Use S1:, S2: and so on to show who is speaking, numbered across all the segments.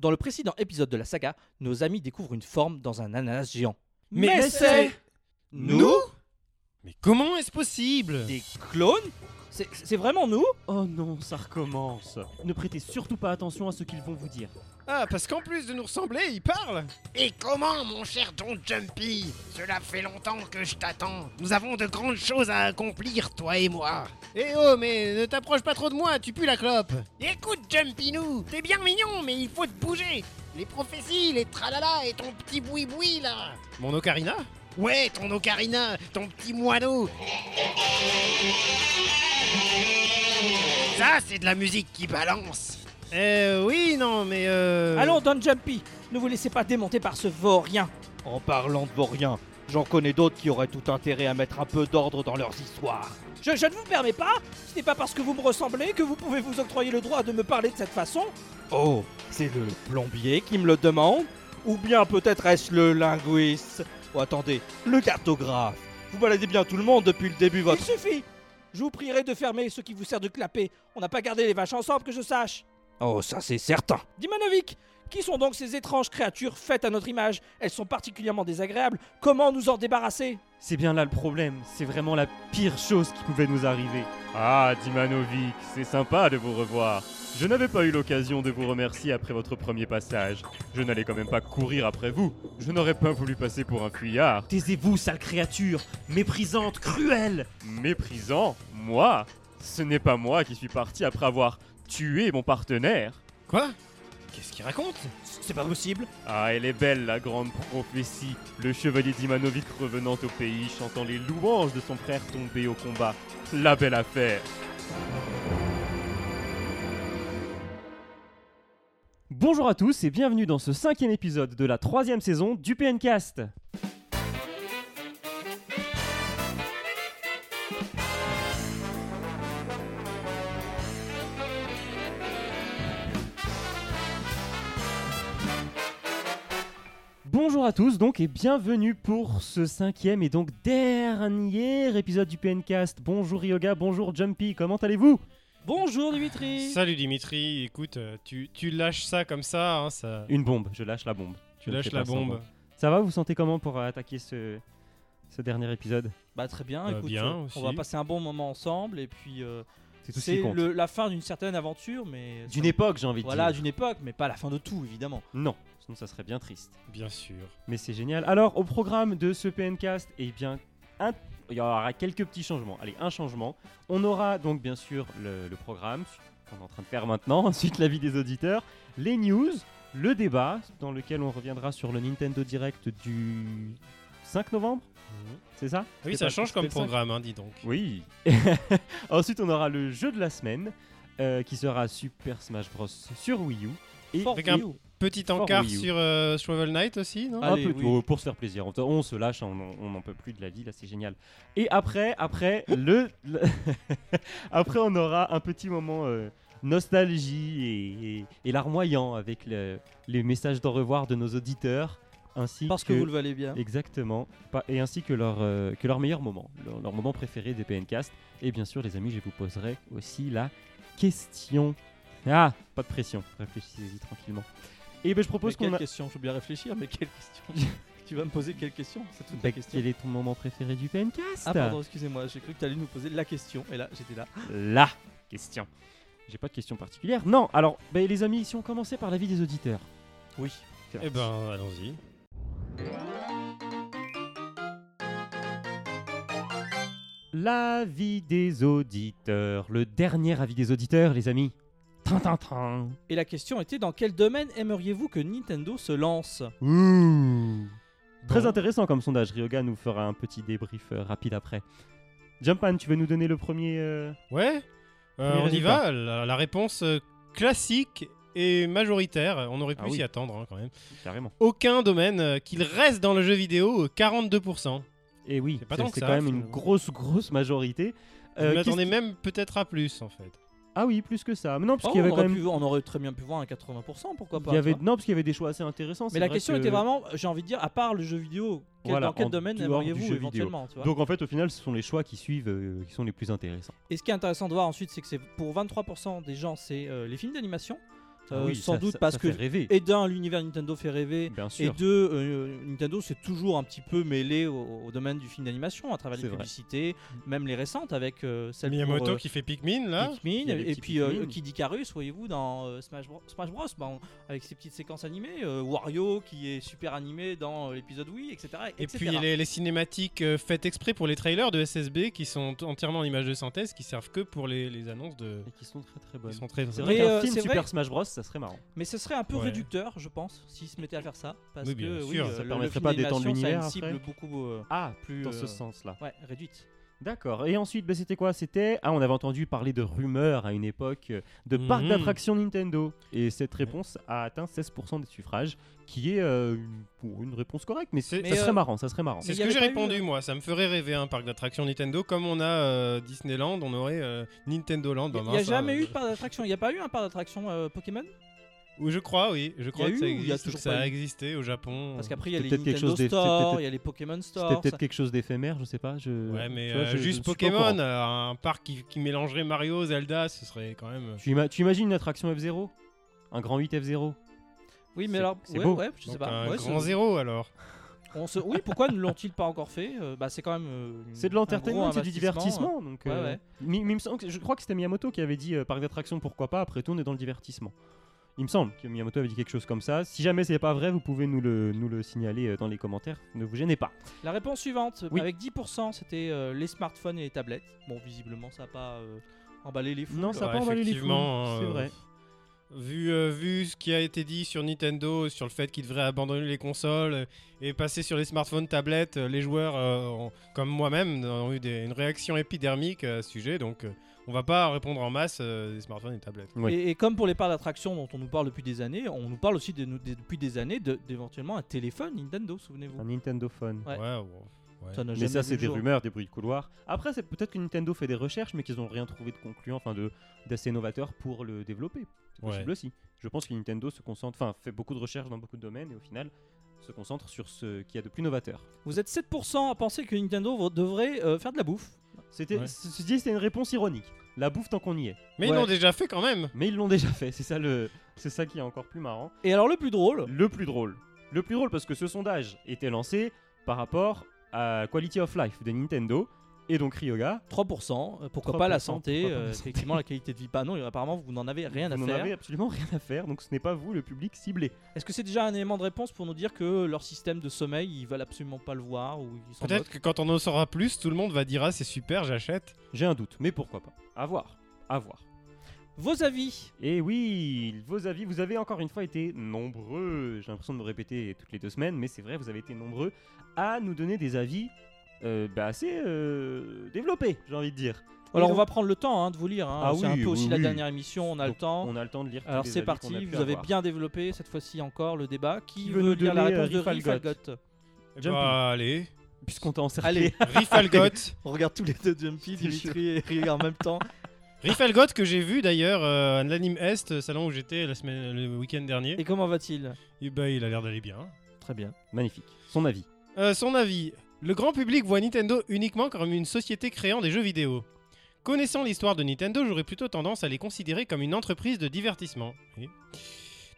S1: Dans le précédent épisode de la saga, nos amis découvrent une forme dans un ananas géant.
S2: Mais c'est-
S1: Nous
S3: Mais comment est-ce possible
S1: Des clones C'est- C'est vraiment nous
S2: Oh non, ça recommence. Ne prêtez surtout pas attention à ce qu'ils vont vous dire.
S3: Ah, parce qu'en plus de nous ressembler, ils parlent
S4: Et comment, Oh, mon cher Don Jumpy Cela fait longtemps que je t'attends. Nous avons de grandes choses à accomplir, toi et moi.
S3: Eh oh, mais ne t'approche pas trop de moi, tu pues la clope
S4: Écoute, Jumpinou, t'es bien mignon, mais il faut te bouger. Les prophéties, les tralala et ton petit boui-boui, là.
S3: Mon ocarina
S4: Ouais, ton ocarina, ton petit moineau. Ça, c'est de la musique qui balance.
S3: Eh oui, non, mais euh...
S1: Allons, Don Jumpy Ne vous laissez pas démonter par ce vaurien En parlant de vaurien, j'en connais d'autres qui auraient tout intérêt à mettre un peu d'ordre dans leurs histoires. Je, je ne vous permets pas Ce n'est pas parce que vous me ressemblez que vous pouvez vous octroyer le droit de me parler de cette façon Oh, c'est le plombier qui me le demande Ou bien peut-être est-ce le linguiste Oh, attendez, le cartographe Vous baladez bien tout le monde depuis le début, votre... Il suffit Je vous prierai de fermer ce qui vous sert de clapet. On n'a pas gardé les vaches ensemble, que je sache Oh, ça c'est certain Dimanovic qui sont donc ces étranges créatures faites à notre image Elles sont particulièrement désagréables. Comment nous en débarrasser
S2: C'est bien là le problème, c'est vraiment la pire chose qui pouvait nous arriver.
S5: Ah, Dimanovic, c'est sympa de vous revoir. Je n'avais pas eu l'occasion de vous remercier après votre premier passage. Je n'allais quand même pas courir après vous. Je n'aurais pas voulu passer pour un fuyard.
S2: Taisez-vous, sale créature, méprisante, cruelle
S5: Méprisant Moi Ce n'est pas moi qui suis parti après avoir tué mon partenaire.
S3: Quoi Qu'est-ce qu'il raconte
S1: C'est pas possible.
S5: Ah, elle est belle, la grande prophétie. Le chevalier Dimanovic revenant au pays, chantant les louanges de son frère tombé au combat. La belle affaire.
S2: Bonjour à tous et bienvenue dans ce cinquième épisode de la troisième saison du PNCast Bonjour à tous donc et bienvenue pour ce cinquième et donc dernier épisode du PNCast. Bonjour Yoga, bonjour Jumpy, comment allez-vous
S1: Bonjour Dimitri.
S3: Salut Dimitri, écoute, euh, tu, tu lâches ça comme ça, hein, ça...
S2: Une bombe, je lâche la bombe.
S3: Tu
S2: Je
S3: lâches
S2: fais pas
S3: la
S2: semblant.
S3: bombe.
S2: Ça va, vous sentez comment pour euh, attaquer ce, ce dernier épisode
S1: Bah très bien.
S3: Bah,
S1: écoute,
S3: bien
S1: euh,
S3: aussi.
S1: on va passer un bon moment ensemble et puis euh,
S2: C'est tout ce
S1: c'est
S2: qui compte.
S1: le- la fin d'une certaine aventure, mais
S2: D'une
S1: ça-
S2: époque, j'ai envie
S1: Voilà,
S2: de dire.
S1: d'une époque, mais pas la fin de tout évidemment.
S2: Non, sinon ça serait bien triste.
S3: Bien sûr. Ah
S2: Mais c'est génial. Alors, au programme de ce PNcast, eh bien, un- il y aura quelques petits changements. Allez, un changement. On aura donc bien sûr le, le programme qu'on est en train de faire maintenant, ensuite l'avis des auditeurs, les news, le débat dans lequel on reviendra sur le Nintendo Direct du 5 novembre, c'est ça
S3: Ah oui,
S2: C'est
S3: ça
S2: pas-
S3: change
S2: c'était
S3: comme
S2: le cinq
S3: programme, hein, dis donc.
S2: Oui. Ensuite, on aura le jeu de la semaine euh, qui sera Super Smash Bros sur Wii U. Et
S1: Fort
S3: avec un-
S1: Wii U.
S3: Petit
S2: Fort
S3: encart
S2: Wii U.
S3: sur euh, Shovel Knight aussi, non
S1: Ah. Allez,
S2: un peu
S1: oui.
S2: oh, pour se faire plaisir. On, on se lâche, hein, on on n'en peut plus de la vie là, c'est génial. Et après, après le, le- après on aura un petit moment euh, nostalgie et, et, et larmoyant avec le- les messages d'au revoir de nos auditeurs ainsi
S1: Parce que vous le valez bien.
S2: Exactement, Pas- et ainsi que leur, euh, que leur meilleur moment, leur, leur moment préféré des PNcast. Et bien sûr, les amis, je vous poserai aussi la question. Ah, pas de pression, réfléchissez-y tranquillement. Et ben, je
S1: Mais
S2: propose qu'on
S1: quelle
S2: a...
S1: question Je veux bien réfléchir, mais quelle question Tu vas me poser quelle question C'est toute
S2: Ben,
S1: la question.
S2: quel est ton moment préféré du PNcast
S1: Ah pardon, excusez-moi, j'ai cru que tu allais nous poser la question, et là j'étais là.
S2: La question. J'ai pas de question particulière. Non, alors, ben, les amis, si on commençait par l'avis des auditeurs.
S1: Oui.
S3: Eh ben, allons-y.
S2: L'avis des auditeurs, le dernier avis des auditeurs, les amis. Tin, tin, tin.
S1: Et la question était dans quel domaine aimeriez-vous que Nintendo se lance
S2: Ouh. Très
S3: Bon.
S2: intéressant comme sondage. Ryoga nous fera un petit débrief euh, rapide après. Jumpman, tu veux nous donner le premier euh,
S3: Ouais, Euh,
S2: Premier
S3: on y
S2: résultat.
S3: va. La, la réponse euh, classique et majoritaire, on aurait pu
S2: Ah oui.
S3: s'y attendre hein, quand même.
S2: Carrément.
S3: Aucun domaine, euh, qu'il reste dans le jeu vidéo, euh, 42%.
S2: Et Eh oui,
S3: C'est pas
S2: c'est
S3: tant que
S2: c'est
S3: ça,
S2: quand même une
S3: finalement.
S2: grosse, grosse majorité. Euh,
S3: je m'attendais
S2: qu'est-ce-
S3: même peut-être à plus en fait.
S2: Ah oui, plus que ça. Mais non, parce
S1: Oh,
S2: qu'il y avait
S1: on,
S2: quand
S1: aurait
S2: même.
S1: pu- on aurait très bien pu voir un 80%, pourquoi pas
S2: Il y avait...
S1: tu vois.
S2: Non, parce qu'il y avait des choix assez intéressants.
S1: Mais
S2: c'est
S1: la
S2: vrai
S1: question
S2: que-
S1: était vraiment, j'ai envie de dire, à part le jeu vidéo, quel-
S2: Voilà,
S1: dans quel
S2: en
S1: domaine
S2: dehors du
S1: aimeriez-vous
S2: jeu vidéo.
S1: éventuellement tu vois
S2: Donc en fait, au final, ce sont les choix qui suivent euh, qui sont les plus intéressants.
S1: Et ce qui est intéressant de voir ensuite, c'est que c'est pour 23% des gens, c'est euh, les films d'animation.
S2: Ah
S1: Euh,
S2: oui,
S1: sans
S2: ça-
S1: doute
S2: ça-
S1: parce
S2: ça
S1: que,
S2: fait rêver.
S1: et d'un, l'univers Nintendo fait rêver,
S2: Bien
S1: et
S2: sûr.
S1: deux, euh, Nintendo s'est toujours un petit peu mêlé au, au domaine du film d'animation à travers les
S2: C'est vrai. Mm.
S1: publicités, même les récentes avec euh, celle
S3: Miyamoto
S1: pour, euh,
S3: qui fait Pikmin là.
S1: Pikmin,
S2: il y a les
S1: et
S2: petits
S1: puis euh,
S2: Pikmin.
S1: Kid Icarus, voyez-vous, dans euh, Smash, Bros, Smash Bros, bah, on- avec ses petites séquences animées, euh, Wario qui est super animé dans euh, l'épisode Wii, etc.
S3: Et
S1: etc.
S3: puis les, les cinématiques euh, faites exprès pour les trailers de SSB qui sont entièrement en images de synthèse qui servent que pour les, les annonces de.
S2: Et qui sont très très
S3: Ils
S2: bonnes.
S3: sont très.
S2: C'est
S1: Mais,
S2: vrai qu'un
S1: euh,
S2: film
S1: c'est vrai-
S2: Super Smash Bros, ça serait marrant.
S1: Mais ce serait un peu
S3: Ouais.
S1: réducteur, je pense, s'ils se mettaient à faire ça. Parce
S3: Oui, bien
S1: que
S3: sûr.
S1: oui,
S3: Ça
S1: euh, le- le
S2: permettrait
S1: film
S2: pas
S1: d'animation,
S2: d'étendre
S1: ça a une
S2: l'univers après.
S1: cible beaucoup euh,
S2: Ah,
S1: plus
S2: dans ce
S1: euh,
S2: sens-là.
S1: ouais, réduite.
S2: D'accord. Et ensuite, bah, c'était quoi C'était ah, on avait entendu parler de rumeurs à une époque euh, de parc
S3: Mhm.
S2: d'attractions Nintendo. Et cette réponse a atteint 16% des suffrages, qui est euh, une, pour une réponse correcte, mais
S3: C'est-
S2: c'est
S1: Mais,
S2: ça serait
S1: euh,
S2: marrant. Ça serait marrant.
S3: C'est
S1: Mais
S3: ce
S1: y
S3: que
S1: avait
S3: j'ai
S1: pas eu,
S3: répondu
S1: euh,
S3: moi. Ça me ferait rêver un parc d'attractions Nintendo comme on a euh, Disneyland, on aurait euh, Nintendo Land.
S1: Il n'y a jamais eu
S3: euh,
S1: de part d'attraction. Il n'y a pas eu un part d'attraction euh, Pokémon
S3: Ou je crois, oui. Je crois
S1: y a
S3: que
S1: eu
S3: ça
S1: ou il y a
S3: existe, ou
S1: toujours
S3: que ça
S1: pas
S3: a
S1: eu
S3: existé au Japon.
S1: Parce qu'après, il y a
S2: C'était
S1: les
S2: peut-être quelque
S1: Nintendo
S2: chose des- c'était
S1: Store,
S2: peut-être-
S1: il y a les Pokémon
S2: C'était
S1: Store.
S2: peut-être quelque chose d'éphémère, je sais pas. Je...
S3: Ouais, mais
S2: tu vois,
S3: euh,
S2: je- je
S3: juste
S2: ne suis pas au courant.
S3: Pokémon, euh, un parc qui, qui mélangerait Mario, Zelda, ce serait quand même.
S2: Tu, ima- tu imagines une attraction F0 Un grand 8 F0
S1: Oui, mais
S2: C'est-
S1: alors,
S2: c'est
S1: ouais,
S2: beau.
S1: ouais, je sais
S3: euh, Donc,
S1: pas.
S3: un
S1: Ouais,
S3: grand
S1: c'est-
S3: zéro alors.
S1: on se- Oui, pourquoi ne l'ont-ils pas encore fait Euh, Bah, c'est quand même. euh, une-
S2: C'est
S1: un
S2: de
S1: gros
S2: l'entertainment, c'est du
S1: investissement, hein.
S2: divertissement. Donc,
S1: ouais,
S2: euh,
S1: ouais.
S2: mi- mi- il me semble que- je crois que c'était Miyamoto qui avait dit euh, parc d'attraction, pourquoi pas, après tout, on est dans le divertissement. Il me semble que Miyamoto avait dit quelque chose comme ça. Si jamais c'est pas vrai, vous pouvez nous le, nous le signaler euh, dans les commentaires. Ne vous gênez pas.
S1: euh. La réponse suivante,
S2: Oui.
S1: avec 10%, c'était euh, les smartphones et les tablettes. Bon, visiblement, ça n'a pas euh, emballé les fous.
S2: Non, ça
S3: Ouais,
S2: n'a pas emballé les foules.
S3: effectivement,
S2: C'est
S3: euh,
S2: vrai.
S3: Vu, euh, vu ce qui a été dit sur Nintendo, sur le fait qu'ils devraient abandonner les consoles euh, et passer sur les smartphones, tablettes, euh, les joueurs, euh, ont- comme moi-même, ont eu des- une réaction épidermique à ce sujet. Donc, euh, on va pas répondre en masse euh, des smartphones et tablettes.
S2: Oui.
S1: Et, et comme pour les parcs d'attractions dont on nous parle depuis des années, on nous parle aussi de- de- depuis des années de- d'éventuellement un téléphone Nintendo, souvenez-vous.
S2: Un Nintendo phone.
S1: Ouais.
S3: bon, ouais.
S1: n'a
S2: Mais
S1: jamais
S2: ça,
S1: vu
S2: c'est
S1: le
S2: des
S1: jour.
S2: rumeurs, des bruits de couloir. Après, c'est peut-être que Nintendo fait des recherches, mais qu'ils n'ont rien trouvé de concluant, enfin de d'assez novateur pour le développer. C'est
S3: Ouais.
S2: possible aussi. Je pense que Nintendo se concentre, enfin fait beaucoup de recherches dans beaucoup de domaines et au final se concentre sur ce qu'il y a de plus novateur.
S1: Vous êtes 7% à penser que Nintendo vo- devrait euh, faire de la bouffe.
S2: C'était,
S3: Ouais.
S2: ce- ceci dit, c'était une réponse ironique. La bouffe tant qu'on y est.
S3: Mais ils
S1: Ouais.
S3: l'ont déjà fait quand même.
S2: Mais ils l'ont déjà fait. C'est ça le, c'est ça qui est encore plus marrant.
S1: Et alors, le plus drôle,
S2: Le plus drôle. Le plus drôle parce que ce sondage était lancé par rapport à Quality of Life de Nintendo et donc Ryoga
S1: 3%, euh, pourquoi
S2: 3%,
S1: pas la santé,
S2: pourquoi pas
S1: euh,
S2: la santé.
S1: effectivement la qualité de vie, pas non, et apparemment vous n'en avez rien à
S2: vous n'en
S1: faire.
S2: avez absolument rien à faire, donc ce n'est pas vous le public ciblé.
S1: Est-ce que c'est déjà un élément de réponse pour nous dire que leur système de sommeil, ils veulent absolument pas le voir ou ils s'en
S3: Peut-être
S1: moquent
S3: que quand on en saura plus, tout le monde va dire Ah, c'est super, j'achète.
S2: J'ai un doute, mais pourquoi pas À voir, à voir.
S1: Vos avis
S2: Et oui, vos avis, vous avez encore une fois été nombreux, j'ai l'impression de me répéter toutes les deux semaines, mais c'est vrai, vous avez été nombreux à nous donner des avis euh, bah, assez euh, développés, j'ai envie de dire.
S1: Alors,
S2: Et
S1: on
S2: donc-
S1: va prendre le temps hein, de vous lire. hein.
S2: Ah
S1: c'est un
S2: oui,
S1: peu aussi
S2: oui,
S1: la
S2: oui.
S1: dernière émission, on a
S2: Donc,
S1: le temps.
S2: On a le temps de lire. tous
S1: Alors
S2: les
S1: c'est
S2: avis qu'on a
S1: parti,
S2: pu
S1: vous avez
S2: avoir.
S1: bien développé cette fois-ci encore le débat. Qui,
S2: Qui veut
S1: veut
S2: nous
S1: lire la
S2: donner, euh,
S1: réponse de
S2: Rifalgot
S1: Rifalgot
S3: Eh
S2: Jumpy.
S3: bah, allez.
S2: Puisqu'on t'a encerclé.
S1: Allez,
S3: Rifalgot.
S1: on regarde tous les deux Jumpy,
S2: C'est
S1: Dimitri et Ryu en même temps.
S3: Rifalgot que j'ai vu d'ailleurs euh, à l'anime Est, salon où j'étais la semaine, le week-end dernier.
S1: Et comment va-t-il
S3: Et bah, il a l'air d'aller bien.
S1: Très bien.
S2: Magnifique. Son avis.
S3: Euh, son avis. Le grand public voit Nintendo uniquement comme une société créant des jeux vidéo. Connaissant l'histoire de Nintendo, j'aurais plutôt tendance à les considérer comme une entreprise de divertissement. Oui.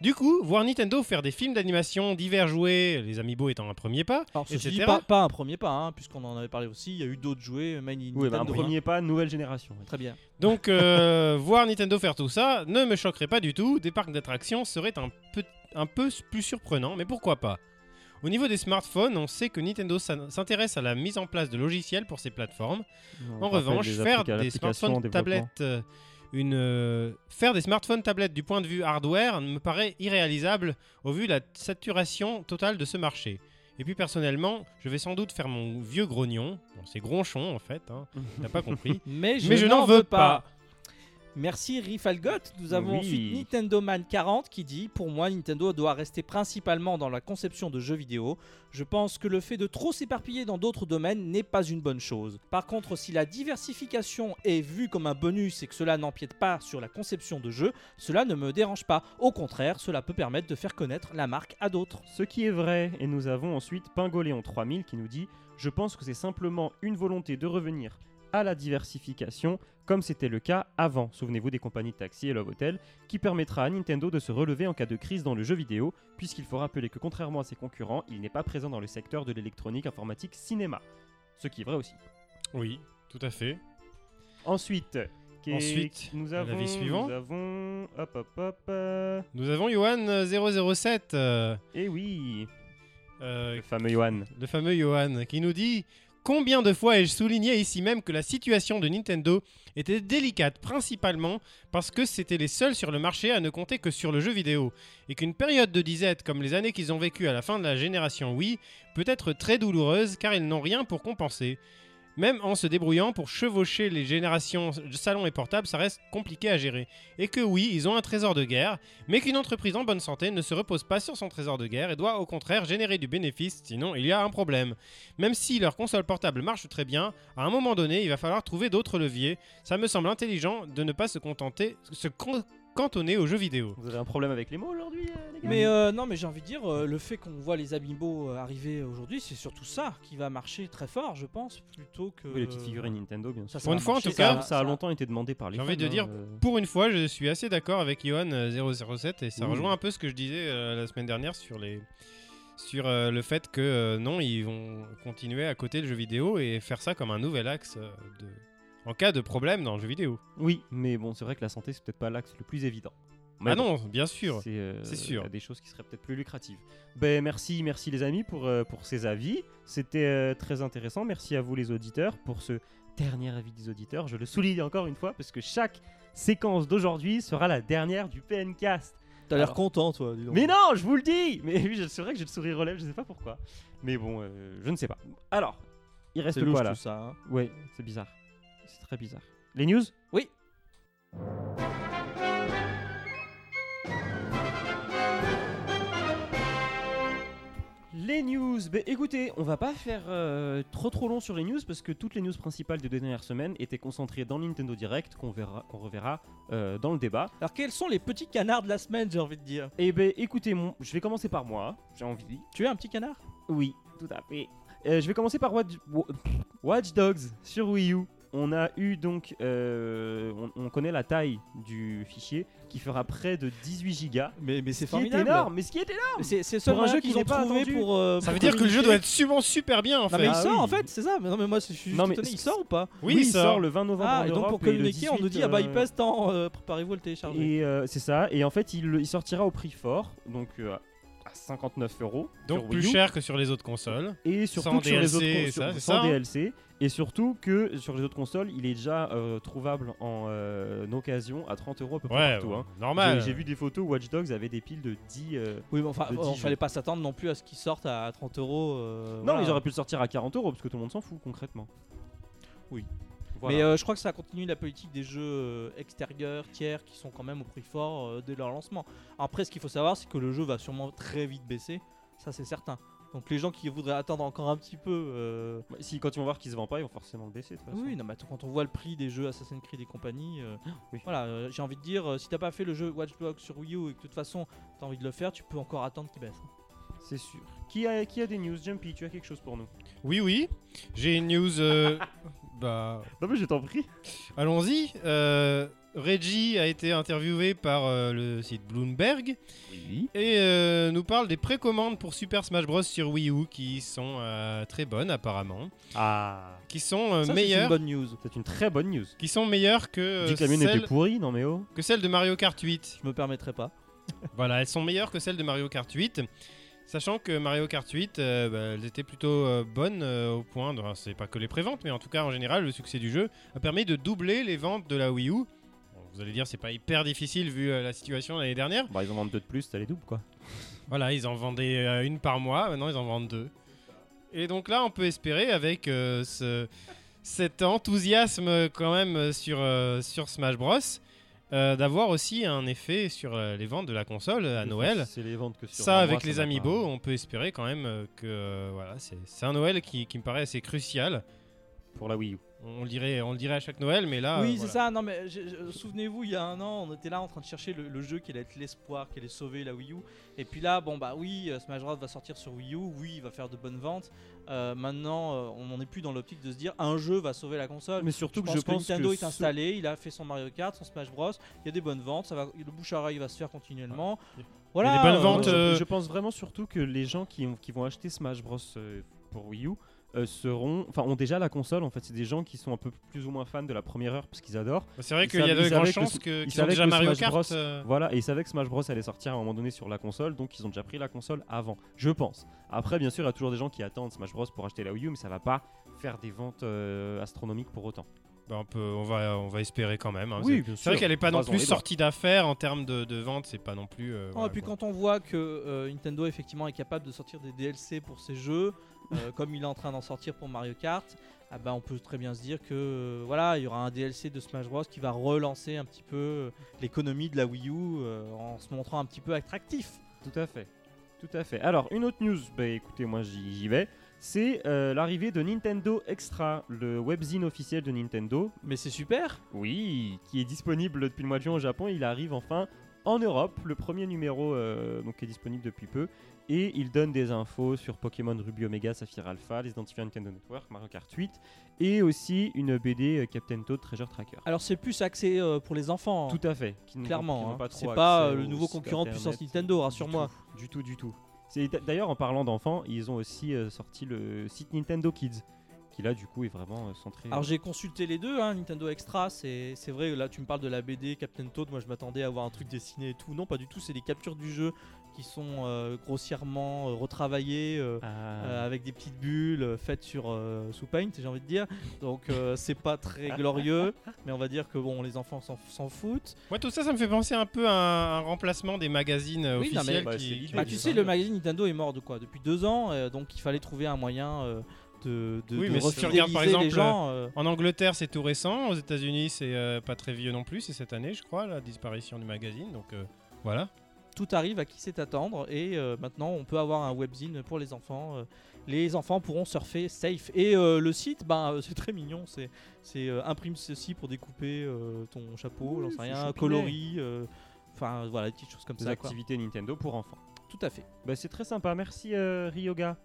S3: Du coup, voir Nintendo faire des films d'animation, divers jouets, les amiibo étant un premier pas,
S1: Alors ceci
S3: Etc.
S1: dit, pas, pas un premier pas, hein, puisqu'on en avait parlé aussi, il y a eu d'autres jouets, Made in
S2: Oui, bah, un
S1: Nintendo. hein.
S2: premier pas, nouvelle génération.
S1: Très bien.
S3: donc euh, voir Nintendo faire tout ça ne me choquerait pas du tout, des parcs d'attractions seraient un peu, un peu plus surprenants, mais pourquoi pas au niveau des smartphones, on sait que Nintendo s'in- s'intéresse à la mise en place de logiciels pour ses plateformes, En revanche, faire des smartphones tablettes, euh, une, euh, faire des smartphones tablettes du point de vue hardware me paraît irréalisable au vu de la saturation totale de ce marché. Et puis personnellement, je vais sans doute faire mon vieux grognon. Bon, c'est gronchon en fait, hein. t'as pas compris.
S1: Mais je,
S3: Mais je n'en veux pas.
S1: Merci Rifalgot. Nous avons
S2: Oui.
S1: ensuite Nintendo Man 40 qui dit Pour moi, Nintendo doit rester principalement dans la conception de jeux vidéo. Je pense que le fait de trop s'éparpiller dans d'autres domaines n'est pas une bonne chose. Par contre, si la diversification est vue comme un bonus et que cela n'empiète pas sur la conception de jeux, cela ne me dérange pas. Au contraire, cela peut permettre de faire connaître la marque à d'autres.
S2: Ce qui est vrai, et nous avons ensuite Pingoléon 3000 qui nous dit Je pense que c'est simplement une volonté de revenir à la diversification, comme c'était le cas avant. Souvenez-vous des compagnies de taxi et Love Hotel, qui permettra à Nintendo de se relever en cas de crise dans le jeu vidéo, puisqu'il faut rappeler que contrairement à ses concurrents, il n'est pas présent dans le secteur de l'électronique, informatique, cinéma. Ce qui est vrai aussi.
S3: Oui, tout à fait.
S2: Ensuite, qu'est-
S3: Ensuite,
S2: nous
S3: la
S2: avons,
S3: vie suivante.
S2: Nous avons, hop, hop, hop. euh,
S3: Nous avons Johan007, euh,
S2: eh oui,
S3: euh,
S2: le fameux Johan.
S3: le fameux Johan, qui nous dit Combien de fois ai-je souligné ici même que la situation de Nintendo était délicate, principalement parce que c'était les seuls sur le marché à ne compter que sur le jeu vidéo, et qu'une période de disette comme les années qu'ils ont vécues à la fin de la génération Wii peut être très douloureuse car ils n'ont rien pour compenser. Même en se débrouillant pour chevaucher les générations salon et portable, ça reste compliqué à gérer. Et que oui, ils ont un trésor de guerre, mais qu'une entreprise en bonne santé ne se repose pas sur son trésor de guerre et doit au contraire générer du bénéfice, sinon il y a un problème. Même si leur console portable marche très bien, à un moment donné, il va falloir trouver d'autres leviers. Ça me semble intelligent de ne pas se contenter, se con- cantonner aux jeux vidéo.
S2: Vous avez un problème avec les mots aujourd'hui, euh, les gars
S1: Mais euh, non, mais j'ai envie de dire, euh, le fait qu'on voit les amiibo euh, arriver aujourd'hui, c'est surtout ça qui va marcher très fort, je pense, plutôt que.
S2: Oui, les petites figurines Nintendo, bien sûr.
S1: ça, ça
S3: Pour
S1: va
S3: une fois, en
S1: marcher,
S3: tout cas,
S1: va-
S2: ça a longtemps été demandé par les
S3: Ah, J'ai envie
S2: fans,
S3: de dire,
S2: hein, euh.
S3: Pour une fois, je suis assez d'accord avec euh, Johan007 et ça
S2: Oui.
S3: rejoint un peu ce que je disais euh, la semaine dernière sur les sur euh, le fait que euh, non, ils vont continuer à côté le jeu vidéo et faire ça comme un nouvel axe euh, de en cas de problème dans le jeu vidéo.
S2: Oui, mais bon, c'est vrai que la santé, c'est peut-être pas l'axe le plus évident.
S3: ah
S2: bon,
S3: non, bien sûr.
S2: c'est euh,
S3: c'est sûr.
S2: il y a des choses qui seraient peut-être plus lucratives. Ben merci, merci les amis pour, euh, pour ces avis. C'était euh, très intéressant. Merci à vous les auditeurs pour ce dernier avis des auditeurs. Je le souligne encore une fois parce que chaque séquence d'aujourd'hui sera la dernière du PNcast.
S6: T'as
S2: Alors.
S6: l'air content, toi, dis donc.
S2: Mais non, je vous le dis Mais oui, je- c'est vrai que j'ai le sourire relève, je sais pas pourquoi. Mais bon, euh, je ne sais pas. Alors, il reste
S6: C'est louche
S2: quoi là
S6: tout ça. hein.
S2: Ouais, c'est bizarre. C'est très bizarre. Les news
S1: Oui.
S2: Les news. Ben écoutez, on va pas faire euh, trop trop long sur les news parce que toutes les news principales des deux dernières semaines étaient concentrées dans le Nintendo Direct qu'on verra, qu'on reverra euh, dans le débat.
S1: Alors, quels sont les petits canards de la semaine, j'ai envie de dire
S2: Et ben écoutez, mon- je vais commencer par moi. hein, J'ai envie.
S1: Tu es un petit canard
S2: Oui, tout à fait. Euh, je vais commencer par Watch... Wa- Watch Dogs sur Wii U. On a eu donc, euh, on, on connaît la taille du fichier qui fera près de 18 gigas.
S6: Mais, mais c'est
S2: Ce qui est
S6: formidable.
S2: énorme, mais ce qui est énorme.
S1: C'est c'est le seul
S2: Pour un
S1: moyen
S2: jeu
S1: qu'ils
S2: qui
S1: ont
S2: n'est pas
S1: trouvé
S2: attendu.
S1: pour. euh,
S3: Ça
S1: pour
S3: veut dire que le jeu
S1: communiquer.
S3: doit être sûrement super bien en
S1: Non,
S3: fait.
S1: mais il
S2: Ah
S1: sort
S2: oui.
S1: en fait, c'est ça. Mais non, mais moi, je suis
S2: Non,
S1: juste
S2: mais
S1: étonné, il
S2: c'est-
S1: sort ou pas
S3: oui,
S2: il
S3: ça.
S2: sort le 20 novembre en
S1: Ah, et donc
S2: Europe
S1: pour
S2: et le
S1: communiquer, on nous
S2: 18,
S1: dit, ah bah, il
S2: euh,
S1: pèse tant, euh, préparez-vous à le télécharger.
S2: Et euh, c'est ça. Et en fait, il, il sortira au prix fort, donc euh, à 59 euros. sur
S3: Donc plus
S2: Wii U.
S3: cher que sur les autres consoles.
S2: Et surtout
S3: Sans
S2: que sur les
S3: DLC,
S2: autres cons-
S3: et
S2: sur-
S3: ça, c'est
S2: sans
S3: ça, hein
S2: DLC. Et surtout que sur les autres consoles, il est déjà euh, trouvable en euh, occasion à 30 euros à peu près
S3: Ouais,
S2: partout.
S3: ouais,
S2: hein.
S3: normal.
S2: J'ai- J'ai vu des photos où Watch Dogs avait des piles de 10. euh,
S1: Oui, mais enfin,
S2: de
S1: on
S2: 10
S1: fallait pas s'attendre non plus à ce qu'ils sortent à 30 euros. euh,
S2: Non,
S1: voilà.
S2: ils auraient pu le sortir à 40 euros parce que tout le monde s'en fout concrètement.
S1: Oui.
S2: Voilà.
S1: Mais euh, je crois que ça continue la politique des jeux euh, extérieurs, tiers, qui sont quand même au prix fort euh, dès leur lancement. Après, ce qu'il faut savoir, c'est que le jeu va sûrement très vite baisser, ça c'est certain. Donc les gens qui voudraient attendre encore un petit peu... euh,
S2: Ouais, si, quand ils vont voir qu'ils se vendent pas, ils vont forcément le baisser. de toute façon.
S1: Oui, non, mais attends, quand on voit le prix des jeux Assassin's Creed et compagnie, euh,
S2: Ah, Oui.
S1: voilà, euh, j'ai envie de dire, euh, si t'as pas fait le jeu Watch Dogs sur Wii U et que de toute façon t'as envie de le faire, tu peux encore attendre qu'il baisse. hein.
S2: C'est sûr. Qui a, qui a des news Jumpy, tu as quelque chose pour nous
S3: Oui, oui. J'ai une news. euh, bah,
S2: Non, mais je t'en prie.
S3: allons-y. Euh, Reggie a été interviewé par euh, le site Bloomberg
S2: Oui.
S3: et euh, nous parle des précommandes pour Super Smash Bros sur Wii U qui sont euh, très bonnes apparemment,
S2: Ah.
S3: qui sont
S1: Ça,
S3: euh,
S1: c'est une
S3: meilleures,
S1: bonne news.
S2: C'est une très bonne news.
S3: qui sont meilleures que euh,
S2: Dit que la mine était
S3: celles,
S2: pourrie, non mais oh.
S3: que celles de Mario Kart 8.
S1: Je me permettrai pas.
S3: Voilà, elles sont meilleures que celles de Mario Kart 8. Sachant que Mario Kart 8, euh, bah, elles étaient plutôt euh, bonnes euh, au point, de, c'est pas que les préventes, mais en tout cas en général, le succès du jeu a permis de doubler les ventes de la Wii U. Bon, vous allez dire, c'est pas hyper difficile vu euh, la situation l'année dernière.
S2: Bah, ils en vendent deux de plus, ça les double quoi.
S3: Voilà, ils en vendaient euh, une par mois, maintenant ils en vendent deux. Et donc là, on peut espérer avec euh, ce- cet enthousiasme euh, quand même euh, sur, euh, sur Smash Bros. euh, d'avoir aussi un effet sur euh, les ventes de la console euh, à Noël.
S2: C'est les ventes que sur un
S3: Ça,
S2: mois,
S3: avec les
S2: va
S3: amiibo,
S2: pas.
S3: on peut espérer quand même euh, que euh, voilà, c'est c'est un Noël qui, qui me paraît assez crucial
S2: Pour la Wii U.
S3: On le dirait, on le dirait à chaque Noël, mais là.
S1: oui,
S3: euh,
S1: c'est
S3: voilà.
S1: ça. Non, mais je- je- souvenez-vous, il y a un an, on était là en train de chercher le, le jeu qui allait être l'espoir, qui allait sauver la Wii U. Et puis là, bon, bah oui, euh, Smash Bros. va sortir sur Wii U. Oui, il va faire de bonnes ventes. Euh, maintenant, euh, on n'en est plus dans l'optique de se dire un jeu va sauver la console.
S2: Mais surtout que
S1: je pense que Nintendo est
S2: ce-
S1: installé, il a fait son Mario Kart, son Smash Bros. Il y a des bonnes ventes, ça va, le bouche à oreille va se faire continuellement. Voilà.
S3: des bonnes
S1: euh,
S3: ventes,
S2: je,
S3: euh,
S2: je pense vraiment surtout que les gens qui, ont- qui vont acheter Smash Bros euh, pour Wii U euh, seront, enfin, ont déjà la console. En fait, c'est des gens qui sont un peu plus ou moins fans de la première heure parce qu'ils adorent.
S3: C'est vrai
S2: Ils
S3: qu'il y a
S2: savaient-
S3: de
S2: ils
S3: grandes
S2: savaient que
S3: chances
S2: le-
S3: que,
S2: ils
S3: qu'ils ont
S2: savaient
S3: déjà
S2: que le
S3: Mario
S2: Smash
S3: Kart.
S2: Bros-
S3: euh,
S2: Voilà, et ils savaient que Smash Bros allait sortir à un moment donné sur la console, donc ils ont déjà pris la console avant, je pense. Après, bien sûr, il y a toujours des gens qui attendent Smash Bros pour acheter la Wii U, mais ça va pas faire des ventes euh, astronomiques pour autant.
S3: bah, on, peut, on, va, on va espérer quand même. hein.
S2: bien
S3: C'est vrai qu'elle n'est pas non
S2: Croisons
S3: plus
S2: les doigts.
S3: sortie d'affaires en termes de, de vente, c'est pas non plus. euh,
S1: Oh,
S3: voilà,
S1: et puis
S3: quoi.
S1: quand on voit que euh, Nintendo effectivement est capable de sortir des DLC pour ses jeux, euh, comme il est en train d'en sortir pour Mario Kart, ah bah, on peut très bien se dire que euh, voilà, il y aura un DLC de Smash Bros qui va relancer un petit peu euh, l'économie de la Wii U euh, en se montrant un petit peu attractif.
S2: Tout à fait. Tout à fait. Alors, une autre news, bah écoutez, moi j'y j'y vais. C'est euh, l'arrivée de Nintendo Extra, le webzine officiel de Nintendo.
S1: Mais c'est super.
S2: Oui, qui est disponible depuis le mois de juin au Japon. Il arrive enfin en Europe. Le premier numéro euh, donc, est disponible depuis peu. Et il donne des infos sur Pokémon Ruby Omega, Saphir Alpha, les identifiants Nintendo Network, Mario Kart 8. Et aussi une BD euh, Captain Toad Treasure Tracker.
S1: Alors c'est plus axé euh, pour les enfants.
S2: Tout à fait. qui n'ont- qui n'ont
S1: Clairement, hein.
S2: trop
S1: c'est
S2: accès
S1: pas euh,
S2: au
S1: le nouveau
S2: site
S1: concurrent de
S2: internet.
S1: puissance Nintendo, hein,
S2: Du
S1: rassure-moi.
S2: tout, Du tout, du tout. C'est d'a- d'ailleurs en parlant d'enfants, ils ont aussi euh, sorti le site Nintendo Kids, qui là du coup est vraiment euh, centré.
S3: Mm.
S1: Alors j'ai consulté les deux, hein, Nintendo Extra, c'est c'est vrai, là tu me parles de la BD Captain Toad, moi je m'attendais à avoir un truc dessiné et tout, non pas du tout, c'est des captures du jeu qui sont euh, grossièrement euh, retravaillées. euh,
S2: Ah.
S1: euh, avec des petites bulles euh, faites sur euh, sous paint j'ai envie de dire donc euh, c'est pas très glorieux mais on va dire que bon les enfants s'en- s'en foutent
S3: Ouais, tout ça, ça me fait penser un peu à un, un remplacement des magazines euh,
S1: Oui, non, mais-
S3: officiels.
S2: Bah,
S3: qui-
S2: c'est
S3: qui
S2: l'idée.
S1: bah
S3: ont
S1: tu
S3: dit
S1: sais
S3: ça.
S1: le magazine Nintendo est mort de quoi depuis deux ans euh, donc il fallait trouver un moyen euh, de, de,
S3: Oui,
S1: de
S3: mais si tu regardes, par
S1: refidéliser les
S3: exemple,
S1: gens euh,
S3: En Angleterre, c'est tout récent. Aux États-Unis, c'est euh, pas très vieux non plus. C'est cette année, je crois, la disparition du magazine. Donc euh, voilà.
S1: tout arrive à qui c'est attendre et euh, maintenant on peut avoir un webzine pour les enfants. euh, les enfants pourront surfer safe et euh, le site, ben euh, c'est très mignon, c'est c'est euh, imprime ceci pour découper euh, ton chapeau,
S2: Oui,
S1: j'en sais
S2: faut
S1: rien,
S2: choupiner.
S1: coloris, euh, enfin voilà des petites choses comme
S2: des
S1: ça. Quoi.
S2: activités Nintendo pour enfants.
S1: Tout à fait.
S2: Bah, c'est très sympa, merci euh, Ryoga.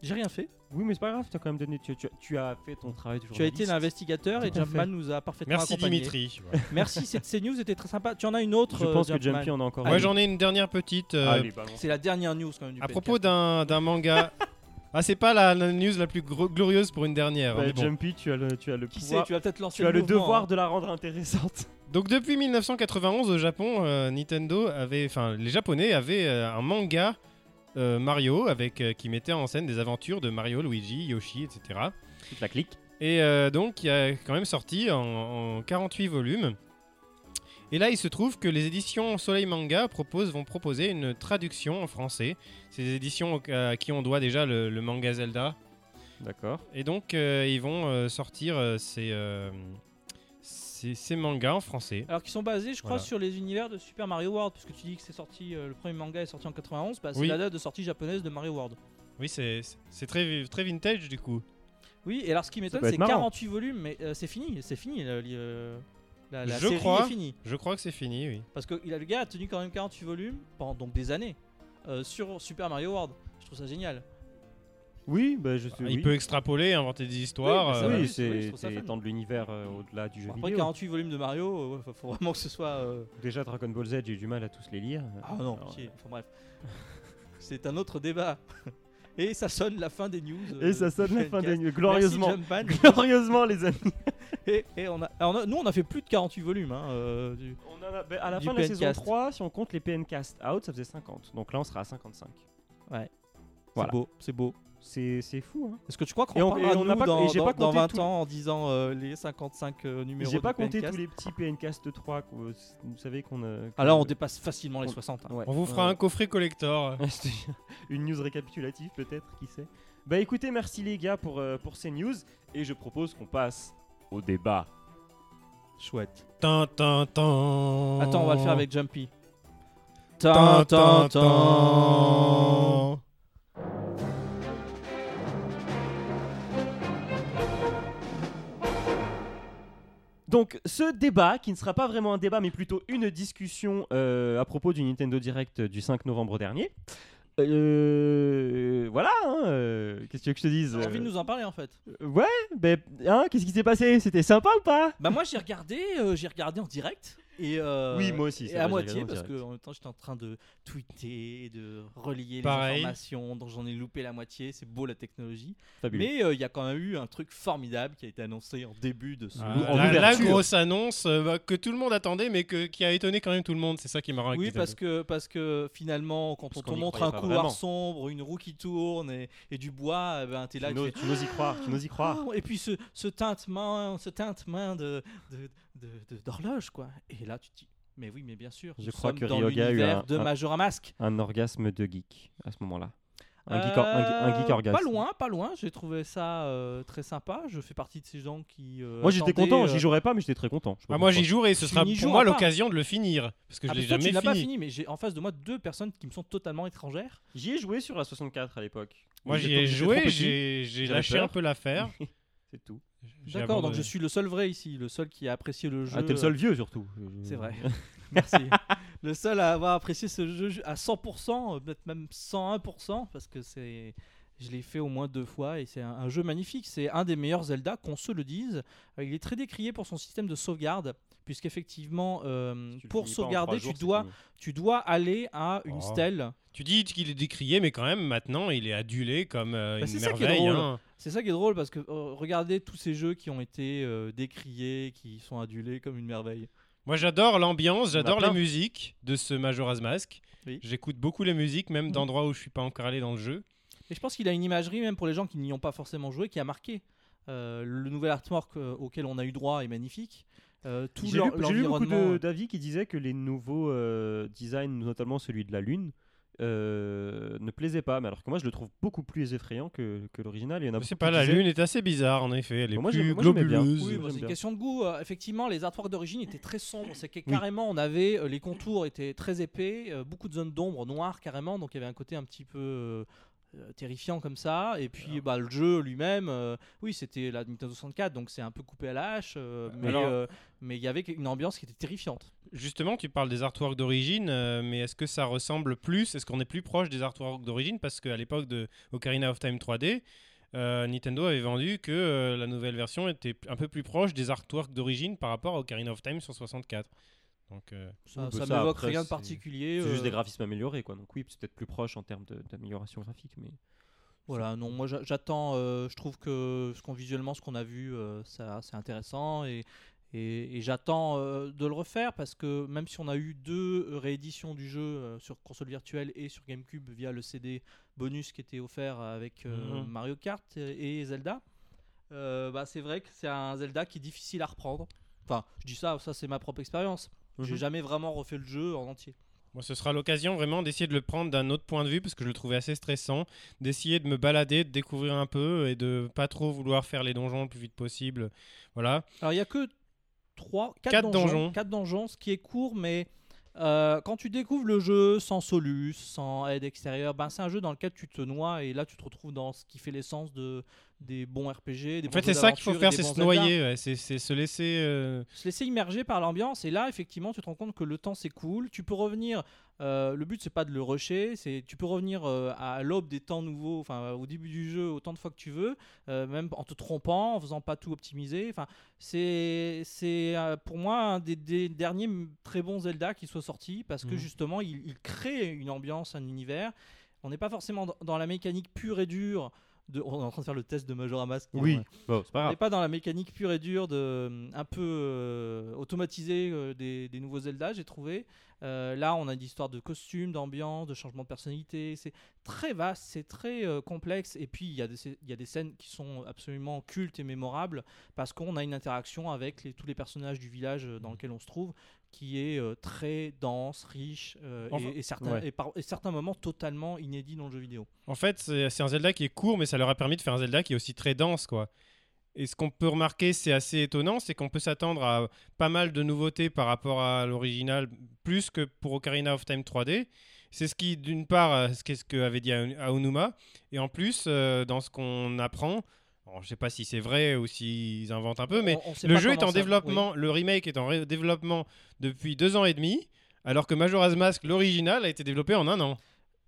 S1: J'ai rien fait.
S2: Oui, mais c'est pas grave, tu as quand même donné, tu, tu- tu as fait ton travail de
S1: Tu as été
S2: journaliste.
S1: l'investigateur et
S2: Tout à fait.
S1: Jumpman nous a parfaitement
S3: Merci
S1: accompagnés.
S3: Dimitri.
S1: Merci, cette- ces news étaient très sympa. Tu en as une autre
S2: Je
S1: euh,
S2: pense que
S1: Jumpman.
S2: Jumpy en a encore.
S3: Moi, j'en ai une dernière petite. euh,
S2: Allez, balance.
S1: C'est la dernière news quand même du
S3: à
S1: PNK.
S3: propos d'un d'un manga. ah, c'est pas la, la news la plus gro- glorieuse pour une dernière. hein,
S2: Bah,
S3: mais bon.
S2: Jumpy, tu as le, tu as le
S1: qui sait,
S2: pouvoir-
S1: tu vas peut-être lancer
S2: tu as le
S1: mouvement,
S2: devoir
S1: hein.
S2: de la rendre intéressante.
S3: Donc depuis 1991 au Japon, euh, Nintendo avait, enfin les Japonais avaient euh, un manga euh, Mario avec euh, qui mettait en scène des aventures de Mario, Luigi, Yoshi, etc.
S2: Toute la clique.
S3: Et euh, donc, il a quand même sorti en, en 48 volumes. Et là, il se trouve que les éditions Soleil Manga proposent, vont proposer une traduction en français. C'est des éditions au- à qui on doit déjà le, le manga Zelda.
S2: D'accord.
S3: Et donc, euh, ils vont euh, sortir euh, ces, euh, ces, ces mangas en français.
S1: Alors qui sont basés, je crois,
S3: Voilà.
S1: sur les univers de Super Mario World, parce que tu dis que c'est sorti, euh, le premier manga est sorti en 91, bah, c'est
S3: Oui.
S1: la date de sortie japonaise de Mario World.
S3: Oui, c'est c'est très, très vintage du coup.
S1: Oui, et alors ce qui m'étonne,
S2: peut être
S1: c'est
S2: marrant.
S1: 48 volumes, mais euh, c'est fini, c'est fini, le- le- la, la
S3: Je
S1: série
S3: crois.
S1: est finie,
S3: Je crois que c'est fini, oui.
S1: parce que il a- le gars a tenu quand même 48 volumes pendant donc des années euh, sur Super Mario World. Je trouve ça génial.
S2: Oui, bah, je
S1: Ah,
S2: suis.
S3: Il peut extrapoler, inventer des histoires.
S1: mais ça
S3: euh,
S1: va.
S2: Oui,
S1: juste, oui, je
S2: c'est
S1: trouve ça
S2: c'est
S1: fun.
S2: étendre l'univers euh, au-delà du jeu
S1: Après
S2: vidéo.
S1: 48 volumes de Mario, euh, ouais, faut vraiment que ce soit. euh,
S2: Déjà Dragon Ball Z, j'ai eu du mal à tous les lire.
S1: Ah non,
S2: Alors,
S1: pitié. Enfin bref, c'est un autre débat. et ça sonne la fin des news.
S2: euh, Et ça
S1: euh,
S2: sonne la
S1: du
S2: fin
S1: PNK.
S2: des nuits,
S1: Merci,
S2: glorieusement.
S1: Jumpman.
S2: Glorieusement, les amis.
S1: Et, et on a, alors, on a- nous, on a fait plus de 48 volumes. hein, euh, du-
S2: On en a- bah, à la
S1: Du
S2: fin de la saison
S1: PNcast.
S2: 3, si on compte les PNcast out, ça faisait 50. Donc là, on sera à 55. Voilà.
S1: C'est beau, c'est beau.
S2: C'est c'est fou, hein.
S1: Est-ce que tu crois qu'on
S2: Et on-
S1: parlera
S2: et
S1: de
S2: on n'a
S1: nous
S2: pas-
S1: dans,
S2: et j'ai
S1: dans-
S2: pas
S1: dans
S2: compté
S1: 20
S2: tout-
S1: ans en disant euh, les 55 euh, numéros
S2: J'ai
S1: de
S2: pas compté
S1: PNcast
S2: tous les petits PNcast 3. que vous- Vous savez qu'on. euh, que-
S1: Alors Ah, on dépasse facilement les
S2: On-
S1: 60. hein.
S2: Ouais.
S3: On vous fera un coffret collector.
S2: Ouais, c'était Une news récapitulative peut-être, qui sait. Bah écoutez, merci les gars pour, euh, pour ces news et je propose qu'on passe au débat.
S1: Chouette.
S3: Tin, tin, tin.
S1: Attends, on va le faire avec Jumpy.
S3: Tin,
S1: Tin,
S3: tin,
S1: tin, tin.
S3: tin.
S5: Donc ce débat, qui ne sera pas vraiment un débat, mais plutôt une discussion euh, à propos du Nintendo Direct du 5 novembre dernier. Euh, voilà, hein, euh, qu'est-ce que tu veux que je te dise
S1: J'ai envie de nous en parler en fait.
S5: Euh, Ouais, ben, hein, qu'est-ce qui s'est passé C'était sympa ou pas
S1: Bah moi j'ai regardé, euh, j'ai regardé en direct. Et euh,
S5: Oui, moi aussi, c'est
S1: Et
S5: vrai,
S1: à
S5: j'ai
S1: moitié,
S5: regardé en
S1: parce que
S5: direct.
S1: en même temps j'étais en train de tweeter, de relier
S3: Pareil.
S1: les informations, donc j'en ai loupé la moitié. C'est beau la technologie.
S5: Fabuleux.
S1: Mais euh, il y a quand même eu un truc formidable qui a été annoncé en début de ce.
S3: Ah,
S5: en
S3: la, la
S5: ouverture.
S3: grosse annonce euh, bah, que tout le monde attendait, mais que- qui a étonné quand même tout le monde. C'est ça qui m'a marrant.
S1: Oui, parce que, parce que finalement, quand on
S5: Parce
S1: te
S5: qu'on y
S1: montre
S5: croyait
S1: un
S5: pas
S1: couloir
S5: vraiment.
S1: sombre, une roue qui tourne et, et du bois, eh ben, t'es là.
S5: tu
S1: tu
S5: n'oses
S1: fais,
S5: tu n'oses y croire, tu n'oses y croire.
S1: Oh, et puis ce, ce tintement, ce tintement de, de, de- de- d'horloge, quoi. Et là, tu te dis, mais oui, mais bien sûr.
S5: Je
S1: nous
S5: crois
S1: sommes
S5: que
S1: dans
S5: Ryoga a eu
S1: l'univers
S5: un-
S1: de
S5: un-
S1: Majora Mask.
S5: Un orgasme de geek à ce moment-là. Un geek, or- un, ge- un geek
S1: Euh,
S5: orgasme.
S1: Pas loin, pas loin. J'ai trouvé ça euh, très sympa. Je fais partie de ces gens qui. euh,
S5: Moi j'étais
S1: attendaient,
S5: content,
S1: euh,
S5: j'y jouerais pas, mais j'étais très content. Je sais pas
S3: Ah, moi j'y
S5: pourquoi.
S3: jouerai et ce
S1: Tu
S3: sera
S1: n'y
S3: pour
S1: joueras
S3: moi
S1: pas.
S3: l'occasion de le finir. Parce que
S1: Ah,
S3: je l'ai
S1: parce que toi,
S3: jamais
S1: tu l'as
S3: fini.
S1: pas fini, mais j'ai en face de moi deux personnes qui me sont totalement étrangères.
S5: J'y ai joué sur la 64 à l'époque.
S3: Moi
S5: Donc,
S3: j'y
S5: j'étais-
S3: ai
S5: j'étais
S3: joué,
S5: trop petit,
S3: j'ai j'ai
S5: j'avais
S3: lâché
S5: peur.
S3: un peu l'affaire.
S5: C'est tout.
S3: J'ai
S1: D'accord, donc
S3: abandonné.
S1: je suis le seul vrai ici, le seul qui a apprécié le jeu.
S5: Ah, t'es le seul vieux surtout.
S1: C'est vrai. Merci. Le seul à avoir apprécié ce jeu à 100%, euh, peut-être même 101%, parce que c'est, je l'ai fait au moins deux fois et c'est un, un jeu magnifique. C'est un des meilleurs Zelda, qu'on se le dise. Euh, Il est très décrié pour son système de sauvegarde, puisqu'effectivement, euh,
S5: Si Mmh. tu le
S1: pour
S5: finis pas en
S1: sauvegarder,
S5: trois jours,
S1: tu,
S5: c'est
S1: dois,
S5: fini.
S1: tu dois aller à une
S3: Oh.
S1: stèle.
S3: Tu dis qu'il est décrié, mais quand même maintenant il est adulé comme euh,
S1: Bah,
S3: une
S1: c'est ça qui est
S3: merveille.
S1: drôle.
S3: hein.
S1: C'est ça qui est drôle parce que euh, regardez tous ces jeux qui ont été euh, décriés, qui sont adulés comme une merveille.
S3: Moi j'adore l'ambiance,
S5: Il y en a
S3: j'adore
S5: plein.
S3: les musiques de ce Majora's Mask.
S1: Oui.
S3: J'écoute beaucoup les musiques, même d'endroits où je suis pas encore allé dans le jeu.
S5: Ah,
S1: Et je pense qu'il a une imagerie, même pour les gens qui n'y ont pas forcément joué, qui a marqué. Euh, le nouvel artwork euh, auquel on a eu droit est magnifique. Euh, tout
S5: J'ai lu,
S1: l'en-
S5: j'ai lu beaucoup
S1: l'environnement.
S5: de- d'avis qui disaient que les nouveaux euh, designs, notamment celui de la Lune, euh, ne plaisaient pas. Mais alors que moi, je le trouve beaucoup plus effrayant que, que l'original. Il y en a
S3: Je sais
S5: beaucoup
S3: pas,
S5: qui
S3: la
S5: disaient-
S3: lune est assez bizarre en effet, elle est
S5: Bah, Moi,
S3: plus
S5: j'aime- moi, j'aimais bien.
S3: globuleuse.
S1: Oui,
S5: J'aime
S1: bah, c'est une
S5: bien.
S1: question de goût. Euh, effectivement, les artworks d'origine étaient très sombres. C'est que
S5: Oui.
S1: carrément, on avait euh, les contours étaient très épais, euh, beaucoup de zones d'ombre noires carrément, donc il y avait un côté un petit peu euh, euh, terrifiant comme ça. Et puis, bah, le jeu lui-même, euh, oui, c'était la Nintendo 64, donc c'est un peu coupé à la hache, euh, mais
S3: Alors-
S1: euh, mais il y avait une ambiance qui était terrifiante.
S3: Justement, tu parles des artworks d'origine, euh, mais est-ce que ça ressemble plus Est-ce qu'on est plus proche des artworks d'origine Parce qu'à l'époque de Ocarina of Time 3D, euh, Nintendo avait vendu que euh, la nouvelle version était un peu plus proche des artworks d'origine par rapport à Ocarina of Time sur 64. Donc, euh,
S1: Ça,
S5: Oui,
S1: ça
S5: bah, ça,
S1: m'évoque
S5: après,
S1: rien de
S5: c'est-
S1: particulier.
S5: C'est juste
S1: euh,
S5: des graphismes améliorés, quoi. Donc oui, c'est peut-être plus proche en termes de- d'amélioration graphique, mais
S1: Voilà, non, moi j'a- j'attends. euh, je trouve que ce qu'on visuellement, ce qu'on a vu, euh, ça c'est intéressant et, et, et j'attends euh, de le refaire parce que même si on a eu deux euh, rééditions du jeu euh, sur console virtuelle et sur GameCube via le CD bonus qui était offert avec euh,
S3: Mhm.
S1: Mario Kart et, et Zelda, euh, bah, c'est vrai que c'est un Zelda qui est difficile à reprendre. Enfin, je dis ça, ça c'est ma propre expérience. J'ai
S5: Mhm.
S1: jamais vraiment refait le jeu en entier.
S3: moi, ce sera l'occasion vraiment d'essayer de le prendre d'un autre point de vue parce que je le trouvais assez stressant, d'essayer de me balader, de découvrir un peu et de pas trop vouloir faire les donjons le plus vite possible. Voilà.
S1: Alors, il n'y a que 3, 4,
S3: Quatre
S1: donjons,
S3: donjons.
S1: quatre donjons, ce qui est court, mais euh, quand tu découvres le jeu sans solus, sans aide extérieure, ben, c'est un jeu dans lequel tu te noies et là tu te retrouves dans ce qui fait l'essence de, des bons RPG. Des
S3: En
S1: bons
S3: fait,
S1: jeux
S3: c'est ça qu'il faut
S1: d'aventure et des
S3: faire, c'est
S1: bons
S3: se
S1: Zelda.
S3: noyer, ouais, c'est c'est se laisser. euh,
S1: Se laisser immerger par l'ambiance et là, effectivement, tu te rends compte que le temps s'écoule. Tu peux revenir. euh, le but, c'est pas de le rusher, c'est tu peux revenir euh, à l'aube des temps nouveaux, enfin au début du jeu, autant de fois que tu veux, euh, même en te trompant, en faisant pas tout optimiser. Enfin, c'est c'est euh, pour moi un des, des derniers m- très bons Zelda qui soit sorti parce que
S3: Mhm.
S1: justement il, il crée une ambiance, un univers. On n'est pas forcément dans- dans la mécanique pure et dure. De, on est en train de faire le test de Majora Mask.
S5: Oui. bon,
S1: On
S3: Ah.
S5: c'est pas grave.
S1: n'est pas dans la mécanique pure et dure, de, un peu euh, automatisée euh, des, des nouveaux Zelda, j'ai trouvé. Euh, là, on a une histoire de costume, d'ambiance, de changement de personnalité. C'est très vaste, c'est très euh, complexe. Et puis, il y, a des scè- il y a des scènes qui sont absolument cultes et mémorables parce qu'on a une interaction avec les- tous les personnages du village euh,
S3: Mmh.
S1: dans lequel on se trouve qui est euh, très dense, riche euh,
S3: Enfin,
S1: et, et certains,
S5: ouais.
S1: et par- et certains moments totalement inédits dans le jeu vidéo.
S3: En fait, c'est c'est un Zelda qui est court, mais ça leur a permis de faire un Zelda qui est aussi très dense, quoi. Et ce qu'on peut remarquer, c'est assez étonnant, c'est qu'on peut s'attendre à pas mal de nouveautés par rapport à l'original, plus que pour Ocarina of Time 3D. C'est ce qui, d'une part, euh, ce qu'est-ce qu'avait dit Aonuma, et en plus, euh, dans ce qu'on apprend, Alors, je sais pas si c'est vrai ou s'ils inventent un peu, mais
S1: On- on sait
S3: le
S1: pas
S3: jeu est
S1: comment
S3: en
S1: ça-
S3: développement, le remake est en ré- développement depuis deux ans et demi, alors que Majora's Mask, l'original, a été développé en un an.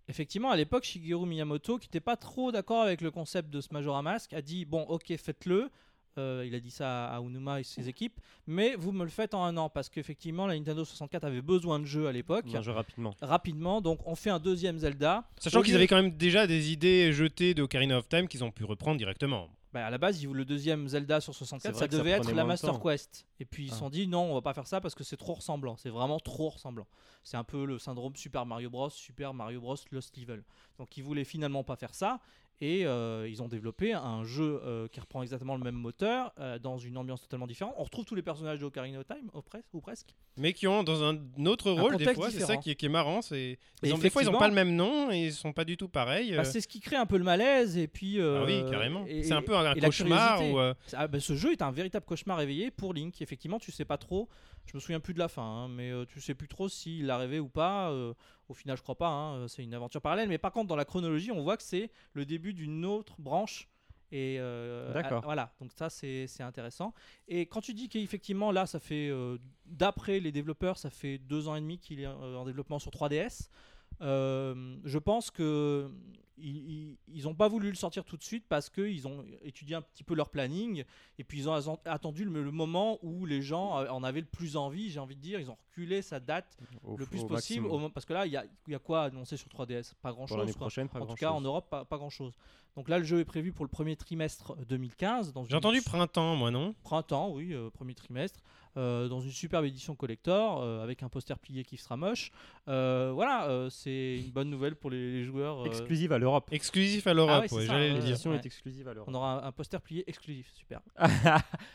S1: Effectivement, à l'époque, Shigeru Miyamoto, qui n'était pas trop d'accord avec le concept de ce Majora Mask, a dit Bon, ok, faites-le. Euh, il a dit ça à à Unuma et ses équipes, mais vous me le faites en un an parce qu'effectivement, la Nintendo 64 avait besoin de jeux à l'époque.
S5: Un jeu rapidement.
S1: Rapidement, donc on fait un deuxième Zelda.
S3: Sachant
S1: Au
S3: qu'ils
S1: lieu-
S3: avaient quand même déjà des idées jetées de Ocarina of Time qu'ils ont pu reprendre directement.
S1: Bah, à la base, ils voulaient le deuxième Zelda sur 64,
S5: C'est
S1: ça
S5: vrai que ça
S1: devait être
S5: prenait
S1: la
S5: moins de
S1: Master
S5: temps.
S1: Quest. Et puis ils se
S5: Ah.
S1: sont dit non, on va pas faire ça parce que c'est trop ressemblant. C'est vraiment trop ressemblant. C'est un peu le syndrome Super Mario Bros, Super Mario Bros Lost Level. Donc ils voulaient finalement pas faire ça. Et euh, ils ont développé un jeu euh, qui reprend exactement le même moteur, euh, dans une ambiance totalement différente. On retrouve tous les personnages de Ocarina of Time, au pres- ou presque.
S3: Mais qui ont dans un autre rôle, des
S1: contexte
S3: fois, c'est ça
S1: différent.
S3: qui est, qui est marrant. C'est...
S1: Et
S3: Ils ont- des fois, ils n'ont
S1: effectivement-
S3: pas le même nom et ils sont pas du tout pareils.
S1: Bah,
S3: euh.
S1: c'est ce qui crée un peu le malaise. Et puis,
S3: Ah oui,
S1: euh,
S3: carrément.
S1: et-
S3: c'est un peu un,
S1: et la
S3: cauchemar.
S1: curiosité.
S3: Ou, euh,
S1: Ah bah, ce jeu est un véritable cauchemar réveillé pour Link. Effectivement, tu sais pas trop. Je me souviens plus de la fin, hein, mais euh, tu sais plus trop s'il a rêvé ou pas. euh, au final, je crois pas. hein, euh, c'est une aventure parallèle. Mais par contre, dans la chronologie, on voit que c'est le début d'une autre branche. Et euh,
S5: D'accord.
S1: ah, voilà, donc ça c'est c'est intéressant. Et quand tu dis qu'effectivement là, ça fait euh, d'après les développeurs, ça fait deux ans et demi qu'il est euh, en développement sur 3DS. Euh, je pense que ils n'ont pas voulu le sortir tout de suite parce qu'ils ont étudié un petit peu leur planning et puis ils ont asen- attendu le, le moment où les gens euh, en avaient le plus envie, j'ai envie de dire. Ils ont reculé sa date
S5: Au-
S1: le plus
S5: au
S1: possible
S5: maximum.
S1: au moment- parce que là, il y a, il y a quoi annoncer sur 3DS Pas
S5: Pour
S1: grand-chose.
S5: l'année
S1: quoi.
S5: prochaine, pas
S1: En tout
S5: grand-chose.
S1: cas, en Europe, pas, pas grand-chose. Donc là, le jeu est prévu pour le premier trimestre euh, 2015. dans
S3: J'ai
S1: une
S3: entendu printemps, moi, non
S1: printemps, oui, euh, premier trimestre, euh, dans une superbe édition collector euh, avec un poster plié qui sera moche. Euh, voilà, euh, c'est une bonne nouvelle pour les, les joueurs. euh,
S5: Exclusive à l'europe.
S3: Exclusif à l'Europe,
S1: Ah ouais, c'est
S3: ouais,
S1: ça,
S3: j'allais
S1: euh,
S3: le dire.
S5: L'édition
S1: ouais.
S5: est exclusive à l'Europe.
S1: on aura un- un poster plié exclusif, super.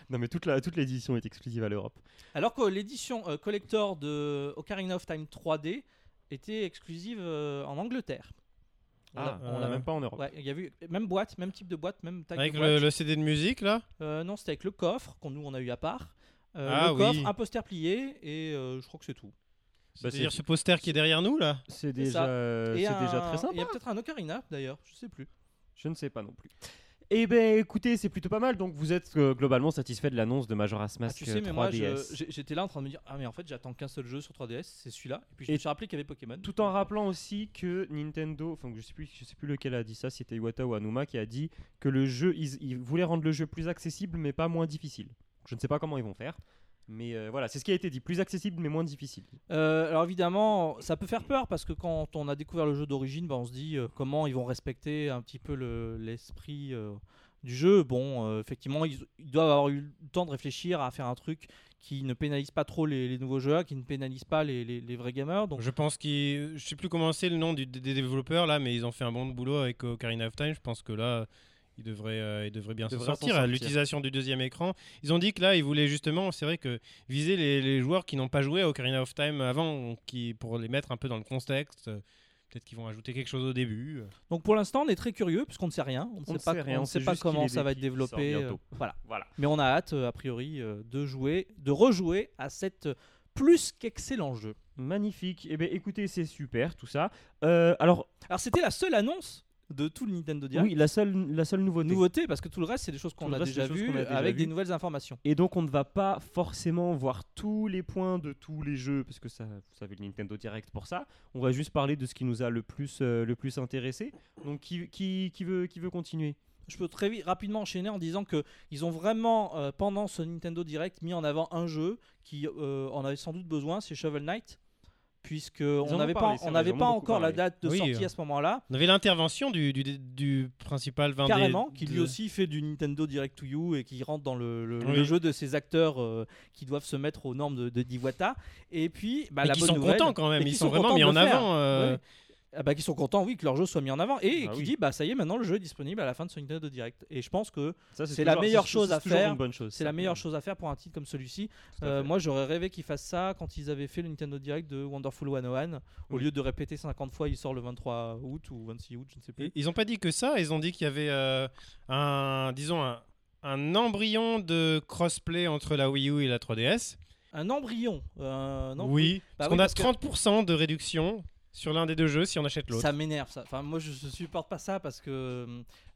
S5: non mais toute la- toute l'édition est exclusive à l'Europe.
S1: Alors que l'édition euh, collector de Ocarina of Time 3D était exclusive euh, en Angleterre. On
S3: Ah,
S1: l'a- on
S5: on
S1: l'a-
S5: l'a même pas en Europe.
S1: ouais, il y a eu même boîte, même type de boîte, même tag de
S3: euh, Avec
S1: boîte.
S3: le, le CD de musique, là
S1: Euh, non, c'était avec le coffre qu'on nous on a eu à part. Euh,
S3: Ah
S1: le coffre,
S3: oui.
S1: un poster plié et euh, je crois que c'est tout.
S5: Bah,
S3: C'est-à-dire ce poster qui est derrière nous, là
S5: C'est
S1: ça.
S5: déjà, euh, c'est
S1: Et un-
S5: déjà très
S1: et Il y
S5: sympa.
S1: a peut-être un Ocarina d'ailleurs, je sais plus.
S5: Je ne sais pas non plus. Eh ben écoutez, c'est plutôt pas mal. Donc vous êtes euh, globalement satisfait de l'annonce de Majora's
S1: Ah,
S5: Mask euh,
S1: tu sais, mais
S5: 3DS.
S1: moi je- j'ai- j'étais là en train de me dire Ah, mais en fait, j'attends qu'un seul jeu sur 3DS, c'est celui-là. Et puis je me
S5: Et
S1: suis rappelé qu'il y avait Pokémon.
S5: Tout en rappelant aussi que Nintendo, enfin je sais plus, je sais plus lequel a dit ça, si c'était Iwata ou Anuma qui a dit que le jeu, ils, ils voulaient rendre le jeu plus accessible mais pas moins difficile. Je ne sais pas comment ils vont faire, mais euh, voilà, c'est ce qui a été dit, plus accessible mais moins difficile.
S1: Euh, alors évidemment, ça peut faire peur parce que quand on a découvert le jeu d'origine, bah, on se dit euh, comment ils vont respecter un petit peu le- l'esprit euh, du jeu. Bon, euh, effectivement, ils, ils doivent avoir eu le temps de réfléchir à faire un truc qui ne pénalise pas trop les, les nouveaux joueurs, qui ne pénalise pas les, les- les vrais gamers. Donc,
S3: Je pense qu'ils. Je sais plus comment c'est le nom du- des développeurs, là, mais ils ont fait un bon boulot avec Ocarina of Time. Je pense que là. Ils devraient, euh, ils devraient bien
S5: Ils
S3: s'en
S5: devraient s'en
S3: sortir à
S5: sortir.
S3: l'utilisation du deuxième écran. Ils ont dit que là, ils voulaient justement, c'est vrai que viser les, les joueurs qui n'ont pas joué à Ocarina of Time avant, qui, pour les mettre un peu dans le contexte. Euh, Peut-être qu'ils vont ajouter quelque chose au début.
S1: donc pour l'instant, on est très curieux puisqu'on ne sait rien. On ne
S5: On
S1: sait
S5: ne
S1: pas,
S5: sait rien,
S1: on
S5: on
S1: ne sait
S5: sait
S1: pas
S5: juste qu'il
S1: comment
S5: est
S1: ça va être
S5: décrit, il sort
S1: développé. euh,
S5: bientôt.
S1: voilà.
S5: Voilà.
S1: Mais on a hâte, euh, a priori, euh, de jouer, de rejouer à cette euh, plus qu'excellent jeu.
S5: Magnifique. Eh ben écoutez, c'est super tout ça. Euh, alors
S1: Alors c'était la seule annonce de tout le Nintendo Direct.
S5: oui, la seule, la seule nouveauté.
S1: Nouveauté parce que tout le reste c'est des choses qu'on
S5: le
S1: a,
S5: reste,
S1: déjà
S5: des choses
S1: vues
S5: qu'on a déjà
S1: avec des
S5: vues.
S1: nouvelles informations.
S5: Et donc on ne va pas forcément voir tous les points de tous les jeux, parce que ça, vous savez, le Nintendo Direct pour ça. On va juste parler de ce qui nous a le plus, euh, le plus intéressé. Donc qui, qui, qui veut, qui veut continuer
S1: Je peux très vite, rapidement enchaîner en disant que ils ont vraiment euh, pendant ce Nintendo Direct mis en avant un jeu qui euh, en avait sans doute besoin, c'est Shovel Knight, puisque on
S5: en ont
S1: n'avait pas,
S5: parlé, c'est
S1: on
S5: vrai,
S1: n'avait
S5: ils en ont
S1: pas
S5: beaucoup
S1: encore la
S5: parlé.
S1: date de
S3: Oui,
S1: sortie
S3: euh,
S1: à ce moment-là.
S3: On avait l'intervention du, du, du principal vendé-
S1: Carrément, qui lui
S3: de-
S1: aussi fait du Nintendo Direct to You et qui rentre dans le, le-
S3: Oui.
S1: le jeu de ces acteurs euh, qui doivent se mettre aux normes de, de d'Iwata. Et puis, bah,
S3: Mais
S1: la
S3: qui
S1: bonne
S3: sont
S1: nouvelle-
S3: contents quand même,
S1: et
S3: ils
S1: qui
S3: sont,
S1: sont
S3: vraiment
S1: contents
S3: mis
S1: de
S3: en
S1: le faire.
S3: avant. euh,
S1: Ouais. Ah bah, qui sont contents, oui, que leur jeu soit mis en avant et
S5: Bah
S1: qui
S5: oui.
S1: dit bah ça y est maintenant le jeu est disponible à la fin de ce Nintendo Direct. Et je pense que
S5: Ça,
S1: C'est la
S5: toujours-
S1: meilleure
S5: c'est-
S1: chose
S5: c'est
S1: à
S5: toujours
S1: faire.
S5: une bonne chose.
S1: c'est la meilleure chose à faire pour un titre comme celui-ci.
S5: Tout à
S1: Euh,
S5: fait.
S1: moi j'aurais rêvé qu'ils fassent ça quand ils avaient fait le Nintendo Direct de Wonderful 101 au
S5: Oui.
S1: lieu de répéter 50 fois il sort le 23 août ou 26 août, je ne sais plus.
S3: Et Ils n'ont pas dit que ça, ils ont dit qu'il y avait euh, un, disons, un, un embryon de crossplay entre la Wii U et la 3DS.
S1: Un embryon, euh, un embryon.
S3: oui,
S1: Bah
S3: parce
S1: oui,
S3: qu'on a
S1: parce que-
S3: 30% de réduction sur l'un des deux jeux si on achète l'autre.
S1: Ça m'énerve ça. Enfin, moi je je supporte pas ça parce que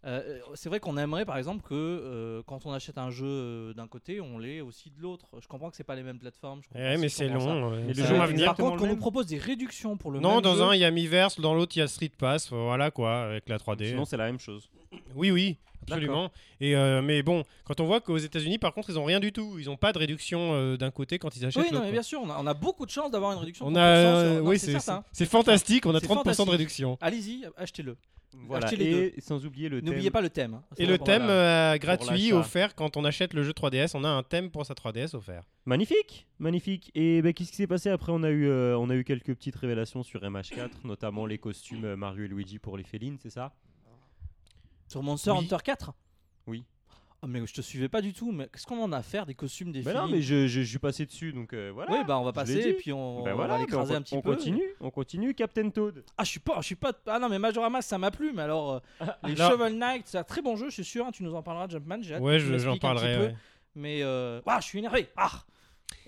S1: euh, c'est vrai qu'on aimerait par exemple que euh, quand on achète un jeu euh, d'un côté, on l'ait aussi de l'autre. Je comprends que c'est pas les mêmes plateformes. je
S3: Eh,
S1: comprends
S3: mais
S1: ci, je
S3: c'est
S1: comprends ça.
S3: long. euh,
S5: Mais le
S3: ça
S5: jeu
S1: Euh,
S3: va
S5: est
S3: venir.
S1: par contre,
S5: le
S1: qu'on nous
S5: même.
S1: propose des réductions pour le
S3: Non,
S1: même
S3: dans
S1: jeu,
S3: un il y a Miiverse, dans l'autre il y a Street Pass, euh, voilà quoi, avec la 3D.
S5: Sinon, c'est la même chose.
S3: Oui, oui, absolument. Et euh, mais bon, quand on voit qu'aux États-Unis, par contre, ils ont rien du tout. Ils ont pas de réduction euh, d'un côté quand ils achètent
S1: Oui, non,
S3: l'autre.
S1: mais
S3: quoi.
S1: bien sûr, on a, on a beaucoup de chance d'avoir une réduction.
S3: on
S1: de
S3: a,
S1: 30% sur-
S3: euh,
S1: non,
S3: oui,
S1: c'est
S3: c'est
S1: certain.
S3: c'est fantastique. On a
S1: C'est
S3: 30% de
S1: fantastique.
S3: réduction.
S1: Allez-y, achetez-le.
S5: Voilà.
S1: Achetez les
S5: Et sans oublier le
S1: N'oubliez
S5: thème.
S1: pas le thème. hein.
S3: Et le
S1: Voilà.
S3: thème euh, gratuit
S5: l'achat.
S3: offert quand on achète le jeu 3DS, on a un thème pour sa 3DS offert.
S5: Magnifique, magnifique. Et ben, qu'est-ce qui s'est passé après on a, eu, euh, on a eu quelques petites révélations sur MH4, notamment les costumes euh, Mario et Luigi pour les félines, c'est ça
S1: Sur Monster
S5: Oui.
S1: Hunter 4
S5: Oui.
S1: Ah, mais je te suivais pas du tout, mais qu'est-ce qu'on en a à faire des costumes des
S5: Ben
S1: filles
S5: non, mais je, je, je suis passé dessus, donc euh, voilà.
S1: Oui, bah on va
S5: je l'ai
S1: passer et
S5: dit.
S1: puis on,
S5: Ben
S1: on
S5: voilà,
S1: va l'écraser
S5: ben on-
S1: un petit
S5: on
S1: peu.
S5: continue, on continue. Captain Toad.
S1: Ah, je suis pas, je suis pas. Ah non, mais Majora Mask, ça m'a plu, mais alors euh, les
S3: Alors-
S1: Shovel Knight, c'est un très bon jeu, je suis sûr. hein, tu nous en parleras, Jumpman. J'ai hâte que
S3: Ouais,
S1: tu
S3: je- j'en
S1: m'expliques un petit
S3: parlerai.
S1: peu,
S3: ouais.
S1: Mais euh, ah, je suis énervé. Ah,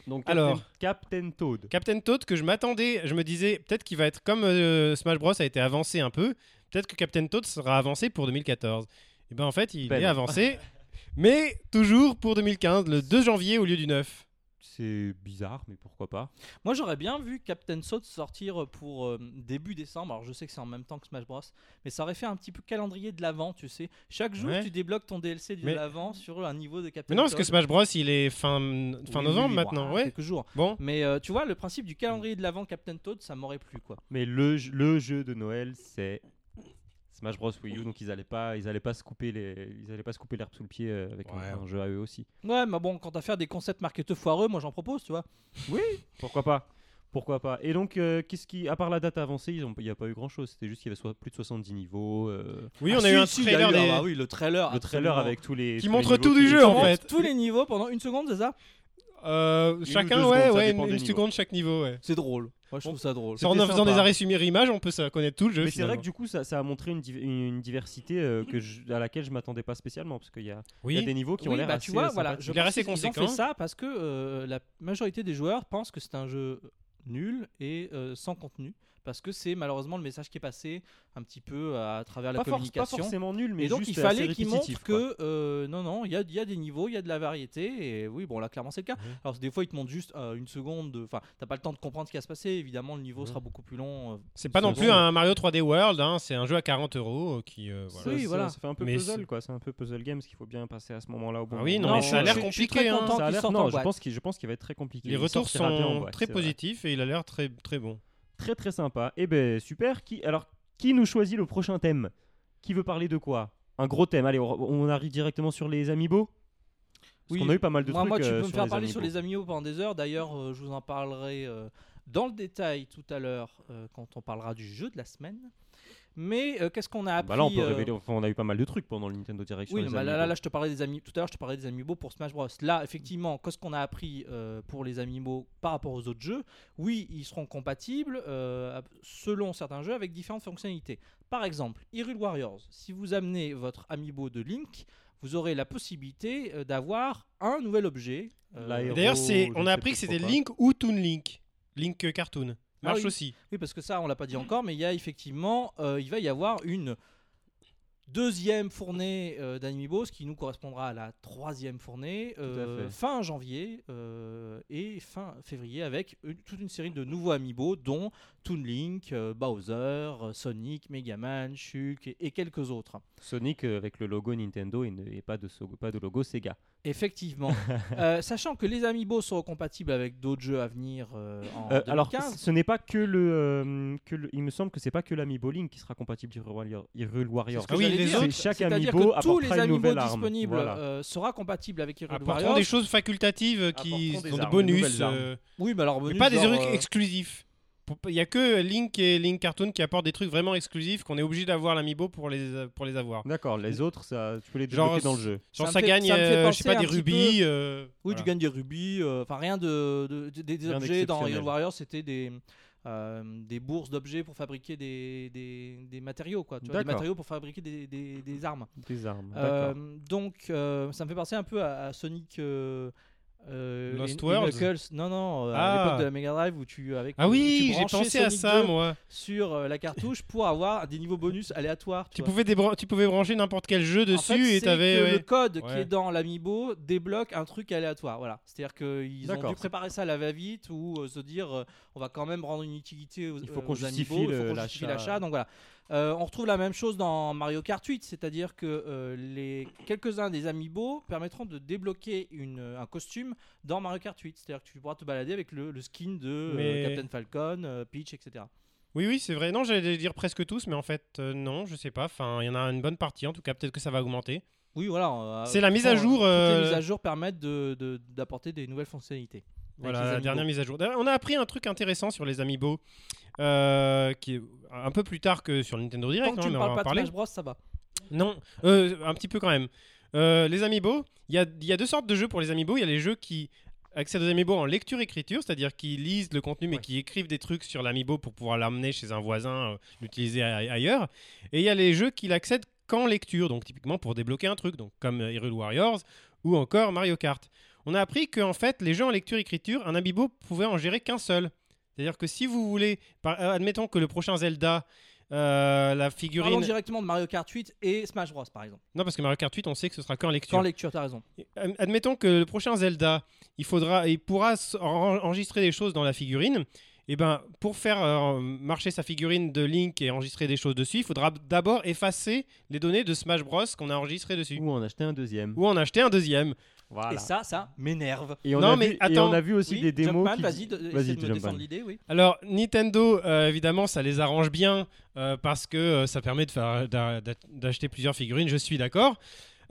S5: Donc,
S3: Alors.
S5: Captain Toad.
S3: Captain Toad que je m'attendais, je me disais peut-être qu'il va être comme euh, Smash Bros a été avancé un peu, peut-être que Captain Toad sera avancé pour 2014. Et ben en fait, il
S5: Ben
S3: est
S5: non.
S3: avancé, mais toujours pour 2015, le 2 janvier au lieu du 9.
S5: C'est bizarre, mais pourquoi pas
S1: moi j'aurais bien vu Captain Saut sortir pour euh, début décembre. Alors je sais que c'est en même temps que Smash Bros, mais ça aurait fait un petit peu calendrier de l'avant, tu sais. Chaque jour,
S3: Ouais.
S1: tu débloques ton DLC de
S3: Mais-
S1: l'avant sur un niveau de Captain.
S3: Mais non, parce que
S1: Toad.
S3: Smash Bros, il est fin, fin
S1: Oui,
S3: novembre
S1: oui,
S3: maintenant,
S1: bah,
S3: ouais.
S1: Quelques jours.
S3: Bon,
S1: Mais euh, tu vois, le principe du calendrier de l'avant Captain Toad, ça m'aurait plu, quoi.
S5: Mais le, j- le jeu de Noël, c'est Smash Bros Wii U, donc ils allaient pas, ils allaient pas se couper les, ils allaient pas se couper l'herbe sous le pied euh, avec un-
S3: Ouais.
S5: un jeu à eux aussi.
S1: Ouais, mais bon, quand à faire des concepts marketeux foireux, moi j'en propose, tu vois.
S5: Pourquoi pas Pourquoi pas Et donc, euh, qu'est-ce qui, à part la date avancée, ils ont- il n'y a pas eu grand-chose. C'était juste qu'il y avait so- plus de 70 niveaux. euh,
S3: oui,
S1: Ah,
S3: on a
S1: si,
S3: eu un
S1: si, il y
S3: trailer
S1: eu-
S3: des-
S1: ah bah oui, le trailer.
S5: le trailer
S1: absolument.
S5: avec tous les.
S3: qui
S5: tous les
S3: montre tout
S5: niveaux
S3: du
S5: qui-
S3: jeu en fait.
S1: Tous les niveaux pendant une seconde, c'est ça
S3: Euh,
S5: deux
S3: chacun,
S5: secondes,
S3: ouais,
S5: ça
S3: ouais,
S5: dépend
S3: une,
S5: des
S3: une
S5: niveaux.
S3: seconde chaque niveau, ouais.
S1: C'est drôle. Moi je trouve ça drôle.
S3: En en
S5: C'était
S3: faisant des
S5: sympa.
S3: arrêts sur image, on peut ça connaître tout le jeu.
S5: Mais c'est vrai
S3: finalement.
S5: que du coup, ça, ça a montré une, div- une diversité euh, que je- à laquelle je m'attendais pas spécialement. Parce qu'il y, a- il y a
S3: oui.
S5: des niveaux qui ont
S1: Oui,
S5: l'air
S1: bah,
S5: assez.
S1: tu vois, voilà,
S5: sympathiques.
S1: je
S3: Il est
S1: pense
S3: resté
S1: qu'ils- ils ont
S3: conséquent.
S1: fait ça parce que euh, la majorité des joueurs pensent que c'est un jeu nul et euh, sans contenu parce que c'est malheureusement le message qui est passé un petit peu à, travers la
S5: Pas, forc- pas
S1: communication.
S5: forcément nul, mais
S1: et donc
S5: juste
S1: il
S5: assez
S1: fallait qu'ils
S5: répétitif,
S1: montrent que euh, non non il y a, il y a des niveaux il y a de la variété et oui bon là clairement c'est le cas
S3: Mhm.
S1: alors des fois ils te montrent juste euh, une seconde de- enfin t'as pas le temps de comprendre ce qui va se passer évidemment le niveau
S3: Mhm.
S1: sera beaucoup plus long euh,
S3: C'est
S1: une
S3: pas non
S1: seconde.
S3: plus un Mario 3D World, hein, c'est un jeu à 40 euros euh, qui. euh,
S5: quoi.
S3: voilà.
S5: Ça-
S1: Oui,
S5: ça-
S1: voilà.
S5: Ça fait un peu
S3: Mais
S5: puzzle,
S3: c'est-
S5: quoi. C'est un peu puzzle game, parce qu'il faut bien passer à ce moment-là au bon
S3: Ah oui, non,
S5: moment.
S3: mais ça a
S1: je-
S3: l'air
S1: je- je suis
S3: compliqué,
S1: très
S3: hein.
S1: content
S5: Ça a
S1: qu'ils
S5: l'air-
S1: sortent en
S5: non, je
S1: boîte.
S5: pense qu'il je pense qu'il va être très compliqué.
S3: Les
S5: Il
S3: retours
S5: sortira bien en
S3: sont
S5: boîte,
S3: très
S5: c'est vrai.
S3: positifs et il a l'air très, très bon.
S5: Très très sympa. Et ben super. Qui alors qui nous choisit le prochain thème Qui veut parler de quoi Un gros thème. Allez, on, on arrive directement sur les amiibo. Parce
S1: Oui.
S5: qu'on a eu pas mal de
S1: moi,
S5: trucs.
S1: moi, tu
S5: euh,
S1: peux me
S5: sur
S1: faire
S5: les
S1: parler sur
S5: amiibo.
S1: les amiibo pendant des heures. D'ailleurs, euh, je vous en parlerai euh, dans le détail tout à l'heure euh, quand on parlera du jeu de la semaine. Mais euh, qu'est-ce qu'on a appris
S5: Bah là, on peut
S1: euh,
S5: révéler. Enfin, on a eu pas mal de trucs pendant le Nintendo Direct. sur
S1: Oui,
S5: les
S1: bah là,
S5: amiibo.
S1: là, là, je te parlais des ami- tout à l'heure, je te parlais des amiibo pour Smash Bros. Là, effectivement, qu'est-ce qu'on a appris euh, pour les amiibo par rapport aux autres jeux Oui, ils seront compatibles euh, selon certains jeux avec différentes fonctionnalités. Par exemple, Hyrule Warriors. Si vous amenez votre amiibo de Link, vous aurez la possibilité euh, d'avoir un nouvel objet. euh,
S5: L'aéro-
S3: Et D'ailleurs, c'est,
S5: oh, je
S3: on
S5: sais
S3: a appris que
S5: plus
S3: c'était
S5: pourquoi.
S3: Link ou Toon Link. Link euh, Cartoon.
S1: Ah
S3: Marche
S1: oui.
S3: aussi.
S1: Oui, parce que ça, on l'a pas dit encore, mais il y a effectivement, euh, il va y avoir une deuxième fournée euh, d'Animibos qui nous correspondra à la troisième fournée euh,
S5: fait.
S1: fin janvier euh, et fin février avec une- toute une série de nouveaux Amiibo dont Toon Link, euh, Bowser, euh, Sonic, Megaman, Shulk et, et quelques autres.
S5: Sonic euh, avec le logo Nintendo et, ne- et pas de so- pas de logo Sega.
S1: Effectivement. Euh, sachant que les Amiibo seront compatibles avec d'autres jeux à venir euh, en
S5: Euh, alors,
S1: 2015.
S5: ce n'est pas que le, euh, que le- Il me semble que c'est pas que l'amiibo Link qui sera compatible Hyrule Warrior- Hyrule Warrior.
S1: que
S3: Ah oui,
S1: j'allais
S3: les
S1: dire.
S3: autres,
S5: C'est chaque
S1: C'est-à-dire
S5: amiibo
S1: que tous les
S5: apportera une
S1: amiibo
S5: nouvelle arme.
S1: disponibles
S5: Voilà.
S1: euh, sera compatible avec Hyrule
S3: Apportant
S1: Warriors.
S3: Ah, des choses facultatives euh, qui
S5: Apportons des
S3: sont des
S5: armes, des
S3: bonus.
S5: nouvelles armes.
S3: euh,
S1: Oui, mais alors
S3: mais
S1: bonus,
S3: pas des
S1: genre,
S3: trucs
S1: euh,
S3: exclusifs. Pour- Il y a que Link et Link Cartoon qui apportent des trucs vraiment exclusifs qu'on est obligé d'avoir l'amiibo pour les, euh, pour les avoir.
S5: D'accord,
S1: euh,
S5: les autres, ça, tu peux les
S3: Genre,
S5: débloquer dans le jeu.
S3: Genre
S1: me
S3: ça,
S1: fait-
S3: gagne,
S1: ça me fait
S3: euh, je sais pas,
S1: penser
S3: des
S1: un petit
S3: rubis. euh,
S1: Oui,
S3: voilà.
S1: tu gagnes des rubis, euh, enfin rien de, de- de- des
S5: Rien
S1: objets dans Hyrule
S5: d'exceptionnel.
S1: Warriors, c'était des euh, des bourses d'objets pour fabriquer des, des, des matériaux quoi, tu vois, des
S5: D'accord.
S1: matériaux pour fabriquer des, des- des armes.
S5: Des armes.
S1: Euh, donc euh, ça me fait penser un peu à, à Sonic euh, euh,
S3: Lost
S1: et- et
S3: Worlds
S1: Knuckles. Non, non, euh,
S3: Ah.
S1: à l'époque de la Mega Drive où tu avec
S3: Ah
S1: où tu
S3: oui, j'ai
S1: branchais
S3: pensé à
S1: Sonic
S3: ça,
S1: 2
S3: moi.
S1: sur euh, la cartouche pour avoir des niveaux bonus aléatoires. Tu
S3: Tu
S1: vois.
S3: pouvais, débran- tu pouvais brancher n'importe quel jeu dessus
S1: en fait,
S3: et
S1: c'est que
S3: t'avais.
S1: le
S3: ouais.
S1: code qui
S3: Ouais.
S1: est dans l'amiibo débloque un truc aléatoire. Voilà, c'est-à-dire qu'ils ont
S5: D'accord.
S1: dû préparer ça à la va-vite ou euh, se dire euh, on va quand même rendre une utilité aux,
S5: Il
S1: euh,
S5: faut qu'on
S1: aux
S5: justifie
S1: amiibo, il faut
S5: le-
S1: qu'on justifie
S5: l'achat.
S1: l'achat. Donc voilà, Euh, on retrouve la même chose dans Mario Kart 8, c'est-à-dire que euh, les quelques-uns des amiibo permettront de débloquer une, euh, un costume dans Mario Kart 8, c'est-à-dire que tu pourras te balader avec le, le skin de euh,
S3: Mais-
S1: Captain Falcon, euh, Peach, etc.
S3: Oui, oui, c'est vrai. Non, j'allais dire presque tous, mais en fait, euh, non, je sais pas. Enfin, il y en a une bonne partie, en tout cas, peut-être que ça va augmenter.
S1: Oui, voilà. euh,
S3: C'est la mise à
S1: sans-
S3: jour,
S1: toutes
S3: euh,
S1: Les mises à jour permettent de- de- d'apporter des nouvelles fonctionnalités. avec les
S3: Voilà, la
S1: amiibo.
S3: dernière mise à jour. D'ailleurs, On a appris un truc intéressant sur les Amiibo, euh, qui est un peu plus tard que sur le Nintendo
S1: Tant
S3: Direct,
S1: que
S3: hein,
S1: tu
S3: mais
S1: me
S3: on
S1: parles
S3: va en
S1: pas
S3: parler.
S1: de Smash Bros, ça va.
S3: Non, euh, un petit peu quand même. Euh, les amiibo, il y a, il y a deux sortes de jeux pour les amiibo. Il y a les jeux qui accèdent aux amiibo en lecture-écriture, c'est-à-dire qui lisent le contenu mais qui écrivent des trucs sur l'amiibo pour pouvoir l'amener chez un voisin, euh, l'utiliser a- ailleurs. Et il y a les jeux qui l'accèdent qu'en lecture, donc typiquement pour débloquer un truc, donc comme euh, Hyrule Warriors ou encore Mario Kart. On a appris qu'en fait, les jeux en lecture-écriture, un amiibo pouvait en gérer qu'un seul. C'est-à-dire que si vous voulez, par- euh, admettons que le prochain Zelda, euh, la
S1: Parlons
S3: figurine...
S1: directement de Mario Kart 8 et Smash Bros, par exemple.
S3: Non, parce que Mario Kart 8, on sait que ce sera qu'en lecture.
S1: Quand lecture, t'as raison.
S3: Ad- Admettons que le prochain Zelda, il faudra, il pourra s- en- enregistrer des choses dans la figurine. Et ben, pour faire euh, marcher sa figurine de Link et enregistrer des choses dessus, il faudra d'abord effacer les données de Smash Bros qu'on a enregistrées dessus,
S5: Ou en acheter un deuxième.
S3: ou en acheter un deuxième.
S5: Voilà.
S1: Et ça, ça m'énerve.
S5: Et on,
S3: Non,
S5: a
S3: mais
S5: vu, et
S3: attends.
S5: on a vu aussi
S1: Oui,
S5: des démos.
S1: Jumpman,
S5: qui-
S1: vas-y, de-
S5: Vas-y,
S1: essaie de me
S5: Jumpman.
S1: défendre l'idée, oui.
S3: Alors Nintendo, euh, évidemment, ça les arrange bien euh, parce que euh, ça permet de faire- d'a- d'a- d'acheter plusieurs figurines. Je suis d'accord.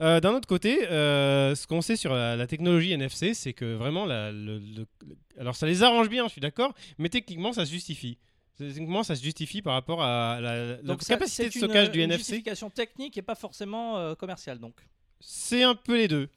S3: Euh, D'un autre côté, euh, ce qu'on sait sur la, la technologie NFC, c'est que vraiment, la- le- le- le- alors ça les arrange bien, je suis d'accord, mais techniquement, ça se justifie. Techniquement, ça se justifie par rapport à la, la
S1: ça,
S3: capacité de
S1: c'est
S3: stockage
S1: une,
S3: du
S1: une
S3: NFC.
S1: justification technique et pas forcément euh, commerciale, donc.
S3: C'est un peu les deux.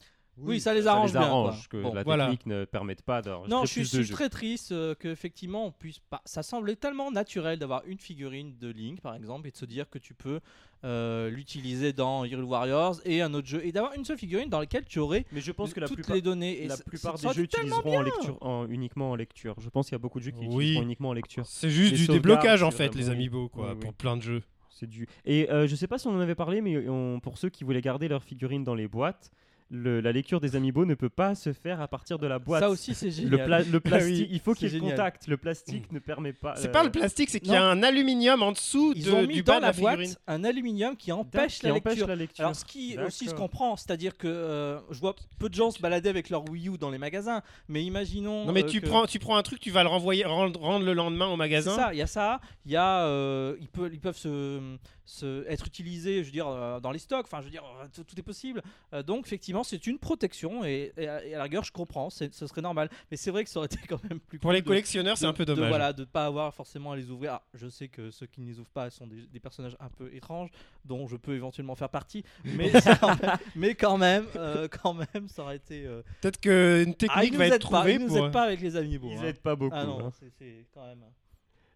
S1: Oui, ça les arrange bien,
S5: arrange
S1: quoi.
S5: que
S1: Bon,
S5: la
S3: voilà.
S5: technique ne permette pas d'enregistrer
S1: Non, je suis,
S5: plus
S1: je
S5: de
S1: suis
S5: jeux.
S1: très triste euh, qu'effectivement on puisse pas. Ça semblait tellement naturel d'avoir une figurine de Link par exemple et de se dire que tu peux euh, l'utiliser dans Hyrule Warriors et un autre jeu et d'avoir une seule figurine dans laquelle tu aurais
S5: Mais je pense que la
S1: toutes
S5: plupart,
S1: les données. Et
S5: la
S1: ça-
S5: plupart
S1: ça
S5: des jeux
S1: serait tellement
S5: utiliseront en lecture, en- uniquement en lecture. Je pense qu'il y a beaucoup de jeux
S3: Oui.
S5: qui utiliseront uniquement en lecture.
S3: C'est juste
S5: Les
S3: du
S5: sauvegardes,
S3: déblocage, en
S5: c'est
S3: fait, les
S5: vraiment-
S3: amiibo, quoi,
S5: Oui, oui.
S3: pour plein de jeux.
S5: C'est du. Et euh, je sais pas si on en avait parlé, mais on- pour ceux qui voulaient garder leurs figurines dans les boîtes, le- la lecture des amiibo ne peut pas se faire à partir de la boîte.
S1: Ça aussi c'est génial. Ah
S5: Le, pla- le plastique, il faut
S1: c'est
S5: qu'il y ait le
S1: génial. Mm.
S5: contact. Le plastique ne permet pas.
S3: C'est
S5: euh,
S3: pas le plastique, c'est qu'il y a
S1: non.
S3: un aluminium en dessous
S1: Ils
S3: de-
S1: ont
S3: du
S1: mis
S3: bas
S1: dans
S3: de la
S1: la boîte
S3: figurine.
S1: un aluminium qui empêche
S5: euh, qui
S1: la
S5: empêche
S1: lecture.
S5: la lecture.
S1: Alors, ce qui aussi se
S5: D'accord.
S1: comprend, c'est-à-dire que euh, je vois peu de gens se balader avec leur Wii U dans les magasins, mais imaginons.
S3: Non mais
S1: euh,
S3: tu
S1: que-
S3: prends, tu prends un truc, tu vas le renvoyer, rendre, rendre le lendemain au
S1: C'est
S3: magasin.
S1: ça, il y a ça, il y a, euh, ils, peuvent, ils peuvent se, se- être utilisés, je veux dire, euh, dans les stocks. Enfin, je veux dire, euh, tout, tout est possible. Euh, donc, effectivement, c'est une protection et, et à, et à la rigueur, je comprends, c'est- ce serait normal. Mais c'est vrai que ça aurait été quand même plus.
S3: Pour
S1: cool
S3: les
S1: de-
S3: collectionneurs, c'est
S1: de-
S3: un peu
S1: de,
S3: dommage.
S1: voilà, de pas avoir forcément à les ouvrir. Ah, je sais que ceux qui ne les ouvrent pas sont des, des personnages un peu étranges, dont je peux éventuellement faire partie. Mais, quand même- mais quand même, euh, quand même, ça aurait été. euh,
S3: Peut-être qu'une
S1: Ah, ils
S3: technique
S1: nous
S3: va être
S1: aident pas,
S3: trouvée
S1: ils nous
S3: pour. euh,
S1: aident pas avec les amiibo.
S5: Ils
S1: hein.
S5: aident pas beaucoup.
S1: Ah non,
S5: hein.
S1: c'est- c'est quand même.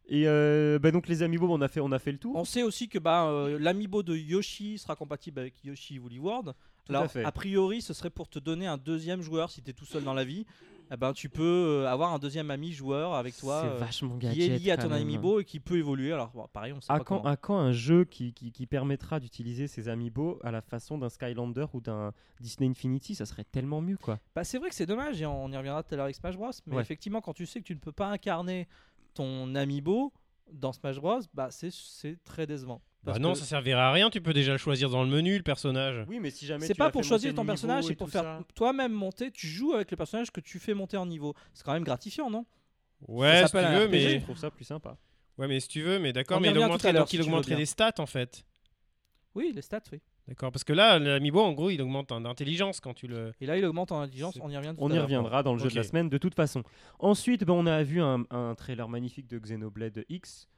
S5: Et euh, bah donc les amiibo, on a fait, on a fait le tour.
S1: On sait aussi que bah, euh, l'amiibo de Yoshi sera compatible avec Yoshi Woolly World.
S5: Tout
S1: Alors,
S5: à fait.
S1: a priori, ce serait pour te donner un deuxième joueur si tu es tout seul dans la vie. Eh ben, tu peux euh, avoir un deuxième ami joueur avec toi euh,
S5: vachement
S1: qui est lié à ton amiibo et qui peut évoluer. Alors, bon, pareil, on sait
S5: À
S1: pas
S5: Ah, quand,
S1: comment.
S5: à quand un jeu qui, qui, qui permettra d'utiliser ces amiibo à la façon d'un Skylander ou d'un Disney Infinity, ça serait tellement mieux quoi.
S1: Bah, c'est vrai que c'est dommage et on y reviendra tout à l'heure avec Smash Bros. Mais
S5: Ouais.
S1: effectivement, quand tu sais que tu ne peux pas incarner ton amiibo dans Smash Bros, bah, c'est- c'est très décevant.
S3: Bah
S1: Parce
S3: non,
S1: que-
S3: ça servira à rien. Tu peux déjà le choisir dans le menu, le personnage.
S5: Oui, Ah, mais si jamais
S1: C'est pas pour choisir ton personnage, c'est pour faire toi-même monter. Tu joues avec le personnage que tu fais monter en niveau. C'est quand même gratifiant, non
S3: Ouais,
S1: Ça
S3: si tu
S1: s'appelle un
S3: veux,
S1: RPG.
S5: Mais je
S3: mais
S5: trouve ça plus sympa.
S3: ouais, mais si tu veux, mais
S1: On
S3: d'accord,
S1: y
S3: mais il
S1: revient tout à
S3: augmenterait
S1: l'heure,
S3: donc
S1: si
S3: il
S1: tu veux
S3: augmenterait
S1: bien.
S3: les stats en fait.
S1: Oui, les stats, oui.
S3: D'accord, parce que là, l'amiibo, en gros, il augmente en intelligence quand tu le.
S1: Et là, il augmente en intelligence. On y revient. Tout
S5: On
S1: à
S5: y
S1: l'heure.
S5: reviendra dans le jeu de la
S3: Ok.
S5: semaine de toute façon. Ensuite, ben, on a vu un, un trailer magnifique de Xenoblade X.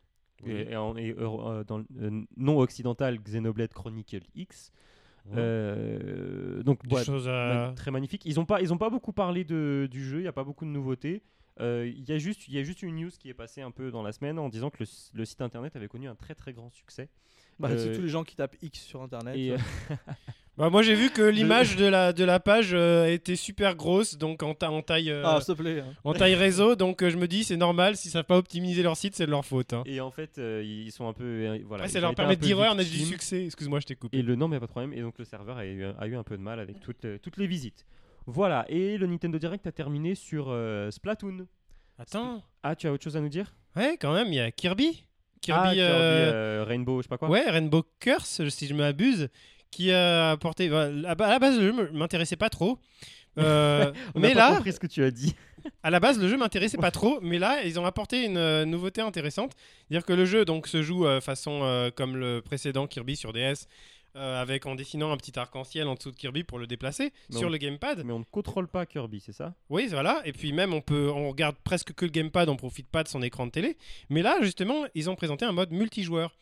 S3: Oui.
S5: Et, et en- et euro- euh, dans le- euh, non occidental Xenoblade Chronicle X.
S3: Ouais.
S5: Euh, donc
S3: Des
S5: ouais,
S3: choses
S5: Ma-
S3: à.
S5: Très magnifique. Ils n'ont pas, ils ont pas beaucoup parlé de, du jeu, il n'y a pas beaucoup de nouveautés. Euh, Il y, a juste- il y a juste une news qui est passée un peu dans la semaine en disant que le, s- le site internet avait connu un très très grand succès.
S1: Bah,
S5: Euh,
S1: C'est tous les gens qui tapent X sur Internet.
S5: Et,
S1: euh,
S3: Bah, moi, j'ai vu que l'image de la, de la page euh, était super grosse, donc en, ta- en taille, euh,
S1: Ah, s'il te plaît. hein.
S3: en taille réseau. Donc, euh, je me dis, c'est normal, s'ils savent pas optimiser leur site, c'est de leur faute. hein.
S5: Et en fait, euh, ils sont un peu. euh, voilà,
S3: Après, ça
S5: ils ont
S3: leur
S5: été un
S3: permet de
S5: peu
S3: dire, ouais, on a du
S5: victimes.
S3: succès. Excuse-moi, je t'ai coupé.
S5: Et le nom, mais pas de problème. Et donc le serveur a eu, a eu un peu de mal avec toutes, euh, toutes les visites. Voilà, et le Nintendo Direct a terminé sur euh, Splatoon.
S3: Attends.
S5: Ah, tu as autre chose à nous dire
S3: Ouais, quand même, il y a Kirby. Kirby,
S5: Ah, Kirby,
S3: euh,
S5: euh, Rainbow, je sais pas quoi.
S3: Ouais, Rainbow Curse, si je m'abuse, qui a apporté. bah, À ba- à la base, le jeu m'intéressait pas trop. Euh,
S5: On
S3: mais
S5: a pas
S3: là,
S5: compris ce que tu as dit.
S3: à la base, le jeu m'intéressait pas trop, mais là, ils ont apporté une euh, nouveauté intéressante. C'est-à-dire que le jeu donc, se joue euh, façon euh, comme le précédent Kirby sur DS, euh, avec en dessinant un petit arc-en-ciel en dessous de Kirby pour le déplacer
S5: Non.
S3: sur le gamepad.
S5: Mais on ne contrôle pas Kirby, c'est ça
S3: Oui, voilà. Et puis même, on peut, on regarde presque que le gamepad, on profite pas de son écran de télé. Mais là, justement, ils ont présenté un mode multijoueur.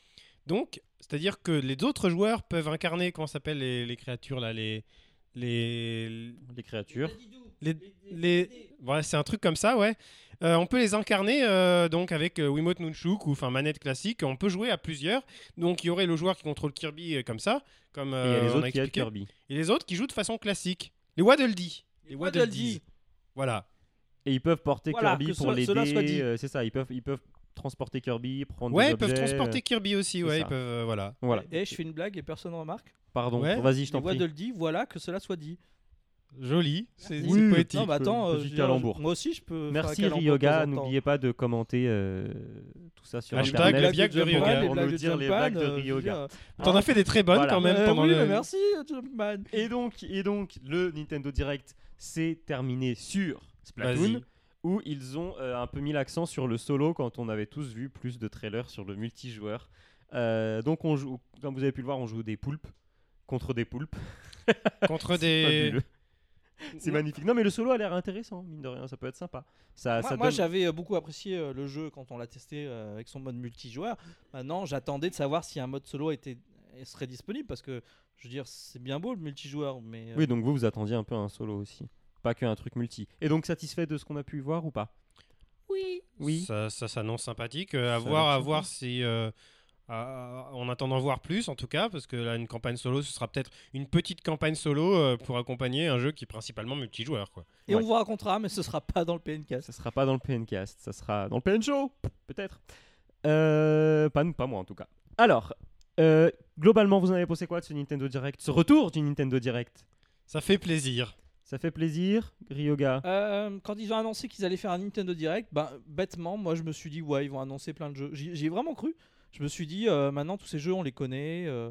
S3: Donc, c'est-à-dire que les autres joueurs peuvent incarner, comment ça s'appelle les, les créatures là, les, les,
S5: Les créatures.
S3: les, les- voilà, c'est un truc comme ça, ouais. Euh, on peut les incarner euh, donc avec euh, Wiimote Nunchuk ou enfin manette classique. On peut jouer à plusieurs. Donc, il y aurait le joueur qui contrôle Kirby euh, comme ça, comme
S5: et il y a
S3: euh,
S5: les
S3: on
S5: autres
S3: a
S5: qui aident
S3: expliqué.
S5: Kirby.
S3: Et les autres qui jouent de façon classique. Les Waddle-Dee.
S1: Les Waddle-Dees.
S3: Voilà.
S5: Et ils peuvent porter
S1: Voilà,
S5: Kirby
S1: que
S5: pour
S1: cela- cela soit
S5: l'aider.
S1: dit.
S5: euh, c'est ça, ils peuvent, ils peuvent transporter Kirby, prendre
S3: Ouais,
S5: des
S3: ils peuvent
S5: objets, euh,
S3: transporter Kirby aussi,
S5: c'est
S3: ouais,
S5: ça.
S3: ils peuvent, euh, voilà.
S5: Voilà.
S1: Et je fais une blague et personne ne remarque.
S5: euh, Pardon,
S3: Ouais.
S5: vas-y, je
S1: Les
S5: t'en prie.
S1: Waddle Dee, voilà que cela soit dit.
S3: Joli, c'est
S5: Oui,
S3: c'est
S5: oui,
S3: poétique.
S1: Non, bah attends,
S5: petit
S1: euh, je veux dire,
S5: calembour.
S1: moi aussi je peux. faire un
S5: Merci
S1: calembour de temps
S5: Ryoga,
S1: en temps.
S5: n'oubliez pas de commenter euh, tout ça sur
S3: Hashtag
S5: internet.
S3: la blague de
S1: Jumpman,
S3: Ryoga.
S1: les
S5: Pour
S1: blagues
S5: nous
S1: de
S5: dire les
S1: Jumpman,
S5: blagues
S1: euh,
S5: de
S1: je veux
S5: Ryoga.
S1: dire,
S3: T'en as fait des très bonnes
S5: bah, Voilà.
S3: quand même
S1: euh,
S3: pendant
S1: oui,
S3: le-
S1: mais merci Jumpman.
S5: Et donc, et donc, le Nintendo Direct s'est terminé sur Splatoon,
S3: Vas-y.
S5: où ils ont euh, un peu mis l'accent sur le solo quand on avait tous vu plus de trailers sur le multijoueur. Euh, donc, on joue, comme vous avez pu le voir, on joue des poulpes contre des poulpes.
S3: contre
S5: C'est
S3: des
S5: fabuleux. C'est magnifique. Non, mais le solo a l'air intéressant, mine de rien, ça peut être sympa. Ça,
S1: Moi,
S5: ça
S1: moi,
S5: donne-
S1: j'avais euh, beaucoup apprécié euh, le jeu quand on l'a testé euh, avec son mode multijoueur. Maintenant, j'attendais de savoir si un mode solo était, serait disponible parce que, je veux dire, c'est bien beau le multijoueur, mais. euh,
S5: Oui, donc vous, vous attendiez un peu un solo aussi. Pas qu'un truc multi. Et donc, satisfait de ce qu'on a pu voir ou pas Oui.
S3: ça, ça s'annonce sympathique euh, à
S5: Ça a
S3: voir
S5: l'air
S3: à
S5: sympa.
S3: voir si euh, à- en attendant voir plus en tout cas parce que là une campagne solo ce sera peut-être une petite campagne solo euh, pour accompagner un jeu qui est principalement multijoueur quoi.
S1: Et
S5: Ouais.
S1: on vous racontera, mais ce sera pas dans le PNK.
S5: Ça sera pas dans le PNcast, ça sera dans le PN Show, peut-être. Euh, pas, nous- pas moi en tout cas. Alors, euh, globalement, vous en avez pensé quoi de ce Nintendo Direct Ce retour du Nintendo Direct
S3: Ça fait plaisir.
S5: Ça fait plaisir, Ryoga
S1: Euh, quand ils ont annoncé qu'ils allaient faire un Nintendo Direct, bah, bêtement, moi je me suis dit, ouais, ils vont annoncer plein de jeux. J'y j'y ai vraiment cru. Je me suis dit, euh, maintenant tous ces jeux, on les connaît. euh.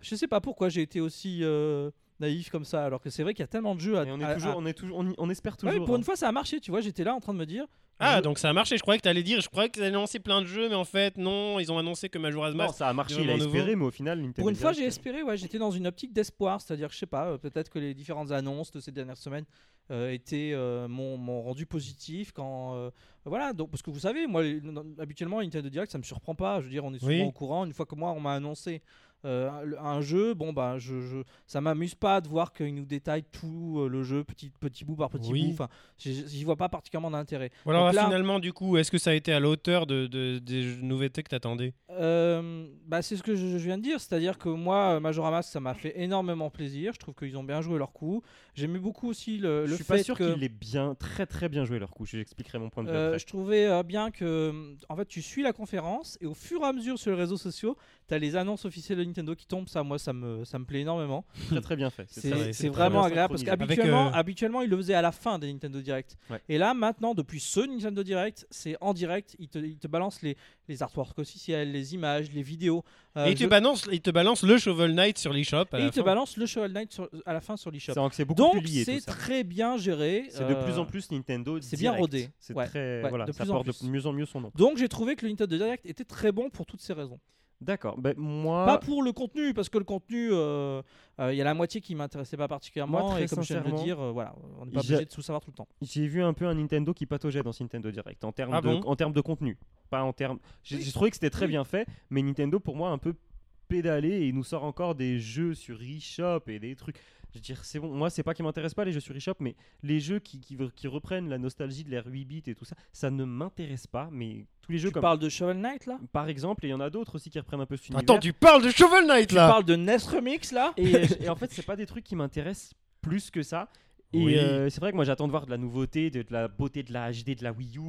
S1: je sais pas pourquoi j'ai été aussi euh, naïf comme ça, alors que c'est vrai qu'il y a tellement de jeux à.
S5: Et on, est
S1: à-
S5: toujours,
S1: à-
S5: on, est toujours, on, y- on espère
S1: Ah, Ouais,
S5: toujours.
S1: pour
S5: hein.
S1: une fois, ça a marché, tu vois. J'étais là en train de me dire.
S3: Ah
S1: je-
S3: donc ça a marché, je croyais que t'allais dire, je croyais qu'ils allaient lancer plein de jeux mais en fait non, ils ont annoncé que Majora's
S5: Non,
S3: Mask
S5: ça a marché, il a
S3: Vraiment nouveau.
S5: espéré, mais au final, Nintendo
S1: Pour une fois, j'ai
S5: Direct,
S1: espéré, ouais, j'étais dans une optique d'espoir, c'est-à-dire, je sais pas, euh, peut-être que les différentes annonces de ces dernières semaines euh, étaient euh, m'ont m'ont rendu positif quand euh, voilà donc parce que vous savez moi les- non- habituellement Nintendo Direct ça me surprend pas je veux dire on est souvent
S3: Oui.
S1: au courant une fois que moi on m'a annoncé euh, un- le- un jeu bon bah je, je ça m'amuse pas de voir qu'ils nous détaillent tout euh, le jeu petit petit bout par petit
S3: Oui.
S1: bout enfin j'ai- j'y vois pas particulièrement d'intérêt
S3: Ou alors
S1: Donc là-
S3: finalement du coup, est-ce que ça a été à la hauteur de, de- des nouveautés que t'attendais
S1: Euh, bah, c'est ce que je, je viens de dire, c'est-à-dire que moi, euh, Majora Mask, ça m'a fait énormément plaisir. Je trouve qu'ils ont bien joué leur coup. J'aimais beaucoup aussi le,
S5: Je
S1: le
S5: suis
S1: fait
S5: pas sûr
S1: que
S5: qu'il ait bien, très très bien joué leur coup. Je J'expliquerai mon point de vue.
S1: euh,
S5: après.
S1: je trouvais euh, bien que, en fait, tu suis la conférence et au fur et à mesure sur les réseaux sociaux, t'as les annonces officielles de Nintendo qui tombent. Ça, moi, ça me, ça me plaît énormément.
S5: Très très bien fait.
S1: C'est
S5: très-
S3: c'est
S1: c'est
S5: très
S1: vraiment
S5: bien
S1: agréable parce
S5: synchronisé.
S3: Avec,
S1: qu'habituellement,
S3: euh,
S1: habituellement, ils le faisaient à la fin des Nintendo Direct.
S5: Ouais.
S1: Et là, maintenant, depuis ce Nintendo Direct, c'est en direct. Ils te, ils te balancent les, les artworks officiels, les images, les vidéos. Euh,
S3: Et il,
S1: je-
S3: te balance, il te balance le Shovel Knight sur l'eShop. à
S1: et
S3: la
S1: ils te
S3: fin.
S1: balancent le Shovel Knight sur- à la fin sur l'eShop.
S5: C'est- C'est beaucoup plus
S1: Donc,
S5: lié,
S1: c'est
S5: tout ça.
S1: très bien géré.
S5: C'est de
S1: euh,
S5: plus en plus Nintendo.
S1: c'est bien
S5: direct.
S1: rodé.
S5: C'est
S1: Ouais,
S5: très
S1: ouais,
S5: voilà,
S1: de
S5: ça
S1: plus en
S5: porte
S1: plus.
S5: de mieux en mieux son nom.
S1: Donc, j'ai trouvé que le Nintendo Direct était très bon pour toutes ces raisons.
S5: D'accord. Ben, moi,
S1: Pas pour le contenu, parce que le contenu, euh, euh, il y a la moitié qui m'intéressait pas particulièrement.
S5: Moi, très
S1: et comme je viens de le
S5: sincèrement,
S1: dire, euh, voilà, on n'est pas
S5: j'ai-
S1: obligé de tout savoir tout le temps.
S5: j'ai vu un peu un Nintendo qui pataugeait dans ce Nintendo Direct en termes
S3: Ah
S5: de,
S3: bon
S5: en termes de contenu, pas en termes. J'ai
S1: Oui.
S5: j'ai trouvé que c'était très
S1: Oui.
S5: bien fait, mais Nintendo pour moi a un peu pédalé et il nous sort encore des jeux sur eShop et des trucs. Je veux dire, c'est bon, moi, c'est pas qui m'intéresse pas les jeux sur eShop, mais les jeux qui, qui, qui reprennent la nostalgie de l'ère 8 bits et tout ça, ça ne m'intéresse pas. Mais tous les jeux
S1: Tu
S5: comme.
S1: parles de Shovel Knight là
S5: Par exemple, et il y en a d'autres aussi qui reprennent un peu cet univers.
S3: Attends, tu parles de Shovel Knight
S1: Tu
S3: là
S1: parles de NES Remix là
S5: Ah. Et, et en fait, c'est pas des trucs qui m'intéressent plus que ça. Et
S3: Oui.
S5: euh, c'est vrai que moi j'attends de voir de la nouveauté, de, de la beauté de la HD, de la Wii U,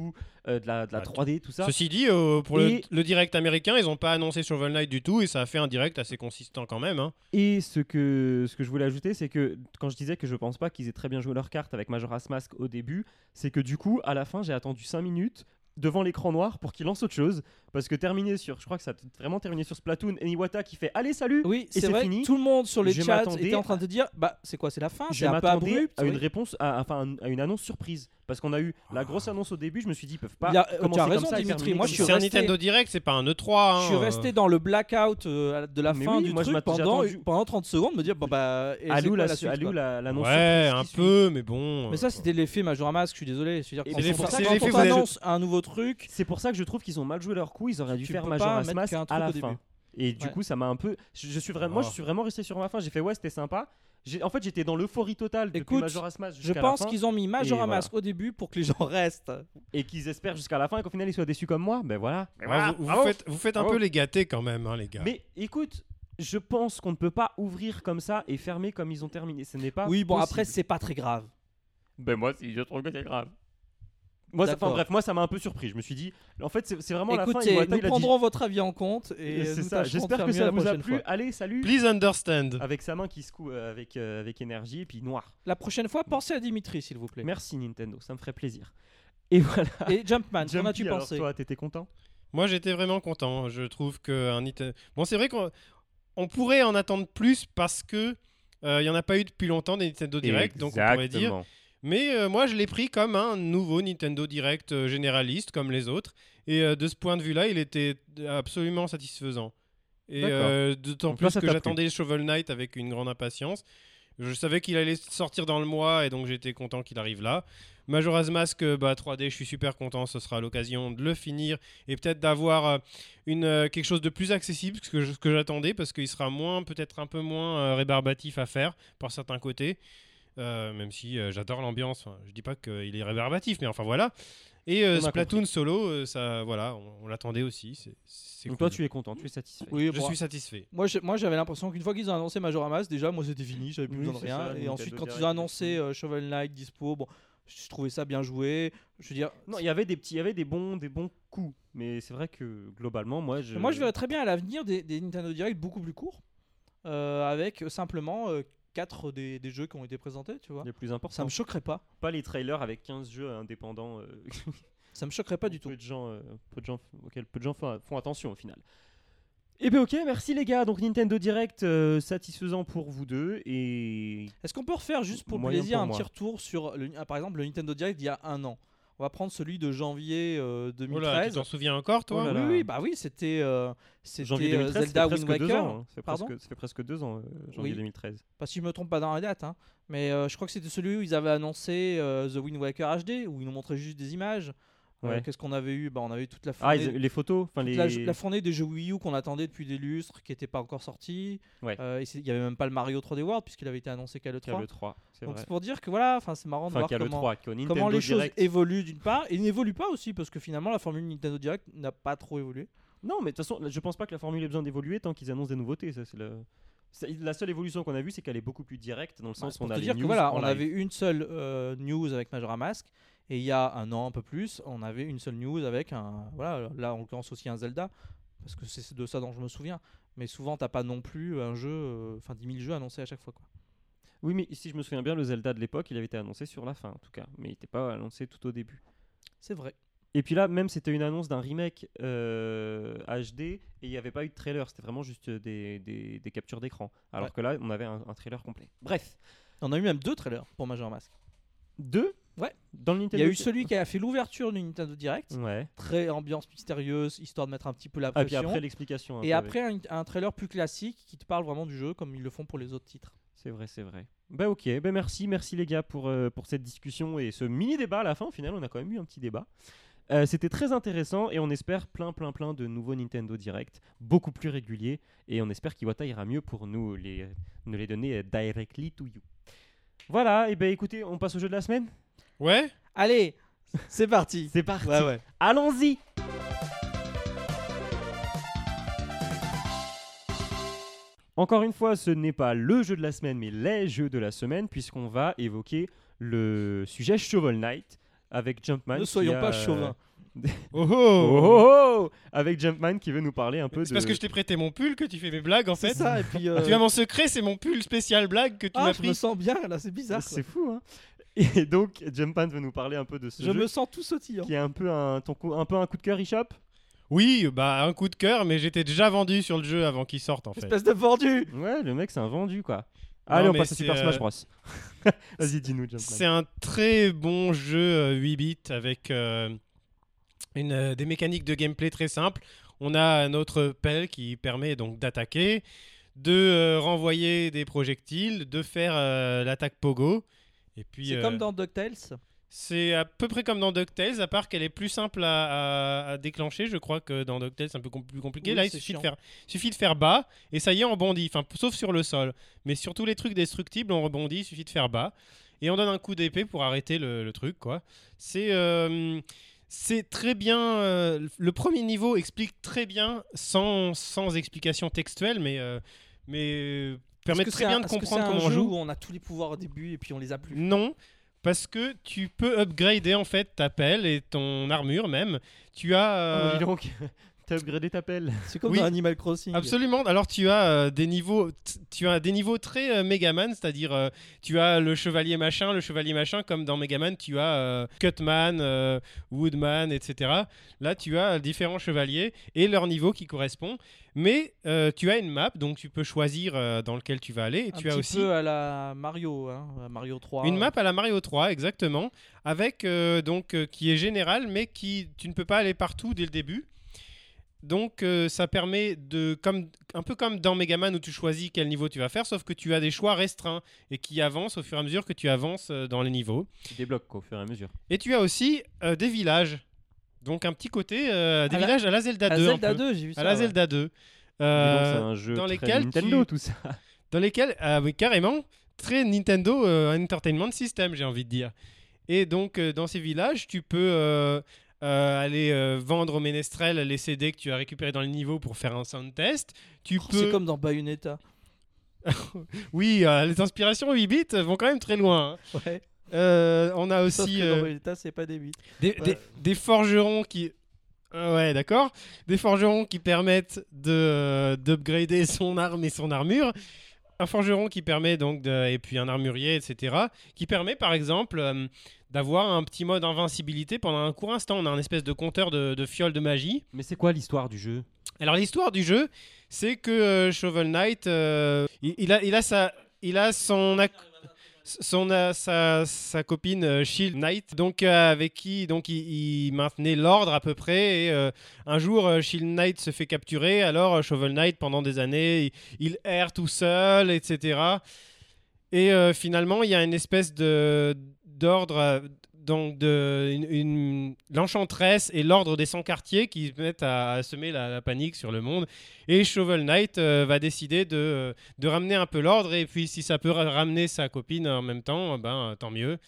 S5: euh, de la, de la
S3: Bah,
S5: 3D, tout ça.
S3: Ceci dit, euh, pour le-
S5: Et-
S3: le, direct américain, ils n'ont pas annoncé Shovel Knight du tout et ça a fait un direct assez consistant quand même. hein.
S5: Et ce que, ce que je voulais ajouter, c'est que quand je disais que je pense pas qu'ils aient très bien joué leur carte avec Majora's Mask au début, c'est que du coup, à la fin, j'ai attendu 5 minutes devant l'écran noir pour qu'il lance autre chose. Parce que terminé sur, je crois que ça a t- vraiment terminé sur Splatoon, et Iwata qui fait Allez, salut
S1: Oui, c'est
S5: c'est
S1: vrai.
S5: fini.
S1: Tout le monde sur les
S5: Je
S1: chats
S5: m'attendais
S1: était en train de dire Bah, c'est quoi C'est la fin
S5: Je
S1: C'est un peu
S5: m'attendais
S1: abrupt
S5: à une
S1: oui.
S5: réponse, à, enfin, à une annonce surprise. Parce qu'on a eu la grosse annonce au début, je me suis dit, ils peuvent pas.
S1: Ah. Il y a- euh,
S5: commencer
S1: tu as
S5: comme
S1: raison,
S5: ça et
S1: Dimitri,
S5: terminer
S1: moi,
S5: comme
S1: je
S5: ça.
S1: suis
S3: C'est un
S1: resté-
S3: Nintendo Direct, c'est pas un E3. hein,
S1: Je suis
S3: euh.
S1: resté dans le blackout euh, à la- de la
S5: Mais
S1: fin
S5: oui,
S1: du
S5: moi, je
S1: truc
S5: m'attendais-
S1: pendant,
S5: j'ai attendu-
S1: pendant 30 secondes, me dire Bon bah. et c'est
S5: Allô,
S1: quoi
S5: la,
S1: la suite,
S5: allô,
S1: quoi
S5: la- l'annonce
S3: Ouais,
S5: surprise
S3: un
S5: qui suit.
S3: peu, mais bon.
S1: Mais
S3: euh,
S1: ça, c'était l'effet Majora Mask, je suis désolé. Je veux dire,
S5: Et
S1: quand
S5: c'est
S1: on
S5: l'effet-
S1: sort-
S5: c'est
S1: quand
S3: l'effet
S1: on
S3: vous avez-
S1: annonce un nouveau truc,
S5: C'est pour ça que je trouve qu'ils ont mal joué leur coup. Ils auraient dû
S1: Tu
S5: faire
S1: peux pas
S5: Majora's
S1: mettre
S5: Mask
S1: qu'un
S5: à
S1: truc
S5: la
S1: au début.
S5: fin. Et du
S1: Ouais.
S5: coup, ça m'a un peu. Je, je suis vraiment, moi, je
S3: Oh.
S5: suis vraiment resté sur ma fin. J'ai fait ouais, c'était sympa. J'ai- En fait, j'étais dans l'euphorie totale depuis
S1: Écoute,
S5: Majora's Mask
S1: je
S5: jusqu'à la
S1: pense
S5: fin,
S1: qu'ils ont mis Majora
S5: voilà.
S1: Mask au début pour que les gens restent.
S5: et qu'ils espèrent jusqu'à la fin et qu'au final ils soient déçus comme moi. Ben voilà.
S4: Mais
S3: ah,
S4: voilà,
S3: vous, vous
S1: oh.
S4: bravo.
S3: faites, vous faites un
S1: Ah,
S5: Bravo.
S3: peu les gâtés quand même, hein, les gars.
S5: Mais écoute, je pense qu'on ne peut pas ouvrir comme ça et fermer comme ils ont terminé. Ce n'est pas.
S1: oui, bon,
S5: possible.
S1: après, c'est pas très grave.
S7: Ben moi, si, je trouve que c'est grave.
S5: Moi, ça- enfin,
S1: D'accord.
S5: bref, moi, ça m'a un peu surpris. Je me suis dit, en fait, c'est c'est vraiment la fin.
S1: Écoutez,
S5: Iwata,
S1: nous
S5: il a dit-
S1: prendrons votre avis en compte et,
S5: Et c'est
S1: nous
S5: ça.
S1: tâcherons de
S5: J'espère
S1: faire
S5: que
S1: mieux
S5: ça
S1: la
S5: vous a
S1: prochaine
S5: plu.
S1: fois.
S5: Allez, salut.
S3: Please understand.
S5: Avec sa main qui secoue euh, avec euh, avec énergie et puis noir.
S1: La prochaine fois, pensez à Dimitri, s'il vous plaît.
S5: Merci Nintendo, ça me ferait plaisir. Et voilà.
S1: Et Jumpman, qu'en
S5: Jumpy,
S1: as-tu
S5: alors
S1: pensé
S5: Toi, t'étais content
S3: Moi, j'étais vraiment content. Je trouve que un Nite- Bon, c'est vrai qu'on on pourrait en attendre plus parce que euh, il y en a pas eu depuis longtemps des Nintendo Direct, donc on pourrait dire.
S7: Exactement.
S3: Mais euh, moi, je l'ai pris comme un nouveau Nintendo Direct euh, généraliste, comme les autres. Et euh, de ce point de vue-là, il était absolument satisfaisant. Et
S7: D'accord.
S3: euh, d'autant
S7: Donc toi,
S3: plus
S7: ça
S3: que
S7: t'a plu.
S3: j'attendais Shovel Knight avec une grande impatience. Je savais qu'il allait sortir dans le mois et donc j'étais content qu'il arrive là. Majora's Mask euh, bah, 3D, je suis super content. Ce sera l'occasion de le finir et peut-être d'avoir euh, une euh, quelque chose de plus accessible que ce que j'attendais parce qu'il sera moins, peut-être un peu moins euh, rébarbatif à faire par certains côtés. Euh, même si euh, j'adore l'ambiance, Enfin, je dis pas qu'il est rébarbatif, mais enfin voilà. Et euh,
S5: On a
S3: Splatoon solo, euh, ça, voilà, on, on l'attendait aussi. C'est, c'est
S5: Donc
S3: cool.
S5: toi, tu es content, tu es satisfait.
S1: Oui,
S3: je
S1: bon,
S3: suis satisfait.
S1: Moi, j'ai- moi, j'avais l'impression qu'une fois qu'ils ont annoncé Majora Mask, déjà, moi, c'était fini, j'avais plus
S5: Oui,
S1: besoin de
S5: c'est
S1: rien.
S5: ça,
S1: et
S5: Nintendo
S1: ensuite, quand ils
S5: Direct,
S1: ont annoncé euh, Shovel Knight dispo, bon, je trouvais ça bien joué. Je veux dire,
S5: Non, il y avait des petits, il y avait des bons, des bons coups, mais c'est vrai que globalement, moi, je.
S1: moi, je verrais très bien à l'avenir des, des Nintendo Direct beaucoup plus courts, euh, avec simplement 4 des, des jeux qui ont été présentés, tu vois.
S5: les plus
S1: Ça
S5: importants.
S1: me choquerait pas.
S5: Pas les trailers avec 15 jeux indépendants. euh,
S1: Ça me choquerait pas du tout.
S5: Peu de gens, euh, peu de gens, auxquels peu de gens font, font attention au final. Et bien ok, merci les gars. Donc Nintendo Direct euh, satisfaisant pour vous deux et
S1: Est-ce qu'on peut refaire juste pour
S5: Moyen
S1: plaisir
S5: pour
S1: un
S5: moi.
S1: petit retour sur, le, ah, par exemple, le Nintendo Direct d'il y a un an On va prendre celui de janvier euh,
S3: Oh là, tu
S1: 2013.
S3: t'en souviens encore, toi
S5: Oh là là.
S1: Oui, oui, bah oui, c'était euh, c'était,
S5: janvier
S1: euh,
S5: 2013,
S1: Zelda
S5: ça fait
S1: Wind
S5: presque deux
S1: Waker.
S5: ans. hein. Ça fait
S1: Pardon
S5: presque- ça fait presque deux ans, euh, janvier
S1: Oui.
S5: 2013.
S1: Pas si je me trompe pas dans la date, hein. mais euh, je crois que c'était celui où ils avaient annoncé euh, The Wind Waker HD, où ils nous montraient juste des images. Euh,
S5: Ouais.
S1: Qu'est-ce qu'on avait eu bah, On avait eu toute la
S5: Ah,
S1: fournée,
S5: ils- les photos, enfin
S1: toute
S5: les.
S1: la, la fournée des jeux Wii U qu'on attendait depuis des lustres, qui n'étaient pas encore sortis.
S5: Ouais.
S1: Euh, et c'est- il n'y avait même pas le Mario 3D World, puisqu'il avait été annoncé qu'à l'E3.
S5: le 3, c'est
S1: Donc
S5: vrai.
S1: c'est pour dire que voilà, enfin, c'est marrant de
S5: Enfin,
S1: voir
S5: qu'il y a le
S1: comment,
S5: 3, qu'il y a Nintendo
S1: comment les
S5: Direct.
S1: choses évoluent d'une part, et n'évoluent pas aussi, parce que finalement la formule Nintendo Direct n'a pas trop évolué.
S5: Non, mais de toute façon, je pense pas que la formule ait besoin d'évoluer tant qu'ils annoncent des nouveautés. Ça, c'est le... c'est- La seule évolution qu'on a vue, c'est qu'elle est beaucoup plus directe dans le
S1: Bah,
S5: sens
S1: c'est
S5: où on
S1: pour
S5: a
S1: te
S5: les
S1: dire que
S5: news
S1: voilà,
S5: en
S1: on
S5: live.
S1: avait une seule euh, news avec Majora Mask et il y a un an un peu plus, on avait une seule news avec un voilà, là en l'occurrence aussi un Zelda parce que c'est de ça dont je me souviens. Mais souvent t'as pas non plus un jeu, euh, enfin 10 000 jeux annoncés à chaque fois quoi.
S5: Oui, mais si je me souviens bien, le Zelda de l'époque, il avait été annoncé sur la fin, en tout cas, mais il n'était pas annoncé tout au début.
S1: C'est vrai.
S5: Et puis là, même, c'était une annonce d'un remake euh, HD et il n'y avait pas eu de trailer. C'était vraiment juste des, des- des captures d'écran. Alors
S1: Ouais.
S5: que là, on avait un, un trailer complet. Bref,
S1: On a eu même deux trailers pour Majora Mask.
S5: deux.
S1: Ouais.
S5: Dans le
S1: Il y
S5: Nintendo.
S1: a eu celui qui a fait l'ouverture du Nintendo Direct,
S5: Ouais.
S1: très ambiance mystérieuse, histoire de mettre un petit peu la
S5: Mm. Ah, puis
S1: pression.
S5: après l'explication. un
S1: et
S5: peu
S1: après un, un trailer plus classique qui te parle vraiment du jeu comme ils le font pour les autres titres.
S5: C'est vrai, c'est vrai. Bah ok, bah merci, merci les gars pour, euh, pour cette discussion et ce mini débat à la fin. Au final, on a quand même eu un petit débat. Euh, C'était très intéressant et on espère plein, plein, plein de nouveaux Nintendo Direct, beaucoup plus réguliers. Et on espère qu'Iwata ira mieux pour nous les, nous les donner euh, directly to you. Voilà, et ben écoutez, on passe au jeu de la semaine
S3: Ouais
S1: Allez, c'est parti.
S5: C'est parti
S1: Ouais, ouais.
S5: Allons-y Encore une fois, ce n'est pas le jeu de la semaine, mais les jeux de la semaine, puisqu'on va évoquer le sujet Shovel Knight avec Jumpman.
S1: Ne
S5: qui
S1: soyons
S5: a,
S1: pas
S5: euh,
S1: chauvins.
S3: Oh
S5: Oh,
S3: oh
S5: oh, oh, Avec Jumpman qui veut nous parler un peu de.
S3: C'est parce que je t'ai prêté mon pull que tu fais mes blagues en
S1: C'est
S3: fait. Ah,
S1: ça, et puis. euh,
S3: Tu as mon secret, c'est mon pull spécial blague que tu
S1: ah,
S3: m'as
S1: je me
S3: pris.
S1: sens bien là, c'est bizarre. quoi.
S5: C'est fou, hein Et donc, Jumpman veut nous parler un peu de ce
S1: Je
S5: jeu
S1: me sens tout sautillant.
S5: qui est un peu un, ton coup, un, peu un coup de cœur eShop.
S3: Oui, bah un coup de cœur, mais j'étais déjà vendu sur le jeu avant qu'il sorte en fait.
S1: Espèce de vendu.
S5: Ouais, le mec, c'est un vendu, quoi. Allez, on
S3: mais
S5: passe à Ah, Super
S3: c'est,
S5: Smash
S3: euh,
S5: Bros. Vas-y, dis-nous, Jumpman.
S3: C'est un très bon jeu euh, 8 bits avec euh, une, euh, des mécaniques de gameplay très simples. On a notre pelle qui permet donc d'attaquer, de euh, renvoyer des projectiles, de faire euh, l'attaque pogo. Et puis
S1: C'est
S3: euh,
S1: comme dans DuckTales.
S3: c'est à peu près comme dans DuckTales, à part qu'elle est plus simple à, à- à déclencher. Je crois que dans DuckTales, c'est un peu com- plus compliqué.
S1: Oui,
S3: Là, il
S1: c'est
S3: suffit de,
S1: chiant.
S3: faire, suffit de faire bas et ça y est, on bondit. Enfin, p- sauf sur le sol. Mais sur tous les trucs destructibles, on rebondit, il suffit de faire bas. Et on donne un coup d'épée pour arrêter le, le truc, quoi. C'est. euh, c'est très bien. euh, le premier niveau explique très bien, sans, sans explication textuelle, mais, euh, mais euh, permet
S1: Est-ce que
S3: très
S1: c'est
S3: bien
S1: un-
S3: de
S1: est-ce que
S3: comprendre
S1: c'est un
S3: comment on
S1: jeu
S3: joue.
S1: Où on a tous les pouvoirs au début et puis on les a plus.
S3: Non, parce que tu peux upgrader en fait ta pelle et ton armure même. Tu as
S1: Ah,
S3: euh,
S5: Oh, dis donc, t'as upgradé ta pelle.
S1: C'est comme
S3: Oui.
S1: dans Animal Crossing.
S3: absolument. Alors tu as euh, des niveaux, t- tu as des niveaux très euh, Megaman, c'est-à-dire euh, tu as le chevalier machin, le chevalier machin, comme dans Megaman, tu as euh, Cutman, euh, Woodman, etc. Là, tu as différents chevaliers et leur niveau qui correspond. Mais euh, tu as une map, donc tu peux choisir euh, dans lequel tu vas aller. Et
S1: Un
S3: tu as
S1: petit
S3: aussi
S1: peu à la Mario, hein, à Mario 3.
S3: Une map à la Mario 3, exactement, avec euh, donc euh, qui est générale, mais qui tu ne peux pas aller partout dès le début. Donc euh, ça permet de comme un peu comme dans Megaman où tu choisis quel niveau tu vas faire, sauf que tu as des choix restreints et qui avancent au fur et à mesure que tu avances euh, dans les niveaux.
S5: Tu débloques, quoi, au fur et à mesure.
S3: Et tu as aussi euh, des villages, donc un petit côté euh, des
S1: À Ah, la-
S3: villages à la Zelda
S1: à
S3: 2, un
S1: Zelda
S3: peu.
S1: 2, j'ai vu ça.
S3: à la
S1: ouais.
S3: Zelda 2.
S5: Dis donc,
S3: Euh,
S5: c'est un jeu
S3: dans
S5: très
S3: lesquels
S5: Nintendo,
S3: tu-
S5: tout ça.
S3: dans lesquels, ah oui, carrément, très Nintendo euh, Entertainment System, j'ai envie de dire. Et donc, euh, dans ces villages, tu peux euh, euh, aller euh, vendre aux ménestrels les CD que tu as récupérés dans le niveau pour faire un sound test. Tu
S1: Oh, C'est
S3: peux...
S1: comme dans Bayonetta.
S3: Oui, euh, les inspirations 8 bits vont quand même très loin. hein.
S1: Ouais.
S3: Euh, on a
S1: Sauf
S3: aussi
S1: que
S3: euh,
S1: dans Bayonetta, c'est pas des bits.
S3: des, des- des forgerons qui... Ah Ouais, d'accord. Des forgerons qui permettent de euh, d'upgrader son arme et son armure. Un forgeron qui permet donc, de- et puis un armurier, etc., qui permet par exemple euh, d'avoir un petit mode invincibilité pendant un court instant. On a un espèce de compteur de, de fioles de magie.
S5: Mais c'est quoi l'histoire du jeu
S3: Alors l'histoire du jeu, c'est que euh, Shovel Knight, euh, il, il a, il a sa, il a son, ac- son euh, sa, sa copine euh, Shield Knight, donc euh, avec qui donc il, il maintenait l'ordre à peu près. Et euh, un jour, euh, Shield Knight se fait capturer. Alors euh, Shovel Knight, pendant des années, il, il erre tout seul, etc. Et euh, finalement, il y a une espèce de d'ordre. euh, donc de une, une- l'enchantresse et l'ordre des 100 quartiers qui mettent à, à semer la, la panique sur le monde. Et Shovel Knight euh, va décider de, euh, de ramener un peu l'ordre et puis si ça peut ra- ramener sa copine en même temps, euh, ben euh, tant mieux.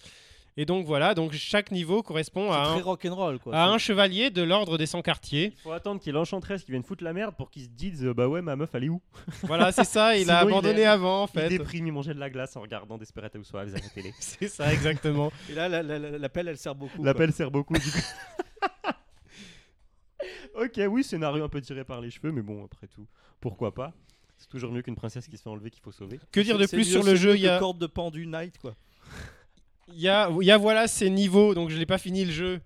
S3: Et donc voilà, donc chaque niveau correspond
S1: C'est
S3: à
S1: très
S3: un,
S1: rock'n'roll quoi.
S3: à un chevalier de l'ordre des 100 quartiers.
S5: Il faut attendre qu'il y ait l'enchantresse qui vienne foutre la merde pour qu'il se dise euh, Bah ouais, ma meuf, elle est où
S3: voilà, c'est ça, il a
S5: Sinon, il est-
S3: abandonné avant en fait.
S5: Il déprime, il mangeait de la glace en regardant Desperate Housewives à la télé.
S3: C'est ça exactement.
S1: Et là, la, la- la- la pelle, elle sert beaucoup. quoi.
S5: L'appel sert beaucoup, du coup. ok, oui, scénario un peu tiré par les cheveux, mais bon, après tout, pourquoi pas C'est toujours mieux qu'une princesse qui se fait enlever qu'il faut sauver.
S3: Que dire de
S1: C'est
S3: plus
S1: mieux-
S3: sur
S1: c'est
S3: le jeu
S1: mieux
S3: Il y
S1: que
S3: a
S1: corde de pendu Night quoi.
S3: Il y a, il y a, voilà ces niveaux, donc je n'ai pas fini le jeu.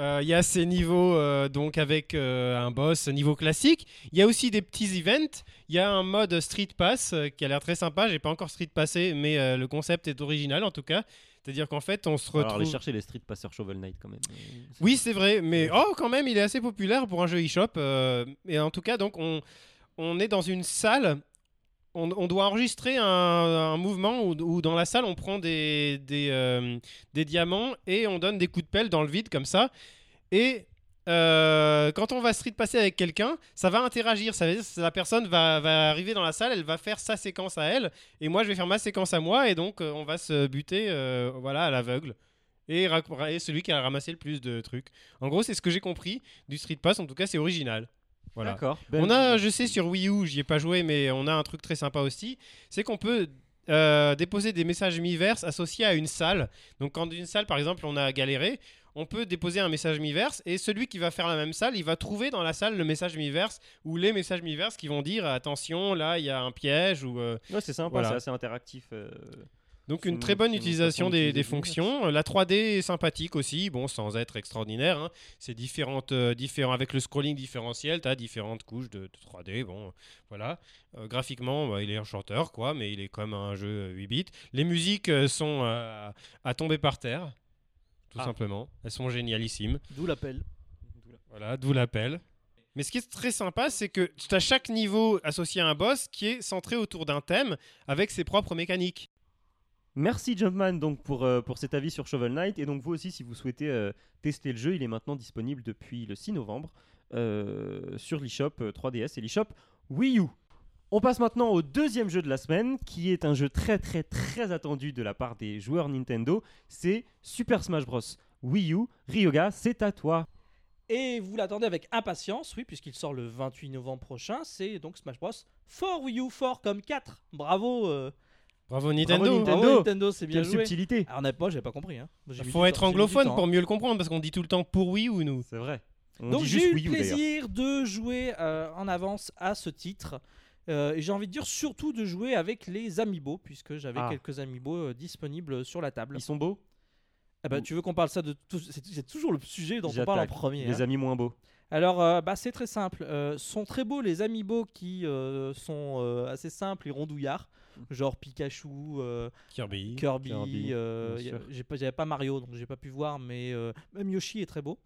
S3: Euh, Il y a ces niveaux euh, donc avec euh, un boss, niveau classique. Il y a aussi des petits events. Il y a un mode Street Pass euh, qui a l'air très sympa. J'ai pas encore Street Passé, mais euh, le concept est original en tout cas. C'est-à-dire qu'en fait, on se
S5: Alors,
S3: retrouve.
S5: allez chercher les Street Passer Shovel Knight quand même.
S3: Oui, c'est vrai, mais oh, quand même, il est assez populaire pour un jeu eShop. euh, et en tout cas, donc, on, on est dans une salle. On, on doit enregistrer un, un mouvement où, où dans la salle, on prend des, des, euh, des diamants et on donne des coups de pelle dans le vide comme ça. Et euh, quand on va street passer avec quelqu'un, ça va interagir. Ça veut dire que la personne va, va arriver dans la salle, elle va faire sa séquence à elle, et moi je vais faire ma séquence à moi, et donc euh, on va se buter euh, voilà, à l'aveugle. Et, rac- et celui qui a ramassé le plus de trucs. En gros, c'est ce que j'ai compris du street pass, en tout cas c'est original. Voilà.
S5: D'accord.
S3: On a, je sais, sur Wii U, j'y ai pas joué, mais on a un truc très sympa aussi. C'est qu'on peut euh, déposer des messages miverse associés à une salle. Donc, quand une salle, par exemple, on a galéré, on peut déposer un message miverse et celui qui va faire la même salle, il va trouver dans la salle le message miverse ou les messages miverse qui vont dire attention, là, il y a un piège ou. euh,
S5: Ouais, c'est sympa,
S3: Voilà.
S5: c'est assez interactif. euh,
S3: donc
S5: C'est
S3: une
S5: une-
S3: très bonne
S5: c'est une
S3: utilisation
S5: façon
S3: des, des
S5: d'utiliser
S3: fonctions. Euh, La 3D est sympathique aussi, bon, sans être extraordinaire. hein. C'est différentes, euh, différent avec le scrolling différentiel, tu as différentes couches de, de 3D. Bon, euh, voilà. Euh, graphiquement, bah, il est enchanteur, quoi, mais il est comme un jeu euh, 8 bits. Les musiques euh, sont euh, à tomber par terre, tout
S1: Ah.
S3: simplement. Elles sont génialissimes.
S1: D'où l'appel.
S3: Voilà, d'où l'appel. Mais ce qui est très sympa, c'est que tu as chaque niveau associé à un boss qui est centré autour d'un thème avec ses propres mécaniques.
S5: Merci Jumpman donc pour, euh, pour cet avis sur Shovel Knight. Et donc vous aussi, si vous souhaitez euh, tester le jeu, il est maintenant disponible depuis le 6 novembre euh, sur l'eShop euh, 3DS et l'eShop Wii U. On passe maintenant au deuxième jeu de la semaine, qui est un jeu très très très attendu de la part des joueurs Nintendo. C'est Super Smash Bros. Wii U. Ryoga, c'est à toi.
S1: Et vous l'attendez avec impatience, oui, puisqu'il sort le 28 novembre prochain. C'est donc Smash Bros. 4 Wii U, 4 comme 4. Bravo, euh,
S3: Bravo
S5: Nintendo.
S1: bravo,
S5: Nintendo.
S1: Nintendo, c'est bien
S5: Quelle
S1: joué.
S5: subtilité.
S1: Alors honnêtement, j'avais pas compris. Hein. J'ai mis
S3: Bah, Faut
S1: du
S3: être
S1: temps- j'ai mis du
S3: anglophone
S1: temps,
S3: pour
S1: hein.
S3: mieux le comprendre parce qu'on dit tout le temps pour oui ou nous.
S5: C'est vrai. On
S1: Donc
S5: dit
S1: j'ai
S5: juste
S1: eu
S5: Wii
S1: le
S5: U d'ailleurs.
S1: plaisir de jouer euh, en avance à ce titre. Euh, et j'ai envie de dire surtout de jouer avec les amiibo, puisque j'avais
S5: Ah.
S1: quelques amiibo euh, disponibles sur la table.
S5: Ils sont beaux.
S1: Eh ben, tu veux qu'on parle ça de tout C'est c'est toujours le sujet dont on parle en
S5: J'attaque.
S1: premier. hein.
S5: Les amis moins beaux.
S1: Alors, euh, bah, c'est très simple. Euh, sont très beaux les amiibo qui euh, sont euh, assez simples et rondouillards,
S5: Mm.
S1: genre Pikachu, euh,
S3: Kirby.
S1: Kirby.
S5: Kirby,
S1: euh,
S5: bien
S1: y a-
S5: sûr.
S1: j'ai pas- J'avais pas Mario, donc j'ai pas pu voir, mais euh, même Yoshi est très beau.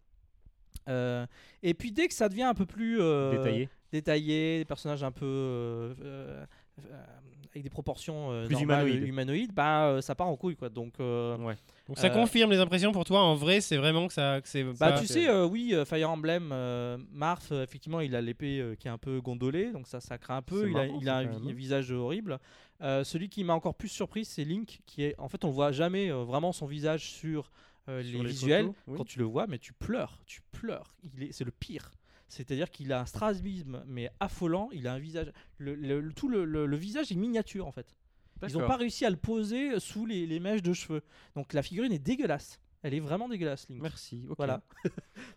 S1: Euh, et puis dès que ça devient un peu plus euh,
S5: Détaillés.
S1: détaillé, des personnages un peu euh, euh, euh, avec des proportions euh,
S5: Plus
S1: normales,
S5: humanoïdes.
S1: humanoïdes, bah euh, ça part en couille quoi. Donc euh,
S5: Ouais.
S3: Donc ça
S1: Euh,
S3: confirme les impressions pour toi. En vrai, c'est vraiment que ça. que c'est
S1: Bah,
S3: pas-
S1: tu sais, euh, oui, euh, Fire Emblem, euh, Marth, euh, effectivement, il a l'épée euh, qui est un peu gondolée, donc ça, ça craint un peu.
S5: C'est
S1: Il a,
S5: marrant,
S1: il a
S5: ça,
S1: un
S5: quand
S1: vi-
S5: même. hein.
S1: visage horrible. Euh, celui qui m'a encore plus surpris, c'est Link, qui est. En fait, on voit jamais euh, vraiment son visage sur, euh,
S5: Sur
S1: les,
S5: les
S1: visuels.
S5: photos, oui.
S1: Quand tu le vois, mais tu pleures, tu pleures. Il est, c'est le pire. C'est-à-dire qu'il a un strabisme, mais affolant. Il a un visage. Le, le- le- tout le- le- le visage est miniature, en fait. Ils n'ont
S5: D'accord.
S1: pas réussi à le poser euh, sous les, les mèches de cheveux. Donc la figurine est dégueulasse. Elle est vraiment dégueulasse, Link.
S5: Merci. ok.
S1: Voilà.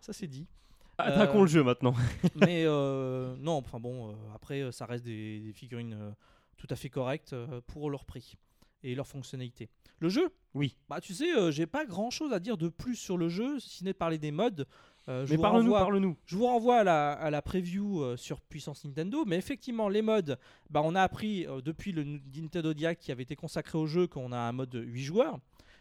S1: ça c'est dit.
S5: Attaquons
S1: Euh,
S5: le jeu maintenant.
S1: Mais euh, non, enfin bon, euh, après euh, ça reste des, des figurines euh, tout à fait correctes euh, pour leur prix et leur fonctionnalité. Le jeu
S5: Oui.
S1: Bah tu sais, euh, j'ai pas grand chose à dire de plus sur le jeu, si ce n'est de parler des modes. Euh, je
S5: Mais
S1: vous
S5: parle-nous,
S1: renvoie-
S5: parle-nous.
S1: je vous renvoie à la, à la preview euh, sur Puissance Nintendo, mais effectivement, les modes, bah, on a appris euh, depuis le Nintendo Direct qui avait été consacré au jeu qu'on a un mode 8 joueurs.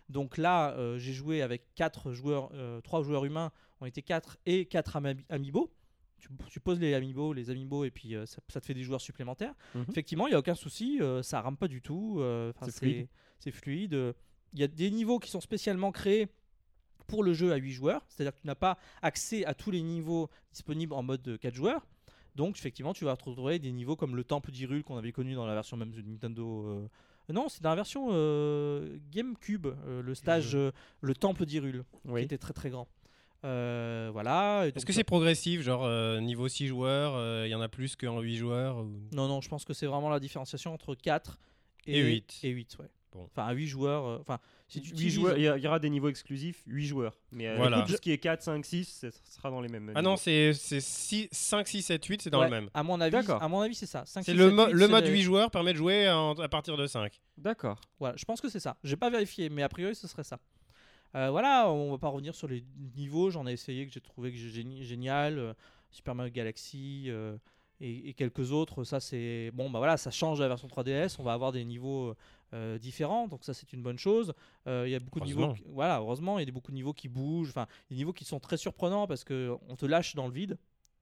S1: Donc là, euh, j'ai joué avec 4 joueurs, 3 joueurs humains, on était 4 et 4 amiibo. Tu, tu poses les amiibo, les amiibo, et puis euh, ça, ça te fait des joueurs supplémentaires.
S5: Mhm.
S1: Effectivement, il n'y a aucun souci, euh, ça rame pas du tout. euh, 'fin,
S5: C'est
S1: c'est
S5: fluide.
S1: C'est fluide. euh, Il y a des niveaux qui sont spécialement créés pour le jeu à 8 joueurs, c'est-à-dire que tu n'as pas accès à tous les niveaux disponibles en mode euh, 4 joueurs. Donc effectivement, tu vas retrouver des niveaux comme le temple d'Irule qu'on avait connu dans la version même de Nintendo. euh, Non, c'est dans la version euh, GameCube, euh, le stage, euh, le temple d'Irule,
S5: Oui.
S1: qui était très très grand. Euh, voilà. et donc
S3: Est-ce que
S1: ça-
S3: c'est progressif, genre euh, niveau 6 joueurs, euh, il y en a plus qu'en 8 joueurs ou-
S1: Non, non, je pense que c'est vraiment la différenciation entre 4 et,
S3: Et huit.
S1: Et 8, ouais.
S3: Bon.
S1: Enfin, 8 joueurs. euh, Enfin, si tu
S5: Huit
S1: utilises-
S5: joueurs, il y, a- il y aura des niveaux exclusifs, 8 joueurs. Mais euh,
S3: Voilà.
S5: tout ce qui est 4, 5, 6, ce sera dans les mêmes.
S3: Ah non, c'est 5, 6, 7, 8, c'est dans
S1: Ouais,
S3: le même.
S1: À mon avis,
S5: D'accord.
S1: à mon avis c'est ça. 5,
S3: C'est
S1: six,
S3: le,
S1: sept,
S3: mo-
S1: huit,
S3: le
S1: c'est
S3: mode
S1: les-
S3: 8 joueurs permet de jouer en- à partir de 5.
S5: D'accord.
S1: Voilà, je pense que c'est ça. J'ai pas vérifié, mais a priori ce serait ça. Euh, voilà, on va pas revenir sur les niveaux. J'en ai essayé que j'ai trouvé que j'ai géni- génial, euh, Super Mario Galaxy euh, et, et quelques autres. Ça c'est bon, bah voilà, ça change la version 3DS. On va avoir des niveaux euh, différents, donc ça c'est une bonne chose. Euh, Il y a beaucoup de niveaux,
S3: Heureusement.
S1: qui- voilà, heureusement, il y a des- beaucoup de niveaux qui bougent, enfin des niveaux qui sont très surprenants parce que on te lâche dans le vide.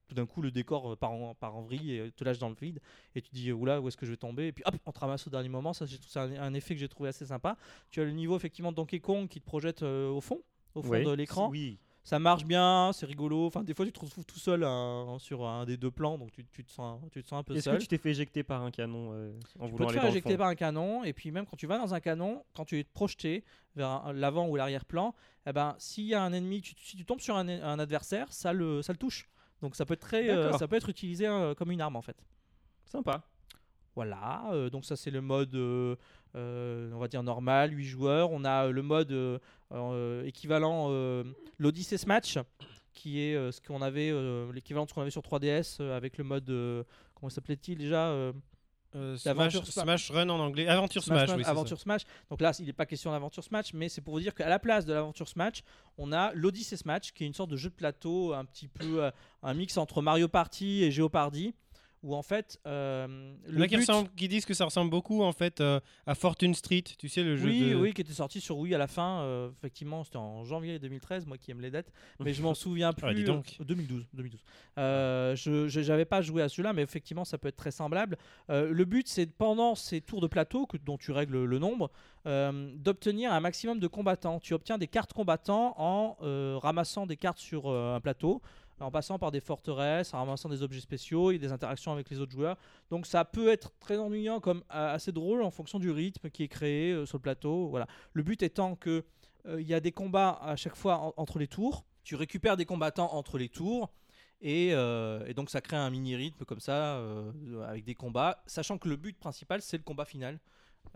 S1: Tout d'un coup, le décor euh, part en, part en vrille et euh, te lâche dans le vide et tu dis oula où est-ce que je vais tomber et puis hop on te ramasse au dernier moment ça j'ai- c'est un, un effet que j'ai trouvé assez sympa tu as le niveau effectivement de Donkey Kong qui te projette euh, au fond au fond de l'écran
S5: Oui.
S1: ça marche bien, c'est rigolo. Enfin, des fois, tu te retrouves tout seul hein, sur un des deux plans, donc tu, tu te, sens, tu te sens un peu
S5: Est-ce
S1: seul.
S5: que tu t'es fait éjecter par un canon euh, en
S1: Tu peux
S5: voulant
S1: te
S5: aller
S1: faire
S5: dans le
S1: éjecter
S5: fond
S1: par un canon, et puis même quand tu vas dans un canon, quand tu es projeté vers un- l'avant ou l'arrière-plan, eh ben, s'il y a un ennemi, tu- si tu tombes sur un, un adversaire, ça le, ça le touche. Donc ça peut être, très, euh,
S5: D'accord.
S1: ça peut être utilisé euh, comme une arme en fait.
S5: Sympa.
S1: Voilà, euh, donc ça c'est le mode, euh, euh, on va dire normal, 8 joueurs. On a euh, le mode euh, euh, équivalent, euh, l'Odyssey Smash, qui est euh, ce qu'on avait, euh, l'équivalent de ce qu'on avait sur 3DS euh, avec le mode, euh, comment s'appelait-il déjà euh,
S3: Euh, Smash,
S1: L'aventure Smash.
S3: Smash Run en anglais. Aventure Smash,
S1: Run,
S3: oui. c'est ça.
S1: Aventure Smash. Donc là, il n'est pas question d'aventure Smash, mais c'est pour vous dire qu'à la place de l'aventure Smash, on a l'Odyssey Smash, qui est une sorte de jeu de plateau, un petit peu euh, un mix entre Mario Party et Geopardy, où en fait, euh,
S3: Il y en a
S1: le
S3: qui,
S1: but...
S3: ressemblent- qui disent que ça ressemble beaucoup en fait euh, à Fortune Street, tu sais le jeu
S1: oui,
S3: de...
S1: oui, qui était sorti sur Wii à la fin. euh, effectivement, c'était en janvier 2013, moi qui aime les dates, mais je m'en souviens plus.
S3: Ah, dis donc.
S1: euh, 2012, 2012. Euh, je je- j'avais pas joué à celui-là, mais effectivement, ça peut être très semblable. Euh, le but, c'est pendant ces tours de plateau que, dont tu règles le nombre, euh, d'obtenir un maximum de combattants. Tu obtiens des cartes combattants en euh, ramassant des cartes sur euh, un plateau. En passant par des forteresses, en ramassant des objets spéciaux et des interactions avec les autres joueurs. Donc ça peut être très ennuyant comme euh, assez drôle en fonction du rythme qui est créé euh, sur le plateau. Voilà. Le but étant que euh, il y a des combats à chaque fois en- entre les tours. Tu récupères des combattants entre les tours. Et, euh, et donc ça crée un mini rythme comme ça euh, avec des combats, sachant que le but principal c'est le combat final.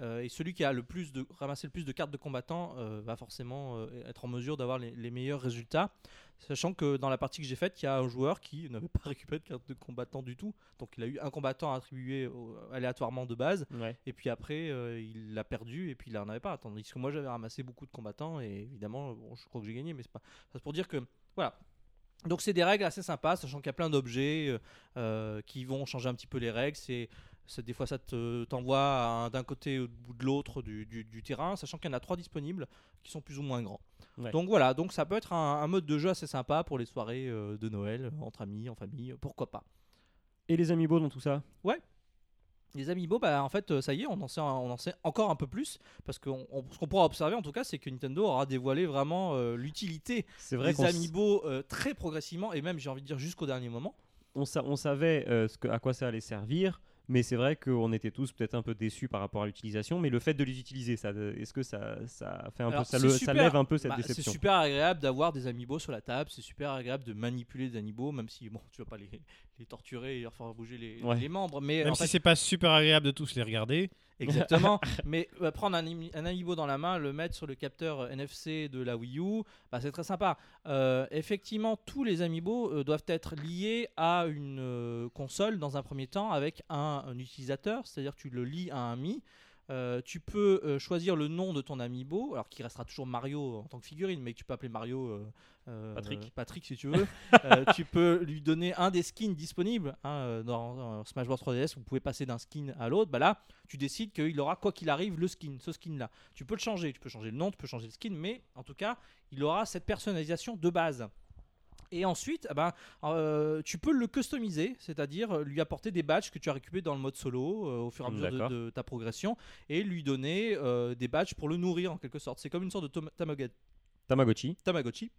S1: Euh, et celui qui a le plus de ramassé le plus de cartes de combattants euh, va forcément euh, être en mesure d'avoir les, les meilleurs résultats, sachant que dans la partie que j'ai faite, il y a un joueur qui n'avait pas récupéré de cartes de combattants du tout, donc il a eu un combattant attribué au- aléatoirement de base.
S5: Ouais.
S1: Et puis après, euh, il l'a perdu et puis il en avait pas. Tandis que moi, j'avais ramassé beaucoup de combattants et évidemment, bon, je crois que j'ai gagné, mais c'est pas. ça, C'est pour dire que voilà. Donc c'est des règles assez sympas, sachant qu'il y a plein d'objets euh, euh, qui vont changer un petit peu les règles. C'est c'est- des fois ça te- t'envoie à un- d'un côté ou de l'autre du, du- du terrain, sachant qu'il y en a trois disponibles qui sont plus ou moins grands.
S5: Ouais.
S1: Donc voilà, donc ça peut être un, un mode de jeu assez sympa pour les soirées euh, de Noël euh, entre amis, en famille, euh, pourquoi pas.
S5: Et les amiibo dans tout ça
S1: Les amiibo, bah en fait, euh, ça y est, on en sait, on en sait encore un peu plus parce que on- on- ce qu'on pourra observer en tout cas, c'est que Nintendo aura dévoilé vraiment euh, l'utilité
S5: C'est vrai
S1: des
S5: qu'on s-
S1: amiibo euh, très progressivement et même, j'ai envie de dire, jusqu'au dernier moment.
S5: on, sa- on savait euh, ce que- à quoi ça allait servir, mais c'est vrai qu'on était tous peut-être un peu déçus par rapport à l'utilisation. Mais le fait de les utiliser, ça, euh, est-ce que ça, ça fait un
S1: Alors,
S5: peu, ça,
S1: c'est
S5: le- ça
S1: super.
S5: lève un peu cette
S1: Bah, c'est
S5: déception
S1: super agréable d'avoir des amiibo sur la table, c'est super agréable de manipuler des amiibo, même si bon, tu vas pas les, les torturer et leur faire bouger les,
S5: Ouais.
S1: les membres, mais
S3: Même
S1: en
S3: si
S1: fait,
S3: c'est pas super agréable de tous les regarder.
S1: Exactement. Mais euh, prendre un, ami- un amiibo dans la main, le mettre sur le capteur euh, NFC de la Wii U, bah, c'est très sympa. Euh, effectivement, tous les amiibo euh, doivent être liés à une euh, console dans un premier temps avec un, un utilisateur, c'est-à-dire que tu le lis à un Mi. Euh, tu peux euh, choisir le nom de ton amiibo, alors qui restera toujours Mario en tant que figurine, mais tu peux appeler Mario euh, euh,
S5: Patrick.
S1: Patrick si tu veux. Euh, tu peux lui donner un des skins disponibles hein, euh, dans, dans Smash Bros 3DS. Vous pouvez passer d'un skin à l'autre. Bah là, tu décides qu'il aura quoi qu'il arrive le skin, ce skin là. Tu peux le changer, tu peux changer le nom, tu peux changer le skin, mais en tout cas, il aura cette personnalisation de base. Et ensuite, ah ben, euh, tu peux le customiser, c'est-à-dire lui apporter des badges que tu as récupérés dans le mode solo euh, au fur et à mesure de,
S5: D'accord.
S1: de ta progression et lui donner euh, des badges pour le nourrir en quelque sorte. C'est comme une sorte de tom- tamaga-
S5: Tamagotchi.
S1: Tamagotchi.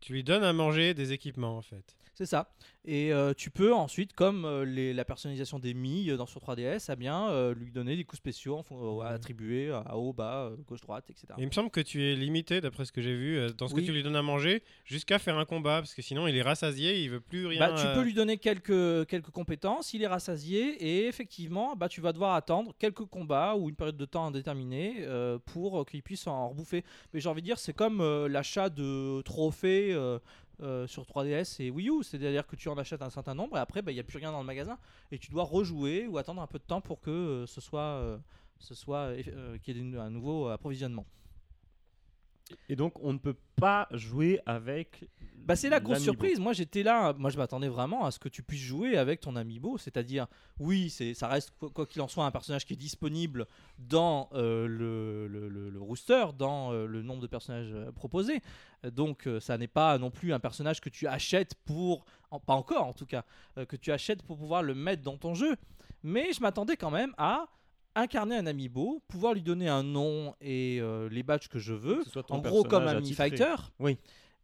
S3: Tu lui donnes à manger des équipements en fait.
S1: C'est ça. Et euh, tu peux ensuite, comme euh, les- la personnalisation des Mi euh, dans sur 3DS, eh bien, euh, lui donner des coups spéciaux en fon- euh,
S3: Ouais.
S1: attribués à haut, bas, euh, gauche, droite, etc.
S3: Et il me semble que tu es limité d'après ce que j'ai vu euh, dans ce
S1: Oui.
S3: que tu lui donnes à manger jusqu'à faire un combat parce que sinon il est rassasié, il veut plus rien.
S1: Bah, tu
S3: euh,
S1: peux lui donner quelques, quelques compétences, il est rassasié et effectivement, bah, tu vas devoir attendre quelques combats ou une période de temps indéterminée euh, pour euh, qu'il puisse en rebouffer. Mais j'ai envie de dire, c'est comme euh, l'achat de trophées euh, euh, sur 3DS et Wii U, c'est-à-dire que tu en achètes un certain nombre et après, bah, il n'y a plus rien dans le magasin et tu dois rejouer ou attendre un peu de temps pour que euh, ce soit, euh, ce soit euh, euh, qu'il y ait une- un nouveau approvisionnement.
S5: Et donc, on ne peut pas jouer avec.
S1: Bah c'est la grosse
S5: l'amiibo.
S1: surprise. Moi j'étais là, moi je m'attendais vraiment à ce que tu puisses jouer avec ton amiibo, c'est-à-dire oui, c'est ça reste quoi quoi qu'il en soit un personnage qui est disponible dans euh, le, le- le- le rooster, dans euh, le nombre de personnages euh, proposés. Euh, Donc euh, ça n'est pas non plus un personnage que tu achètes pour en- pas encore en tout cas, euh, que tu achètes pour pouvoir le mettre dans ton jeu. Mais je m'attendais quand même à incarner un amiibo, pouvoir lui donner un nom et euh, les badges que je veux
S5: Que ce soit ton
S1: en gros comme
S5: personnage
S1: un
S5: attitré.
S1: Mi-Fighter.
S5: Oui.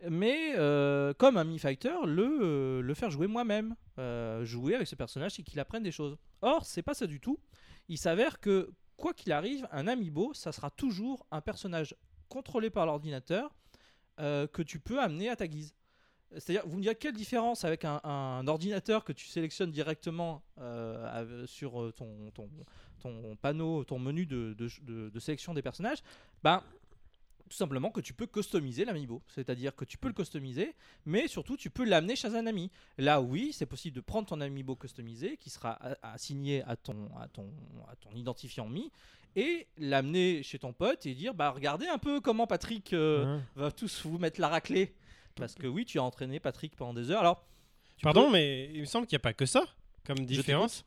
S1: mais euh, comme un Mi Fighter, le, euh, le faire jouer moi-même, euh, jouer avec ce personnage et qu'il apprenne des choses. Or, c'est pas ça du tout. Il s'avère que quoi qu'il arrive, un amiibo, ça sera toujours un personnage contrôlé par l'ordinateur euh, que tu peux amener à ta guise. C'est-à-dire, vous me direz quelle différence avec un, un ordinateur que tu sélectionnes directement euh, av- sur euh, ton, ton, ton panneau, ton menu de, de- de- de sélection des personnages Ben, tout simplement que tu peux customiser l'amiibo. C'est-à-dire que tu peux le customiser, mais surtout tu peux l'amener chez un ami. Là, oui, c'est possible de prendre ton amiibo customisé qui sera a- assigné à ton, à ton, à ton identifiant Mi et l'amener chez ton pote et dire bah regardez un peu comment Patrick euh,
S3: Hein.
S1: va tous vous mettre la raclée. Parce que oui, tu as entraîné Patrick pendant des heures. Alors, tu
S3: Pardon,
S1: peux-
S3: mais il me semble qu'il n'y a pas que ça comme différence.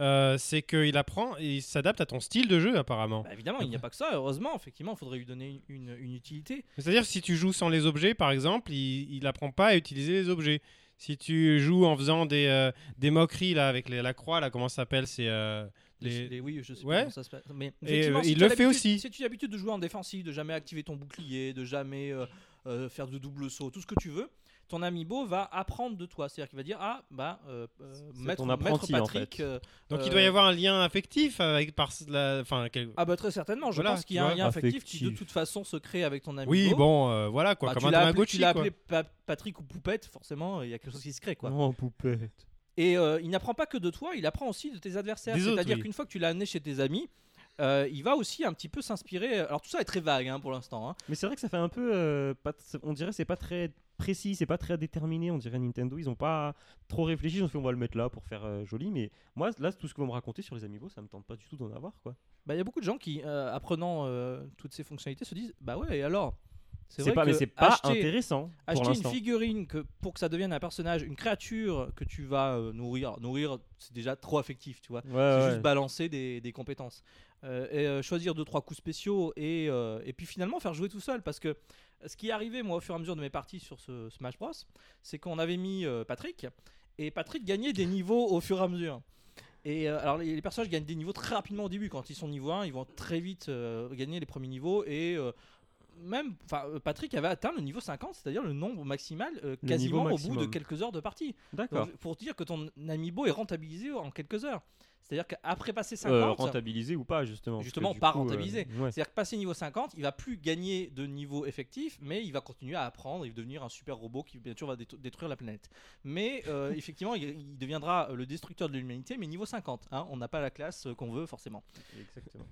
S3: Euh, c'est qu'il apprend et il s'adapte à ton style de jeu apparemment.
S1: Bah, évidemment, il n'y a pas que ça. Heureusement, effectivement, il faudrait lui donner une, une utilité.
S3: C'est-à-dire si tu joues sans les objets par exemple, il, il apprend pas à utiliser les objets. Si tu joues en faisant des, euh, des moqueries là avec les- la croix là, comment ça s'appelle C'est euh,
S1: Les...
S3: les-
S1: oui, je sais
S3: Ouais.
S1: pas comment ça se passe. Mais
S3: Et,
S1: effectivement,
S3: euh,
S1: si
S3: il
S1: tu as
S3: le fait
S1: l'habitude-
S3: aussi.
S1: Si tu as l'habitude de jouer en défensive, de jamais activer ton bouclier, de jamais euh, euh, faire de double saut, tout ce que tu veux, ton amiibo va apprendre de toi. C'est-à-dire qu'il va dire Ah, bah, euh, euh,
S5: C'est
S1: maître,
S5: ton
S1: maître
S5: apprenti, en
S1: Patrick.
S5: fait.
S1: euh,
S3: Donc
S1: euh,
S3: il doit y avoir un lien affectif avec par la enfin quel-
S1: Ah, bah, très certainement. Je
S3: Voilà,
S1: pense qu'il y a
S3: tu
S1: un
S3: vois,
S1: lien affectif, qui, de
S5: affectif.
S1: toute façon, se crée avec ton amiibo.
S3: Oui, bon euh, voilà quoi,
S1: Bah,
S3: comme
S1: tu
S3: un
S1: l'as appelé, tu
S3: Tamagotchi
S1: l'as
S3: quoi.
S1: appelé Pa- Patrick ou Poupette, forcément, il y a quelque chose qui se crée. Quoi.
S5: Non, poupette.
S1: Et euh, il n'apprend pas que de toi, il apprend aussi de tes adversaires.
S3: Des autres,
S1: C'est-à-dire
S3: oui.
S1: qu'une fois que tu l'as amené chez tes amis, euh, il va aussi un petit peu s'inspirer. Alors tout ça est très vague hein, pour l'instant. hein.
S5: Mais c'est vrai que ça fait un peu. euh, pas t- on dirait que c'est pas très précis, c'est pas très déterminé. On dirait Nintendo, ils ont pas trop réfléchi. Ils ont fait, on va le mettre là pour faire euh, joli. Mais moi, là, tout ce que vous me racontez sur les amiibo, ça me tente pas du tout d'en avoir, quoi.
S1: Bah, Il y a beaucoup de gens qui, euh, apprenant euh, toutes ces fonctionnalités, se disent Bah ouais, et alors
S5: C'est
S1: vrai
S5: pas, mais
S1: que
S5: c'est pas
S1: acheter,
S5: intéressant pour
S1: acheter une
S5: l'instant.
S1: figurine que, pour que ça devienne un personnage, une créature que tu vas euh, nourrir. Nourrir, c'est déjà trop affectif, tu vois.
S5: Ouais,
S1: C'est
S5: ouais.
S1: juste balancer des, des compétences. Euh, et euh, choisir deux trois coups spéciaux et, euh, et puis finalement faire jouer tout seul parce que ce qui est arrivé moi au fur et à mesure de mes parties sur ce Smash Bros, c'est qu'on avait mis euh, Patrick et Patrick gagnait des niveaux au fur et à mesure. Et euh, alors les, les personnages gagnent des niveaux très rapidement au début quand ils sont niveau 1, ils vont très vite euh, gagner les premiers niveaux et euh, même enfin euh, Patrick avait atteint le niveau 50, c'est-à-dire le nombre maximal euh,
S5: niveau
S1: quasiment au bout
S5: maximum.
S1: de quelques heures de partie.
S5: D'accord.
S1: Donc, pour dire que ton amiibo est rentabilisé en quelques heures. C'est-à-dire qu'après passer
S5: Euh,
S1: 50,
S5: rentabilisé ou pas, justement. parce que
S1: Justement,
S5: du
S1: pas
S5: coup, euh,
S1: rentabilisé.
S5: ouais.
S1: c'est-à-dire que passer niveau 50, il va plus gagner de niveau effectif, mais il va continuer à apprendre, il va devenir un super robot qui bien sûr va détru- détruire la planète. Mais euh, effectivement, il, il deviendra euh, le destructeur de l'humanité, mais niveau 50. hein, on n'a pas la classe euh, qu'on veut forcément.
S5: Exactement.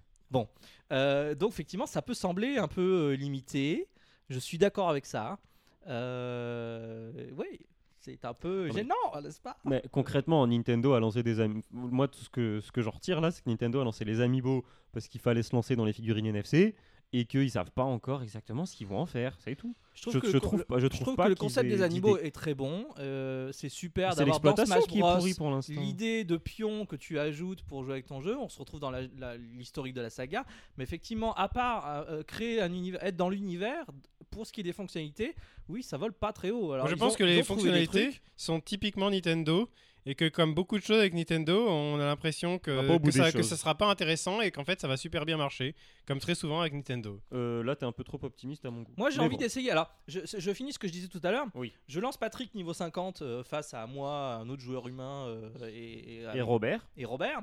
S1: Euh, donc effectivement, ça peut sembler un peu euh, limité. Je suis d'accord avec ça. Euh, oui, c'est un peu
S5: mais-
S1: gênant, n'est-ce pas
S5: Mais concrètement, Nintendo a lancé des ami- Moi, tout ce que, ce que j'en retire là, c'est que Nintendo a lancé les Amiibo parce qu'il fallait se lancer dans les figurines NFC et qu'ils savent pas encore exactement ce qu'ils vont en faire. C'est tout.
S1: trouve
S5: je,
S1: que
S5: je
S1: le-
S5: trouve pas. Je
S1: Je
S5: trouve,
S1: trouve
S5: pas
S1: que le
S5: qu'ils
S1: concept
S5: aient
S1: des animaux
S5: d'idée.
S1: est très bon. euh, c'est super
S5: C'est
S1: d'avoir dans
S5: l'exploitation
S1: Smash
S5: qui est
S1: Bros
S5: pourrie pour l'instant.
S1: l'idée de pion que tu ajoutes pour jouer avec ton jeu. On se retrouve dans la- la- l'historique de la saga. Mais effectivement, à part euh, créer un univers, être dans l'univers, pour ce qui est des fonctionnalités, oui, ça vole pas très haut. Alors,
S3: Moi, je
S1: ils
S3: pense
S1: ont-
S3: que
S1: ils
S3: les
S1: ont trouvé des
S3: fonctionnalités
S1: trucs.
S3: sont typiquement Nintendo et que comme beaucoup de choses avec Nintendo, on a l'impression
S7: On va Ah, pas
S3: que,
S7: au bout
S3: que
S7: des
S3: ça, que
S7: choses.
S3: ça sera pas intéressant et qu'en fait ça va super bien marcher, comme très souvent avec Nintendo.
S5: Euh, là, t'es un peu trop optimiste à mon goût.
S1: Moi, j'ai
S5: Mais
S1: envie
S5: bon.
S1: d'essayer. Alors, je, je finis ce que je disais tout à l'heure.
S5: Oui.
S1: Je lance Patrick niveau 50 euh, face à moi, un autre joueur humain euh, et, et-
S5: Et Robert
S1: et Robert.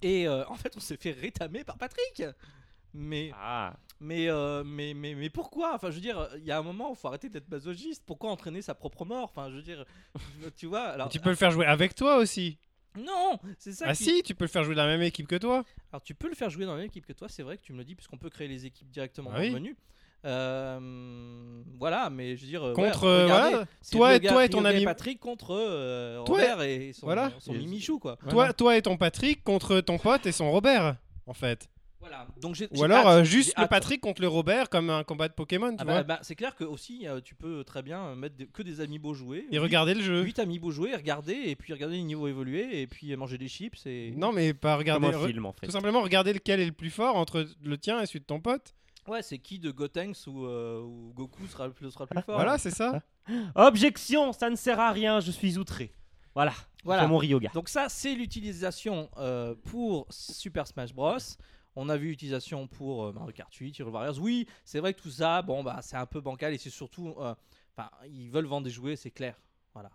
S1: Et euh, en fait, on s'est fait rétamer par Patrick. Mais,
S5: Ah,
S1: mais, euh, mais, mais, mais pourquoi Enfin, je veux dire, il y a un moment où il faut arrêter d'être masochiste. Pourquoi entraîner sa propre mort Enfin, je veux dire, tu vois. Alors,
S3: tu peux le faire jouer avec toi aussi.
S1: Non, c'est ça.
S3: Ah
S1: Ah, qui-
S3: si, tu peux le faire jouer dans la même équipe que toi.
S1: Alors, tu peux le faire jouer dans la même équipe que toi, c'est vrai que tu me le dis, puisqu'on peut créer les équipes directement
S3: Ah
S1: dans
S3: oui.
S1: le menu. Euh, voilà, mais je veux dire. euh,
S3: Contre,
S1: ouais,
S3: euh,
S1: regardez,
S3: voilà,
S1: c'est
S3: toi et-
S1: Ryoga-
S3: toi et ton
S1: Ryoga
S3: ami-
S1: Patrick contre euh,
S3: Toi-
S1: Robert et son,
S3: voilà.
S1: son
S5: Et-
S1: Mimichou, quoi.
S3: Toi, toi et ton Patrick contre ton pote et son Robert. En fait.
S1: Voilà. Donc, j'ai- j'ai
S3: Ou alors
S1: hâte,
S3: euh, juste
S1: j'ai
S3: le
S1: hâte.
S3: Patrick contre le Robert comme un combat de Pokémon, tu
S1: Ah bah-
S3: vois.
S1: bah, c'est clair que aussi euh, tu peux très bien euh, mettre des- que des amiibo joués.
S3: Et regarder le jeu.
S1: 8 amiibo joués, regarder et puis regarder les niveaux évoluer et puis euh, manger des chips et
S3: Non mais pas
S5: comme
S3: regarder.
S5: un
S3: re-
S5: film en fait.
S3: Tout simplement regarder lequel est le plus fort entre le tien et celui de ton pote.
S1: Ouais, c'est qui de Gotenks ou, euh, ou Goku sera le sera le plus fort.
S3: Ah, Voilà, c'est ça.
S5: Objection, ça ne sert à rien, je suis outré. Voilà,
S1: Voilà.
S5: c'est mon Ryoga.
S1: Donc ça, c'est l'utilisation euh, pour Super Smash Bros. On a vu l'utilisation pour euh, Mario Kart 8, Hero Warriors. Oui, c'est vrai que tout ça, bon, bah, c'est un peu bancal et c'est surtout euh, Enfin, ils veulent vendre des jouets, c'est clair. Voilà.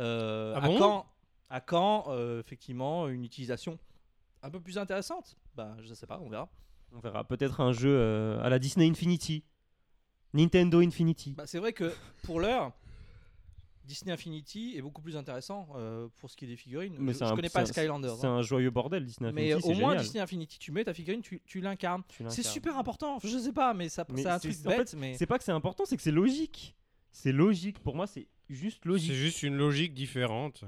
S1: Euh,
S3: Ah
S1: à
S3: bon
S1: quand, à quand euh, effectivement, une utilisation un peu plus intéressante Bah, je sais pas, on verra.
S5: On verra peut-être un jeu euh, à la Disney Infinity. Nintendo Infinity.
S1: Bah, c'est vrai que pour l'heure, Disney Infinity est beaucoup plus intéressant euh, pour ce qui est des figurines. je
S5: c'est
S1: je
S5: un-
S1: connais pas
S5: c'est un-
S1: Skylanders.
S5: C'est
S1: hein.
S5: un joyeux bordel, Disney
S1: Mais
S5: Infinity.
S1: au
S5: c'est
S1: moins,
S5: génial.
S1: Disney Infinity, tu mets ta figurine, tu, tu l'incarnes.
S5: Tu
S1: C'est
S5: l'incarnes.
S1: super important. Je sais pas, mais ça,
S5: Mais
S1: ça a un
S5: c'est-
S1: truc
S5: en fait,
S1: bête. mais...
S5: C'est pas que c'est important, c'est que c'est logique. C'est logique. Pour moi, c'est juste
S3: C'est
S5: logique.
S3: juste une logique différente.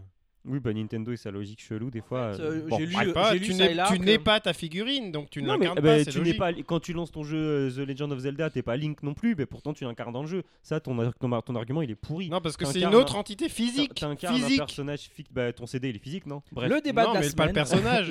S5: Oui, bah Nintendo et sa logique chelou, des fois.
S1: fait,
S5: euh,
S1: euh,
S5: bon,
S1: j'ai lu-
S5: bref.
S3: Je sais pas,
S1: j'ai lu
S3: tu
S1: ça et
S3: n'es
S1: là
S3: tu
S1: que-
S3: n'es pas ta figurine, donc tu ne
S5: euh, Non, mais,
S3: l'incarnes
S5: eh
S3: pas.
S5: ben,
S3: c'est
S5: tu n'es
S3: logique.
S5: pas quand tu lances ton jeu euh, The Legend of Zelda, t'es pas Link non plus, mais pourtant tu l'incarnes dans le jeu. Ça, ton, ar- ton, ar- ton argument, il est pourri.
S3: Non, parce que c'est
S5: T'incarnes
S3: une autre entité
S5: T'in-
S3: physique.
S5: T'incarnes un
S3: Physique.
S5: personnage fictif. Bah, ton CD, il est physique, non Bref.
S1: Le débat
S3: Non,
S1: de la
S3: mais c'est pas le
S1: semaine.
S3: personnage.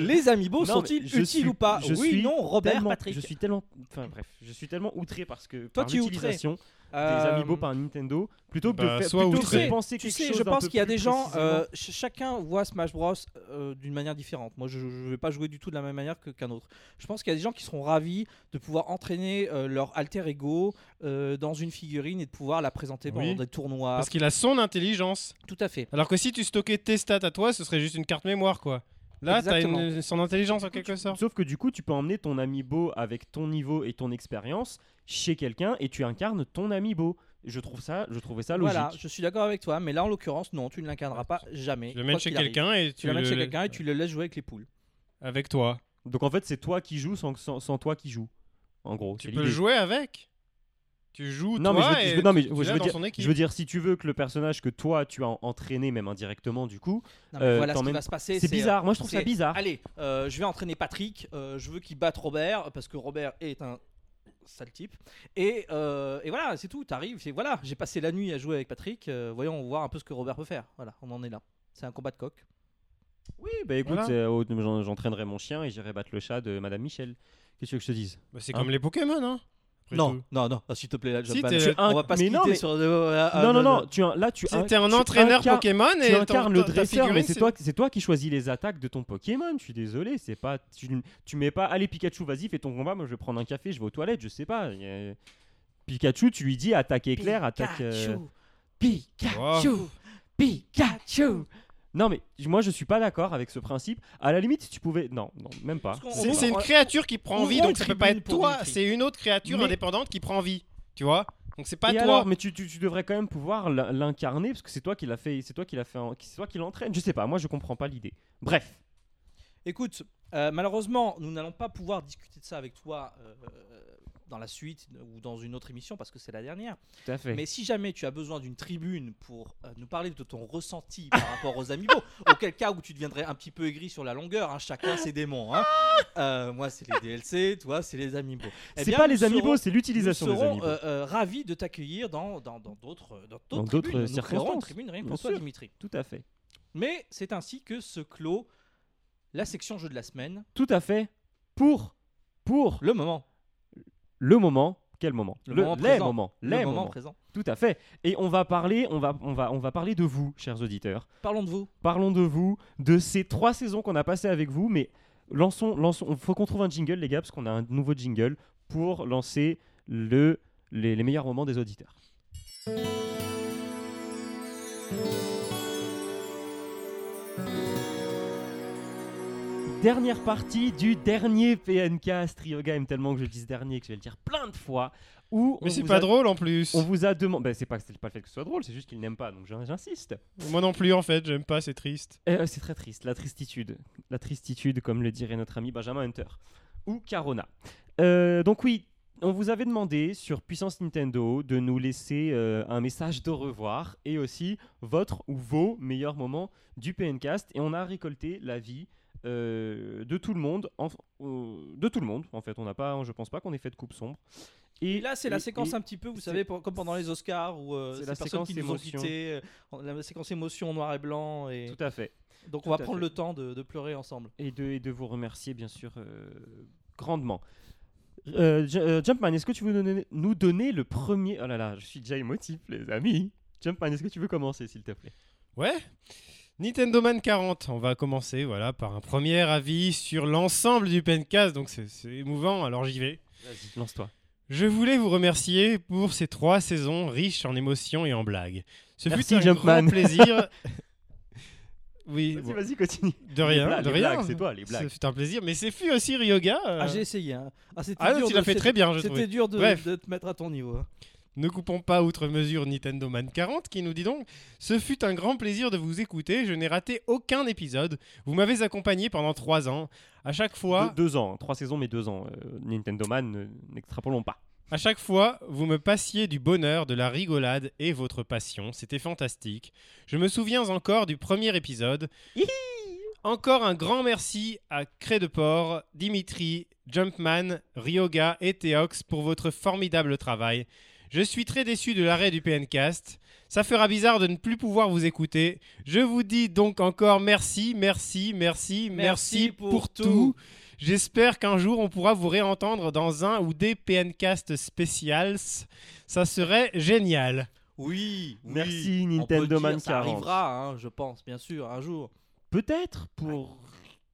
S1: Les amiibo
S5: Non,
S1: sont-ils
S5: mais je
S1: utiles
S5: suis-
S1: ou pas
S5: je
S1: Oui,
S5: suis
S1: non, Robert,
S5: Tellement-
S1: Patrick.
S5: Je suis tellement. Enfin, bref. Je suis tellement outré parce que.
S1: Toi,
S5: par
S1: tu es outré.
S5: l'utilisation des
S1: Euh,
S5: amiibo par Nintendo, plutôt que
S3: bah,
S5: de faire.
S3: sois
S5: plutôt que
S3: outré.
S5: de penser
S1: Tu
S5: quelque
S1: sais,
S5: chose
S1: je
S5: un
S1: pense
S5: peu
S1: qu'il y a
S5: plus
S1: des gens,
S5: précisément.
S1: euh, ch- chacun voit Smash Bros euh, d'une manière différente. Moi, je ne vais pas jouer du tout de la même manière que- qu'un autre. Je pense qu'il y a des gens qui seront ravis de pouvoir entraîner euh, leur alter ego euh, dans une figurine et de pouvoir la présenter pendant
S3: Oui.
S1: des tournois.
S3: Parce qu'il a son intelligence.
S1: Tout à fait.
S3: Alors que si tu stockais tes stats à toi, ce serait juste une carte mémoire, quoi. Là, t'as
S1: Exactement.
S3: une- son intelligence en quelque sorte.
S5: Sauf que du coup, tu peux emmener ton amiibo avec ton niveau et ton expérience chez quelqu'un et tu incarnes ton amiibo. Je trouve ça, je trouvais ça logique.
S1: Voilà, je suis d'accord avec toi, mais là, en l'occurrence, non, tu ne l'incarneras pas jamais.
S3: Tu le
S1: quoi
S3: mènes
S1: qu'il
S3: chez
S1: arrive.
S3: quelqu'un et
S1: Tu
S3: tu
S1: le mènes chez
S3: le-
S1: quelqu'un et tu le laisses jouer avec les poules.
S3: avec toi.
S5: Donc en fait, c'est toi qui joues sans, sans, sans toi qui joues. En gros,
S3: Tu
S5: c'est
S3: peux
S5: l'idée.
S3: jouer avec. Tu joues
S5: Non mais,
S3: toi
S5: je veux, je
S3: et
S5: veux- non, mais
S3: tu-
S5: je
S3: tu
S5: veux
S3: l'as dans
S5: dire,
S3: son équipe.
S5: je veux dire, si tu veux que le personnage que toi tu as en- entraîné, même indirectement, du coup,
S1: Non, mais
S5: Euh,
S1: voilà ce qui
S5: t'emmènes-
S1: va se passer.
S5: c'est
S1: euh,
S5: bizarre. Moi, je trouve ça
S1: c'est-
S5: bizarre.
S1: Allez, euh, je vais entraîner Patrick. euh, je veux qu'il batte Robert parce que Robert est un sale type. Et, euh, et voilà, c'est tout. T'arrives, c'est voilà. J'ai passé la nuit à jouer avec Patrick. euh, voyons voir un peu ce que Robert peut faire. Voilà, on en est là. C'est un combat de coq.
S5: Oui, bah écoute,
S3: Voilà.
S5: c'est- oh, j'en- j'entraînerai mon chien et j'irai battre le chat de Madame Michel. Qu'est-ce que je te dise
S3: Bah, c'est
S5: Hein
S3: comme les Pokémon, hein. Après
S1: Non,
S3: tout.
S1: non, non, ah, s'il te plaît, là,
S3: Si,
S1: Jumpman,
S3: t'es-
S1: je- on va pas se
S5: mais
S1: quitter
S5: non, mais-
S1: sur. euh, ah,
S5: non, non, non, tu as- là tu
S3: Si
S5: as-
S3: T'es un
S5: tu
S3: entraîneur
S5: incarnes-
S3: Pokémon et
S5: tu
S3: ton-
S5: incarnes le
S3: ta
S5: dresseur,
S3: figurine,
S5: mais c'est
S3: c'est-
S5: toi, c'est toi qui choisis les attaques de ton Pokémon. Je suis désolé, c'est pas, tu, tu mets pas, allez Pikachu, vas-y, fais ton combat. Moi, je vais prendre un café, je vais aux toilettes, je sais pas. Il y a- Pikachu, tu lui dis attaque éclair, attaque. euh,
S3: Wow.
S5: Pikachu, Pikachu. Non mais moi, je suis pas d'accord avec ce principe. À la limite, si tu pouvais, non, non, même pas.
S1: Parce qu'on-
S3: C'est
S1: on-
S3: c'est une
S1: on-
S3: créature qui prend
S1: on
S3: vie,
S1: rend
S3: donc ça peut
S1: tribune
S3: pas être
S1: pour
S3: toi.
S1: Dimitri.
S3: C'est une autre créature
S5: Mais-
S3: indépendante qui prend vie. Tu vois Donc c'est pas
S5: Et
S3: toi.
S5: alors, mais tu, tu- tu devrais quand même pouvoir l'in- l'incarner parce que c'est toi qui l'a fait, c'est toi qui l'a fait, en- c'est toi qui l'entraîne. Je sais pas, moi je comprends pas l'idée. Bref,
S1: Écoute, euh, malheureusement, nous n'allons pas pouvoir discuter de ça avec toi euh, dans la suite ou dans une autre émission parce que c'est la dernière.
S5: tout à fait.
S1: Mais si jamais tu as besoin d'une tribune pour euh, nous parler de ton ressenti par rapport aux amiibo, auquel cas où tu deviendrais un petit peu aigri sur la longueur, hein, chacun ses démons. hein. Euh, moi, c'est les DLC, toi, c'est les amiibo. Eh
S5: Ah c'est
S1: bien,
S5: pas
S1: nous
S5: les
S1: serons-
S5: amiibo, c'est
S1: Nous
S5: l'utilisation des
S1: serons
S5: amiibo.
S1: euh, euh, ravis de t'accueillir dans dans- dans d'autres euh, dans
S5: Dans
S1: d'autres
S5: d'autres
S1: tribunes. Nous créerons une
S5: circonstances,
S1: tribune rien
S5: bien
S1: pour toi,
S5: sûr.
S1: Dimitri.
S5: Tout à fait.
S1: Mais c'est ainsi que se clôt la section jeu de la semaine.
S5: Tout à fait. Pour, pour
S1: Le moment,
S5: le moment. Quel moment
S1: Le moment
S5: Les
S1: présent.
S5: moments.
S1: le
S5: Les
S1: moment
S5: moments.
S1: présent.
S5: Tout à fait. Et on va parler, on va, on va, on va parler de vous, chers auditeurs.
S1: Parlons de vous.
S5: Parlons de vous, de ces trois saisons qu'on a passées avec vous, mais lançons, lançons. Faut qu'on trouve un jingle, les gars, parce qu'on a un nouveau jingle pour lancer le, les, les meilleurs moments des auditeurs. Dernière partie du dernier PNK Strioga aime tellement que je dise dernier que je vais le dire plein de fois. Où on
S3: Mais c'est
S5: vous
S3: pas
S5: a-
S3: drôle en plus.
S5: On vous a demandé. Bah, c'est pas, c'est pas le fait que ce soit drôle, c'est juste qu'il n'aime pas, donc j'in- j'insiste.
S3: Moi non plus en fait, j'aime pas, c'est triste.
S5: Euh, c'est très triste, la tristitude. La tristitude, comme le dirait notre ami Benjamin Hunter. Ou Carona. Euh, donc oui, on vous avait demandé sur Puissance Nintendo de nous laisser euh, un message d'au revoir et aussi votre ou vos meilleurs moments du PNcast. Et on a récolté l'avis euh, de tout le monde. en- euh, de tout le monde, en fait. On n'a pas, je pense pas qu'on ait fait de coupe sombre.
S1: Et là, c'est la
S5: et-
S1: séquence
S5: et-
S1: un petit peu, vous
S5: c'est-
S1: savez, pour- comme pendant les Oscars où euh,
S5: c'est
S1: ces
S5: la
S1: personnes qui
S5: séquence
S1: nous ont
S5: émotion.
S1: quittés, euh, la séquence émotion en noir et blanc. Et...
S5: Tout à fait.
S1: Donc, on
S5: tout
S1: va
S5: à
S1: prendre
S5: fait.
S1: le temps de, de pleurer ensemble.
S5: et de, et de vous remercier bien sûr euh, grandement. Euh, Ju- euh, Jumpman, est-ce que tu veux nous donner, nous donner le premier Oh là là, je suis déjà émotif, les amis. Jumpman, est-ce que tu veux commencer, s'il te plaît
S3: Ouais Nintendo Man 40, on va commencer voilà par un premier avis sur l'ensemble du Pencast, donc c'est c'est émouvant, alors j'y vais.
S5: Vas-y, lance-toi.
S3: Je voulais vous remercier pour ces trois saisons riches en émotions et en blagues. Ce
S5: Merci,
S3: fut un
S5: Jumpman.
S3: grand plaisir. oui,
S5: Vas-y,
S3: bon,
S5: vas-y, continue.
S3: de rien,
S5: les blagues,
S3: de
S5: les
S3: rien.
S5: blagues, c'est toi, les
S3: Ce
S5: blagues.
S3: fut un plaisir, mais c'est fut aussi Ryoga. euh.
S1: Ah, j'ai essayé. hein. Ah, c'était
S3: Ah non,
S1: dur
S3: tu
S1: de-
S3: l'as fait
S1: c'était-
S3: très bien, je
S1: C'était
S3: trouve.
S1: dur de,
S3: Bref.
S1: de te mettre à ton niveau. hein.
S3: Ne coupons pas outre mesure Nintendo Man 40 qui nous dit donc Ce fut un grand plaisir de vous écouter, je n'ai raté aucun épisode. Vous m'avez accompagné pendant trois ans. À chaque fois,
S5: Deux, deux ans, hein, trois saisons, mais deux ans. Euh, Nintendo Man, euh, n'extrapolons pas.
S3: à chaque fois, vous me passiez du bonheur, de la rigolade et votre passion. C'était fantastique. Je me souviens encore du premier épisode.
S5: Hihi
S3: Encore un grand merci à Cré de Port, Dimitri, Jumpman, Ryoga et Theox pour votre formidable travail. Je suis très déçu de l'arrêt du PNcast. Ça fera bizarre de ne plus pouvoir vous écouter. Je vous dis donc encore merci, merci, merci, merci,
S1: Merci
S3: pour,
S1: pour
S3: tout.
S1: tout.
S3: J'espère qu'un jour on pourra vous réentendre dans un ou des PNcast spéciales. Ça serait génial.
S1: Oui,
S5: Merci
S1: on peut
S5: Nintendo
S1: dire,
S5: Man
S1: Ça
S5: 40.
S1: arrivera, hein, je pense, bien sûr, un jour.
S5: Peut-être pour.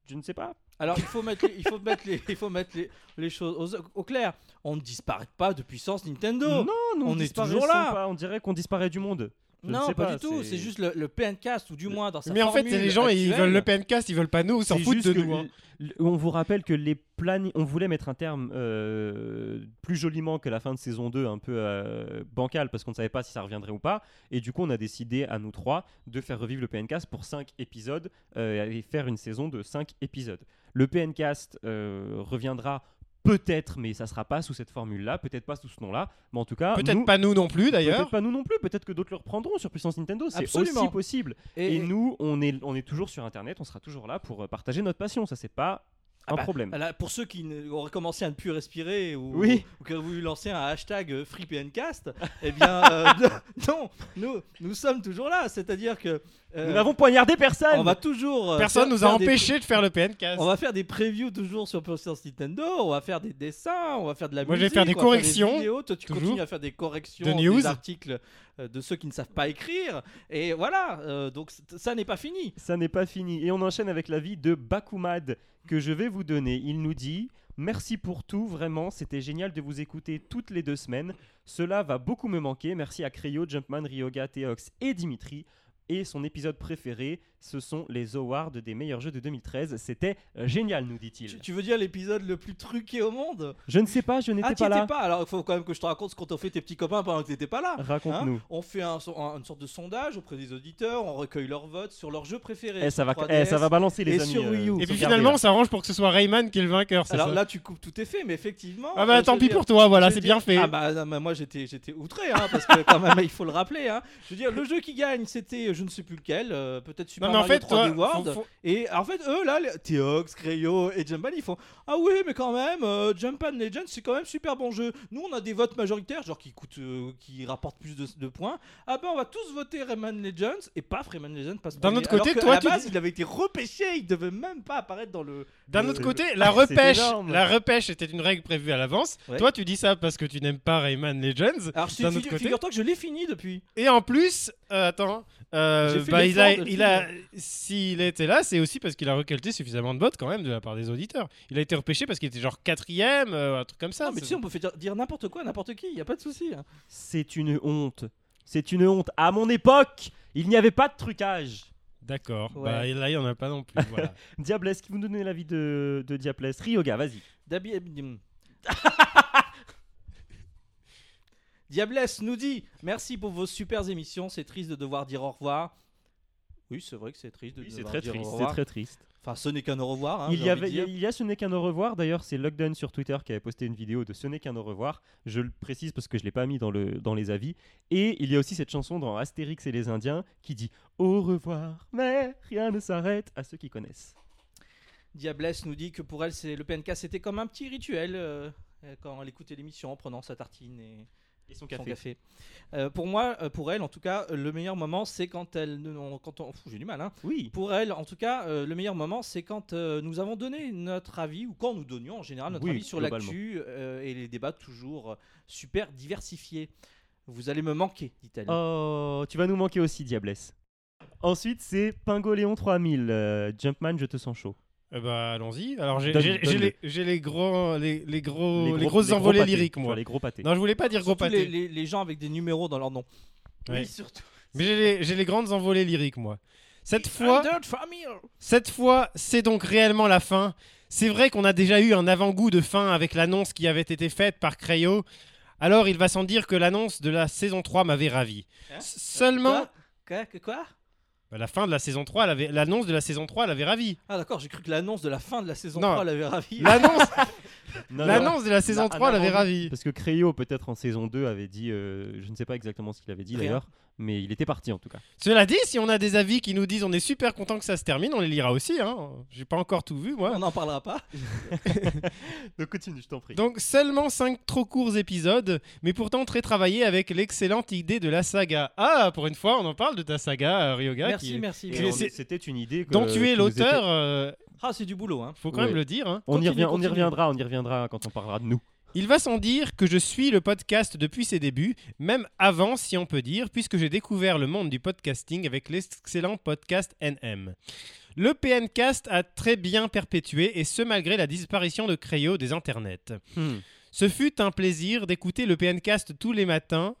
S5: Je ne sais pas.
S1: Alors il faut mettre, les, il faut mettre les, il faut mettre les, les choses au, au clair. On ne disparaît pas de puissance Nintendo.
S5: non, nous,
S1: on est
S5: disparaissons
S1: toujours là.
S5: pas, On dirait qu'on disparaît du monde. je ne
S1: Non,
S5: sais
S1: pas,
S5: pas,
S1: du tout.
S5: c'est-
S1: C'est juste le, le PNcast ou du moins dans sa
S3: Mais en fait,
S1: formule
S3: les gens ils
S1: actuelle.
S3: veulent le PNcast, ils veulent pas nous, ils s'en
S5: C'est
S3: foutent
S5: juste
S3: de
S5: que
S3: nous. hein.
S5: l- l- On vous rappelle que les plani- on voulait mettre un terme euh, plus joliment que la fin de saison 2, un peu euh, bancal, parce qu'on ne savait pas si ça reviendrait ou pas. Et du coup, on a décidé à nous trois de faire revivre le PNcast pour 5 épisodes euh, et faire une saison de 5 épisodes. Le PNcast euh, reviendra peut-être, mais ça sera pas sous cette formule-là, peut-être pas sous ce nom-là, mais en tout cas,
S3: Peut-être
S5: nous-
S3: pas nous non plus
S5: Peut-être
S3: d'ailleurs.
S5: pas nous non plus, peut-être que d'autres le reprendront sur Puissance Nintendo, c'est
S1: Absolument.
S5: aussi possible.
S1: Et,
S5: Et, nous, on est, on est toujours sur Internet, on sera toujours là pour euh, partager notre passion, ça c'est pas
S1: Ah
S5: un
S1: bah,
S5: problème.
S1: là, pour ceux qui ne- auraient commencé à ne plus respirer ou,
S5: Oui.
S1: ou qui auraient voulu lancer un hashtag euh, FreePNcast, eh bien euh, non, nous, nous sommes toujours là. C'est-à-dire que euh,
S5: Nous n'avons poignardé
S1: on
S5: personne
S1: va toujours. euh,
S3: Personne
S1: faire-
S3: nous a
S1: faire des-
S3: empêchés de faire le PNcast.
S1: On va faire des previews toujours sur Puissance Nintendo, on va faire des dessins, on va faire de la
S3: Moi, je vais
S1: musique.
S3: faire des
S1: on va
S3: corrections,
S1: vidéos. Toi, tu
S3: toujours.
S1: continues à faire des corrections
S3: De news.
S1: des articles euh, de ceux qui ne savent pas écrire. Et voilà, euh, donc c- ça n'est pas fini.
S5: Ça n'est pas fini. Et on enchaîne avec l'avis de Bakumad que je vais vous donner. Il nous dit Merci pour tout, vraiment, c'était génial de vous écouter toutes les deux semaines. Cela va beaucoup me manquer. Merci à Cryo, Jumpman, Ryoga, Theox et Dimitri. Et son épisode préféré, ce sont les awards des meilleurs jeux de 2013. C'était euh, génial, nous
S1: Tu,
S5: dit-il.
S1: tu veux dire l'épisode le plus truqué au monde
S5: Je ne sais pas, je
S1: Ah,
S5: n'étais
S1: tu
S5: pas
S1: étais
S5: là.
S1: pas Alors, il faut quand même que je te raconte ce qu'on t'a fait tes petits copains pendant que t'étais pas là.
S5: Raconte-nous.
S1: Hein on fait un, so- un- une sorte de sondage auprès des auditeurs, on recueille leurs votes sur leurs jeux préférés.
S5: Eh, ça va,
S1: 3DS.
S5: eh, ça va balancer les
S1: et
S5: amis. euh,
S1: sur Wii U.
S3: Et puis
S5: regardez,
S3: finalement,
S5: là.
S3: on s'arrange pour que ce soit Rayman qui est le vainqueur, c'est
S1: Alors
S3: ça
S1: là, tu coupes tout est fait, mais effectivement.
S3: Ah
S1: euh,
S3: bah
S1: je
S3: tant
S1: veux
S3: pis
S1: dire-
S3: pour toi, voilà,
S1: Je
S3: c'est
S1: veux dire-
S3: bien fait.
S1: Ah bah, non, bah, moi j'étais j'étais outré hein, parce que quand même il faut le rappeler hein. Je veux dire le jeu qui gagne c'était euh, je ne sais plus lequel, euh, peut-être Super
S3: non mais en
S1: Mario
S3: fait,
S1: 3D
S3: toi,
S1: World.
S3: faut- faut-
S1: Et en fait eux là les- Theox, Cryo et Jumpman ils font ah oui mais quand même euh, Jumpman Legends c'est quand même super bon jeu. Nous on a des votes majoritaires genre qui coûtent euh, qui rapportent plus de, de points. Ah bah on va tous voter Rayman Legends et paf Rayman Legends passe
S3: D'un
S1: premier.
S3: autre côté,
S1: Alors que
S3: toi,
S1: à la
S3: tu
S1: base
S3: dis-
S1: il avait été repêché, il devait même pas apparaître dans le
S3: d'un
S5: le-
S3: autre
S5: le-
S3: côté, la
S5: c'est
S3: repêche,
S5: énorme.
S3: la repêche était une règle prévue à l'avance.
S1: Ouais.
S3: Toi, tu dis ça parce que tu n'aimes pas Rayman Legends.
S1: Alors je
S3: D'un
S1: te-
S3: autre
S1: figu-
S3: côté-
S1: figure-toi que je l'ai fini depuis.
S3: Et en plus, euh, attends, euh,
S1: J'ai fait
S3: bah, il a,
S1: l'effort de
S3: il a, s'il était là, c'est aussi parce qu'il a récolté suffisamment de votes quand même de la part des auditeurs. Il a été repêché parce qu'il était genre quatrième, euh, un truc comme ça.
S1: Non, Ah, mais tu
S3: C'est-
S1: sais, on peut faire dire- dire n'importe quoi, à n'importe qui, il a pas de souci. hein.
S5: C'est une honte. C'est une honte. À mon époque, il n'y avait pas de trucage.
S3: D'accord.
S1: Ouais.
S3: Bah, là, il y en a pas non plus. voilà.
S5: Diables, qui vous donnez l'avis de, de Diables Ryoga, vas-y.
S1: Dabi- Abdim. Diablesse nous dit Merci pour vos super émissions, c'est triste de devoir dire au revoir. Oui, c'est vrai que c'est triste de
S5: Oui,
S1: devoir
S5: c'est très
S1: dire
S5: triste.
S1: au
S5: C'est
S1: revoir.
S5: très triste.
S1: Enfin, ce n'est qu'un au revoir. hein,
S5: il, y
S1: j'ai envie
S5: avait,
S1: de dire.
S5: il y a Ce n'est qu'un au revoir. D'ailleurs, c'est Lockdown sur Twitter qui avait posté une vidéo de Ce n'est qu'un au revoir. Je le précise parce que je ne l'ai pas mis dans, le, dans les avis. Et il y a aussi cette chanson dans Astérix et les Indiens qui dit Au revoir, mais rien ne s'arrête à ceux qui connaissent.
S1: Diablesse nous dit que pour elle, c'est le PNK, c'était comme un petit rituel euh, euh, quand elle écoutait l'émission en prenant sa tartine et,
S5: Et
S1: son café. Euh, pour moi, euh, pour elle, en tout cas, euh, le meilleur moment, c'est quand elle, ne- on- quand on, Fou, j'ai du mal, hein.
S5: Oui.
S1: Pour elle, en tout cas, euh, le meilleur moment, c'est quand euh, nous avons donné notre avis, ou quand nous donnions en général notre
S5: Oui,
S1: avis sur
S5: globalement.
S1: l'actu euh, et les débats toujours euh, super diversifiés. Vous allez me manquer, dit-elle.
S5: Oh, tu vas nous manquer aussi, Diablesse. Ensuite, c'est Pingoléon 3000. euh, Jumpman, je te sens chaud.
S3: Eh bah, allons-y. Alors, j'ai
S5: Donne-
S3: j'ai-
S5: donne
S3: j'ai
S5: le-
S3: les, j'ai les gros, les, les gros, Oh, les,
S5: gros-
S3: grosses
S5: les gros
S3: envolées
S5: pâtés,
S3: lyriques,
S5: tu
S3: moi.
S5: vois, Les gros pâtés.
S3: Non, je voulais pas dire gros
S1: Surtout
S3: pâté.
S1: les, les- les gens avec des numéros dans leur nom.
S3: Ouais.
S1: Oui, surtout.
S3: Mais j'ai les, j'ai les grandes envolées lyriques, moi. Cette
S1: Ah,
S3: fois,
S2: Under Famille.
S3: cette fois, c'est donc réellement la fin. C'est vrai qu'on a déjà eu un avant-goût de fin avec l'annonce qui avait été faite par Crayo. Alors, il va sans dire que l'annonce de la saison 3 m'avait ravi.
S2: Hein
S3: S- Seulement,
S1: Quoi Quoi, que- quoi
S3: Bah, la fin de la saison 3, elle avait- l'annonce de la saison 3 l'avait ravi.
S1: Ah d'accord, j'ai cru que l'annonce de la fin de la saison
S3: Non.
S1: 3 l'avait ravi.
S3: L'annonce,
S5: Non, non.
S3: l'annonce de la saison
S5: Non,
S3: 3 l'avait
S5: l'avant-goût.
S3: ravi.
S5: Parce que Créo, peut-être en saison 2, avait dit, euh, je ne sais pas exactement ce qu'il avait dit
S1: Rien.
S5: d'ailleurs, mais il était parti en tout cas.
S3: Cela dit, si on a des avis qui nous disent on est super content que ça se termine, on les lira aussi. Hein. J'ai pas encore tout vu, moi.
S1: On n'en parlera pas.
S5: Donc continue, je t'en prie.
S3: Donc seulement 5 trop courts épisodes, mais pourtant très travaillés avec l'excellente idée de la saga. Ah, pour une fois, on en parle de ta saga, euh, Ryoga.
S1: merci,
S3: qui-
S1: merci.
S3: qui-
S1: merci.
S3: c'est-
S5: C'était une idée que-
S3: dont tu es
S5: qui nous était-
S3: l'auteur, euh,
S1: Ah, c'est du boulot, hein.
S3: faut quand même
S5: Ouais.
S3: le dire. hein.
S5: On y,
S1: Continue,
S5: revient, on y
S1: continue.
S5: reviendra, on y reviendra quand on parlera de nous.
S3: Il va sans dire que je suis le podcast depuis ses débuts, même avant si on peut dire, puisque j'ai découvert le monde du podcasting avec l'excellent podcast NM. Le PNcast a très bien perpétué, et ce malgré la disparition de Créo des internets.
S5: Hmm.
S3: Ce fut un plaisir d'écouter le PNcast tous les matins.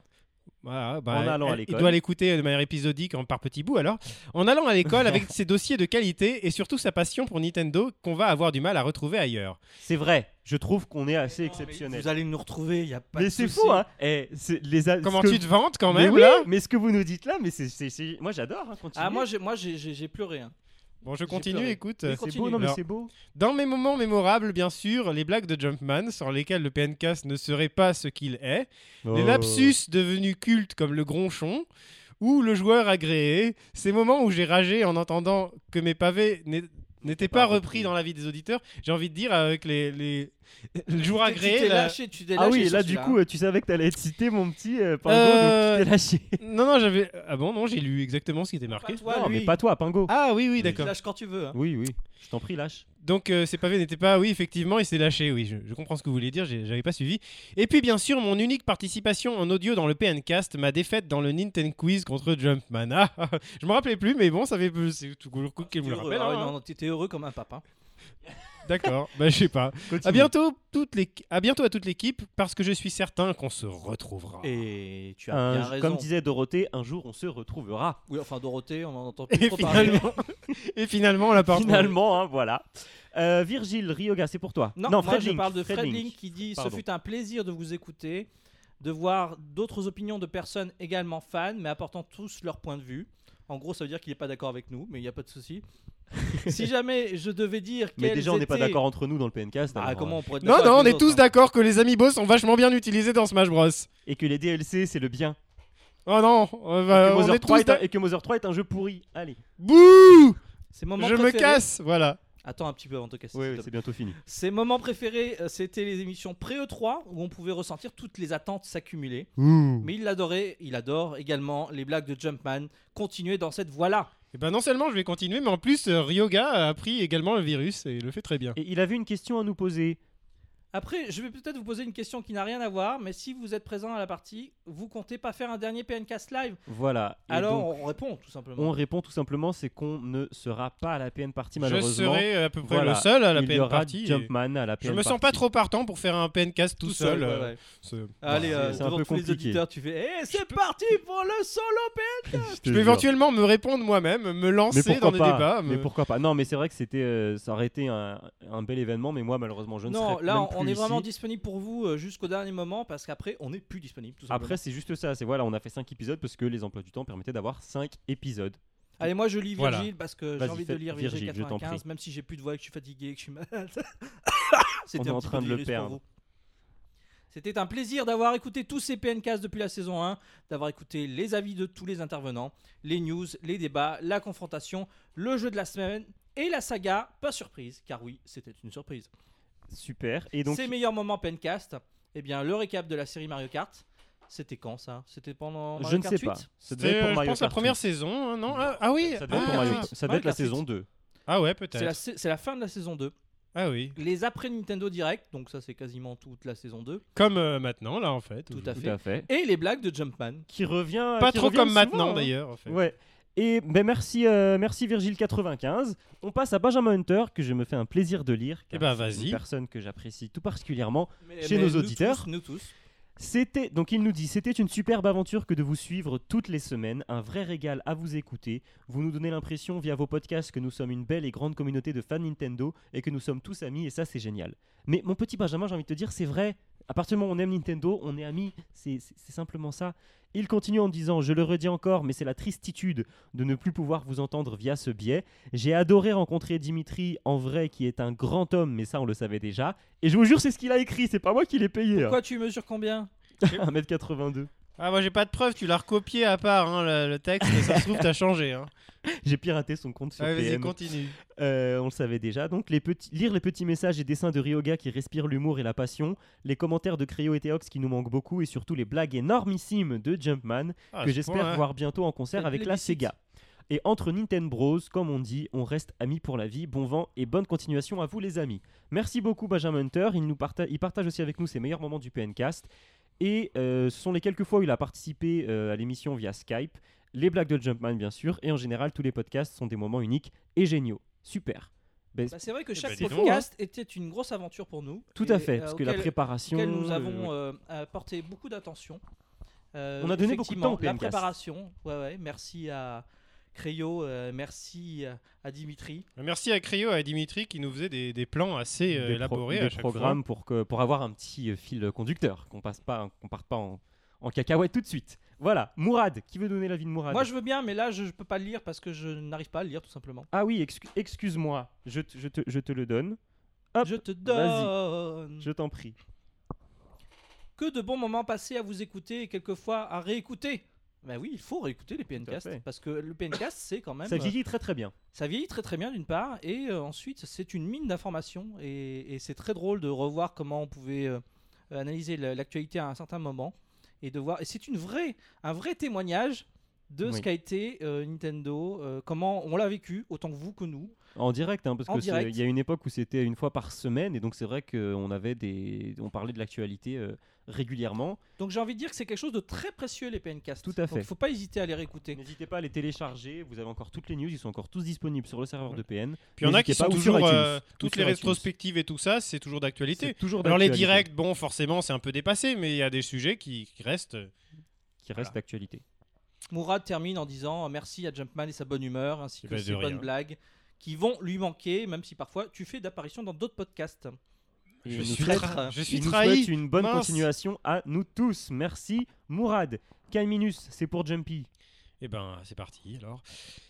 S3: Voilà, bah,
S5: En allant à
S3: elle- Il
S5: l'école.
S3: doit l'écouter de manière épisodique en- par petits bouts alors. En allant à l'école avec ses dossiers de qualité et surtout sa passion pour Nintendo qu'on va avoir du mal à retrouver ailleurs.
S5: C'est vrai, je trouve qu'on est assez
S1: Non, mais
S5: exceptionnel.
S1: Vous allez nous retrouver, il y a pas
S5: Mais
S1: de
S5: c'est
S1: souci.
S5: fou, hein Eh, c'est- les a-
S3: Comment
S5: ce que-
S3: tu te vantes quand
S5: mais
S3: même
S5: oui,
S3: là
S5: Mais ce que vous nous dites là, mais c'est, c'est- c'est- moi j'adore. hein, continue.
S1: Ah moi j'ai moi j'ai- j'ai j'ai pleuré. hein.
S3: Bon, je
S1: J'ai
S3: continue,
S1: pleuré.
S3: écoute.
S1: Oui,
S5: c'est beau,
S1: continue.
S5: non mais
S3: Alors-
S5: c'est beau.
S3: Dans mes moments mémorables, bien sûr, les blagues de Jumpman, sans lesquelles le PNcast ne serait pas ce qu'il est,
S2: Oh.
S3: les
S5: Oh.
S3: lapsus devenus cultes comme le gronchon, ou le joueur agréé, ces moments où j'ai ragé en entendant que mes pavés n'é- n'étaient pas,
S5: pas
S3: repris
S5: repris.
S3: dans la vie des auditeurs, j'ai envie de dire avec les, les... le joueur
S1: Tu- tu
S3: agréé...
S1: t'es
S3: la-
S1: lâché, tu t'es
S5: Ah
S1: lâché
S5: oui,
S1: sur
S5: là du
S1: celui-là,
S5: coup,
S1: hein.
S5: euh, tu savais que t'allais être cité, mon petit euh, Pingo,
S3: Euh,
S5: donc tu t'es lâché.
S3: Non, non, j'avais... Ah bon, non, j'ai lu exactement ce qui était
S1: pas
S3: marqué.
S1: toi,
S5: non,
S1: lui.
S5: mais pas toi, Pingo.
S3: Ah oui, oui,
S5: Oui.
S1: Tu
S3: d'accord.
S1: lâches quand tu veux. hein.
S5: Oui, oui, je t'en prie, lâche.
S3: Donc euh, ces pavés n'étaient pas, oui, effectivement, il s'est lâché, oui, je, je comprends ce que vous voulez dire, j'ai- j'avais pas suivi. Et puis bien sûr, mon unique participation en audio dans le PNcast, ma défaite dans le Nintendo Quiz contre Jumpman. Ah, ah, ah, je me rappelais plus, mais bon, ça fait peu- c'est tout le coup qu'il me
S1: T'es
S3: le
S1: heureux,
S3: rappelle.
S1: ah ouais,
S3: hein.
S1: non, non, t'es- t'es heureux comme un hein. papa.
S3: D'accord, bah je sais pas. À
S5: Continue.
S3: bientôt, toutes les... à bientôt à toute l'équipe, parce que je suis certain qu'on se retrouvera.
S1: Et tu as
S5: Un-
S1: bien raison.
S5: comme disait Dorothée, un jour on se retrouvera.
S1: Oui, enfin Dorothée, on en entend plus
S3: Et
S1: trop parler.
S3: finalement, et finalement, la porte.
S5: Finalement, hein, voilà. Euh, Virgile, Ryoga, c'est pour toi.
S1: Non, moi
S5: Fred
S1: je
S5: Link,
S1: parle de
S5: Fred
S1: Fred
S5: Link.
S1: Link qui dit
S5: Pardon.
S1: Ce fut un plaisir de vous écouter, de voir d'autres opinions de personnes également fans, mais apportant tous leur point de vue. En gros, ça veut dire qu'il n'est pas d'accord avec nous, mais il n'y a pas de souci. si jamais je devais dire
S5: Mais
S1: quelles
S5: déjà, on n'est pas
S1: étaient-
S5: d'accord entre nous dans le PNcast.
S1: Ah,
S5: alors,
S1: comment on pourrait être
S3: Non,
S1: d'accord
S3: non, on
S1: avec
S3: est
S1: les autres,
S3: tous
S1: hein
S3: d'accord que les amiibo sont vachement bien utilisés dans Smash Bros.
S5: et que les DLC c'est le bien.
S3: Oh non, euh, bah,
S5: et, que
S3: on
S5: Mother
S3: est
S5: 3
S3: tous
S5: est un-
S3: d'accord.
S5: et que Mother 3 est un jeu pourri. Allez.
S3: Bouh
S1: Ces moments
S3: Je me
S1: préférés-
S3: casse, voilà.
S1: Attends un petit peu avant de te casser.
S5: Oui,
S1: s'il
S5: oui,
S1: te
S5: c'est
S1: plaît.
S5: bientôt fini.
S1: Ces moments préférés, euh, c'était les émissions pré-E3 où on pouvait ressentir toutes les attentes s'accumuler. Mais il adorait, il adore également les blagues de Jumpman. Continuez dans cette voie-là.
S3: Et ben non seulement je vais continuer, mais en plus euh, Ryoga a pris également le virus et le fait très bien.
S5: Et il avait une question à nous poser.
S1: Après, je vais peut-être vous poser une question qui n'a rien à voir, mais si vous êtes présent à la partie, vous comptez pas faire un dernier PNcast live
S5: Voilà. Et
S1: Alors
S5: donc,
S1: on répond tout simplement.
S5: on répond tout simplement c'est qu'on ne sera pas à la PN partie
S3: Je
S5: malheureusement.
S3: serai à peu près
S5: Voilà.
S3: le seul à la
S5: il y
S3: PN
S5: aura
S3: party. et
S5: Jumpman à la PN
S3: Je me sens pas trop partant pour faire un PNcast tout, seul.
S1: ouais,
S3: euh,
S1: ouais.
S3: c'est-
S1: Allez,
S5: c'est-
S1: euh,
S5: bah, c'est un
S1: devant
S5: peu
S1: tous les
S5: compliqué.
S1: auditeurs, tu fais Eh, c'est parti pour le solo PN
S3: Je peux éventuellement me répondre moi-même, me
S5: mais
S3: lancer
S5: pourquoi
S3: dans des
S5: pas
S3: débats. me-
S5: Mais pourquoi pas Non, mais c'est vrai que c'était, euh, ça aurait été un, un bel événement, mais moi malheureusement je ne
S1: Non,
S5: serai
S1: là
S5: même
S1: on-
S5: plus
S1: on est
S5: ici.
S1: vraiment disponible pour vous euh, jusqu'au dernier moment parce qu'après on n'est plus disponible tout simplement.
S5: Après, c'est juste ça. C'est voilà, on a fait 5 épisodes parce que les emplois du temps permettaient d'avoir 5 épisodes.
S1: Allez, moi je lis Virgile
S3: Voilà.
S1: parce que j'ai
S5: Vas-y,
S1: envie de
S5: fais-
S1: lire
S5: Virgile,
S1: Virgile
S5: je t'en
S1: 95,
S5: prie.
S1: même si j'ai plus de voix et que je suis fatigué et que je suis malade.
S5: On
S1: C'était
S5: est
S1: un
S5: en
S1: petit
S5: train
S1: peu
S5: de le
S1: déliriste pour
S5: perdre.
S1: vous. C'était un plaisir d'avoir écouté tous ces PNCast depuis la saison 1, d'avoir écouté les avis de tous les intervenants, les news, les débats, la confrontation, le jeu de la semaine et la saga. Pas surprise, car oui, c'était une surprise.
S5: Super. Et donc
S1: Ces meilleurs moments PNCast, eh bien le récap de la série Mario Kart. C'était quand ça C'était pendant Mario
S5: je ne
S1: Kart
S5: sais pas.
S1: 8?
S5: Ça devait
S3: C'était,
S5: être pour
S3: euh, je
S5: Mario
S3: pense la
S5: Kart
S3: première
S5: 8.
S3: saison, hein, non ah, ah oui,
S5: Ça devait être pour
S3: ah,
S5: Mario-
S3: oui.
S5: ça devait
S1: Mario
S5: être la
S1: Kart
S5: saison
S1: huit.
S5: 2.
S3: Ah ouais,
S1: C'est la,
S3: peut-être.
S1: sa- c'est la fin de la saison 2.
S3: Ah oui,
S1: Les après Nintendo Direct, donc ça c'est quasiment toute la saison 2,
S3: comme euh, maintenant là en fait.
S1: tout à
S5: Tout
S1: fait.
S5: à fait.
S1: Et les blagues de Jumpman.
S5: Qui revient.
S3: Pas
S5: qui
S3: trop
S5: revient
S3: comme
S5: souvent,
S3: maintenant
S5: hein.
S3: d'ailleurs. en fait.
S5: Ouais. Et ben merci, euh, merci Virgile95. On passe à Benjamin Hunter, que je me fais un plaisir de lire.
S3: Eh
S5: car
S3: ben,
S5: c'est
S3: vas-y.
S5: Une personne que j'apprécie tout particulièrement.
S1: Mais-
S5: Chez
S1: mais
S5: nos
S1: nous
S5: auditeurs.
S1: tous, nous tous.
S5: C'était donc il nous dit c'était une superbe aventure que de vous suivre toutes les semaines, un vrai régal à vous écouter. Vous nous donnez l'impression via vos podcasts que nous sommes une belle et grande communauté de fans Nintendo et que nous sommes tous amis et ça c'est génial. Mais mon petit Benjamin, j'ai envie de te dire c'est vrai. À partir du moment où on aime Nintendo, on est amis, c'est c'est- c'est simplement ça. Il continue en disant Je le redis encore, mais c'est la tristitude de ne plus pouvoir vous entendre via ce biais. J'ai adoré rencontrer Dimitri en vrai, qui est un grand homme, mais ça on le savait déjà. Et je vous jure, c'est ce qu'il a écrit, c'est pas moi qui l'ai payé. hein.
S1: Quoi, tu mesures combien
S5: 1m82.
S3: Ah, moi j'ai pas de preuve, tu l'as recopié à part hein, le, le texte, ça se trouve, t'as changé. Hein.
S5: J'ai piraté son compte sur
S3: Ouais, vas-y,
S5: PN.
S3: continue.
S5: Euh, on le savait déjà. Donc, les petits, lire les petits messages et dessins de Ryoga qui respirent l'humour et la passion, les commentaires de Cryo et Théox qui nous manquent beaucoup, et surtout les blagues énormissimes de Jumpman
S3: Ah,
S5: que
S3: ce
S5: j'espère
S3: point, hein.
S5: voir bientôt en concert
S1: Quel
S5: avec la
S1: plébiscite.
S5: Sega. Et entre Nintendo Bros, comme on dit, on reste amis pour la vie. Bon vent et bonne continuation à vous les amis. Merci beaucoup Benjamin Hunter. Il, nous parta- il partage aussi avec nous ses meilleurs moments du PNcast. Et euh, ce sont les quelques fois où il a participé euh, à l'émission via Skype. Les blagues de Jumpman bien sûr. Et en général, tous les podcasts sont des moments uniques et géniaux. Super. Ben,
S1: Bah, C'est vrai que
S3: bah,
S1: chaque
S3: dis donc,
S1: podcast était une grosse aventure pour nous.
S5: tout
S1: et,
S5: à fait,
S1: euh,
S5: parce que la
S1: auquel-
S5: préparation...
S1: auquel nous
S5: euh,
S1: avons euh, apporté beaucoup d'attention. Euh,
S5: On a donné beaucoup de temps au
S1: effectivement, La
S5: PNcast.
S1: préparation, ouais, ouais. Merci à Créo, euh, merci à- à Dimitri.
S3: Euh, Merci à Cryo et à Dimitri qui nous faisaient des, des plans assez euh,
S5: des
S3: élaborés
S5: pro-
S3: à
S5: des
S3: chaque
S5: programmes pour que pour avoir un petit euh, fil conducteur qu'on passe pas qu'on parte pas en, en cacahuète tout de suite. Voilà, Mourad, qui veut donner l'avis de Mourad
S1: Moi, je veux bien, mais là, je, je peux pas le lire parce que je n'arrive pas à le lire tout simplement.
S5: Ah oui, excu- excuse-moi, je, te- je te, je te le donne, Hop,
S1: je te
S5: vas-y.
S1: donne.
S5: je t'en prie.
S1: Que de bons moments passés à vous écouter et quelquefois à réécouter. Ben oui, il faut réécouter les PNcast
S5: fait.
S1: parce que le PNcast c'est quand même
S5: Ça
S1: euh,
S5: vieillit très très bien.
S1: ça vieillit très très bien d'une part et euh, ensuite c'est une mine d'informations et, et c'est très drôle de revoir comment on pouvait euh, analyser la- l'actualité à un certain moment et de voir et c'est une vraie un vrai témoignage de ce
S5: Oui.
S1: qu'a été euh, Nintendo, euh, comment on l'a vécu autant que vous que nous.
S5: En direct, hein, parce
S1: En
S5: que c'est-
S1: direct.
S5: il y a une époque où c'était une fois par semaine, et donc c'est vrai qu'on avait des, on parlait de l'actualité euh, régulièrement.
S1: Donc j'ai envie de dire que c'est quelque chose de très précieux les PNcast.
S5: Tout à
S1: Donc,
S5: fait.
S1: Il faut pas hésiter à les réécouter.
S5: N'hésitez pas à les télécharger. Vous avez encore toutes les news, ils sont encore tous disponibles sur le serveur de PN.
S3: Puis il y en a qui
S5: N'hésitez
S3: sont
S5: pas, ou sur
S3: toujours. euh,
S5: iTunes, ou
S3: toutes
S5: sur
S3: les
S5: iTunes.
S3: rétrospectives et tout ça, c'est toujours d'actualité.
S5: C'est toujours
S3: Alors les
S5: d'actualité,
S3: directs, bon, forcément, c'est un peu dépassé, mais il y a des sujets qui, qui restent.
S5: qui restent
S3: voilà.
S5: d'actualité.
S1: Mourad termine en disant euh, merci à Jumpman et sa bonne humeur ainsi
S3: Eh
S1: que
S3: ben, de
S1: ses bonnes
S3: rien.
S1: blagues qui vont lui manquer même si parfois tu fais d'apparitions dans d'autres podcasts.
S5: Et
S3: Je
S5: nous
S3: suis,
S1: traître.
S3: tra- je suis
S5: Il nous
S3: trahi.
S5: souhaite une bonne
S3: Mince.
S5: continuation à nous tous. Merci Mourad. Calminus, c'est pour Jumpy.
S3: Eh ben, c'est parti alors.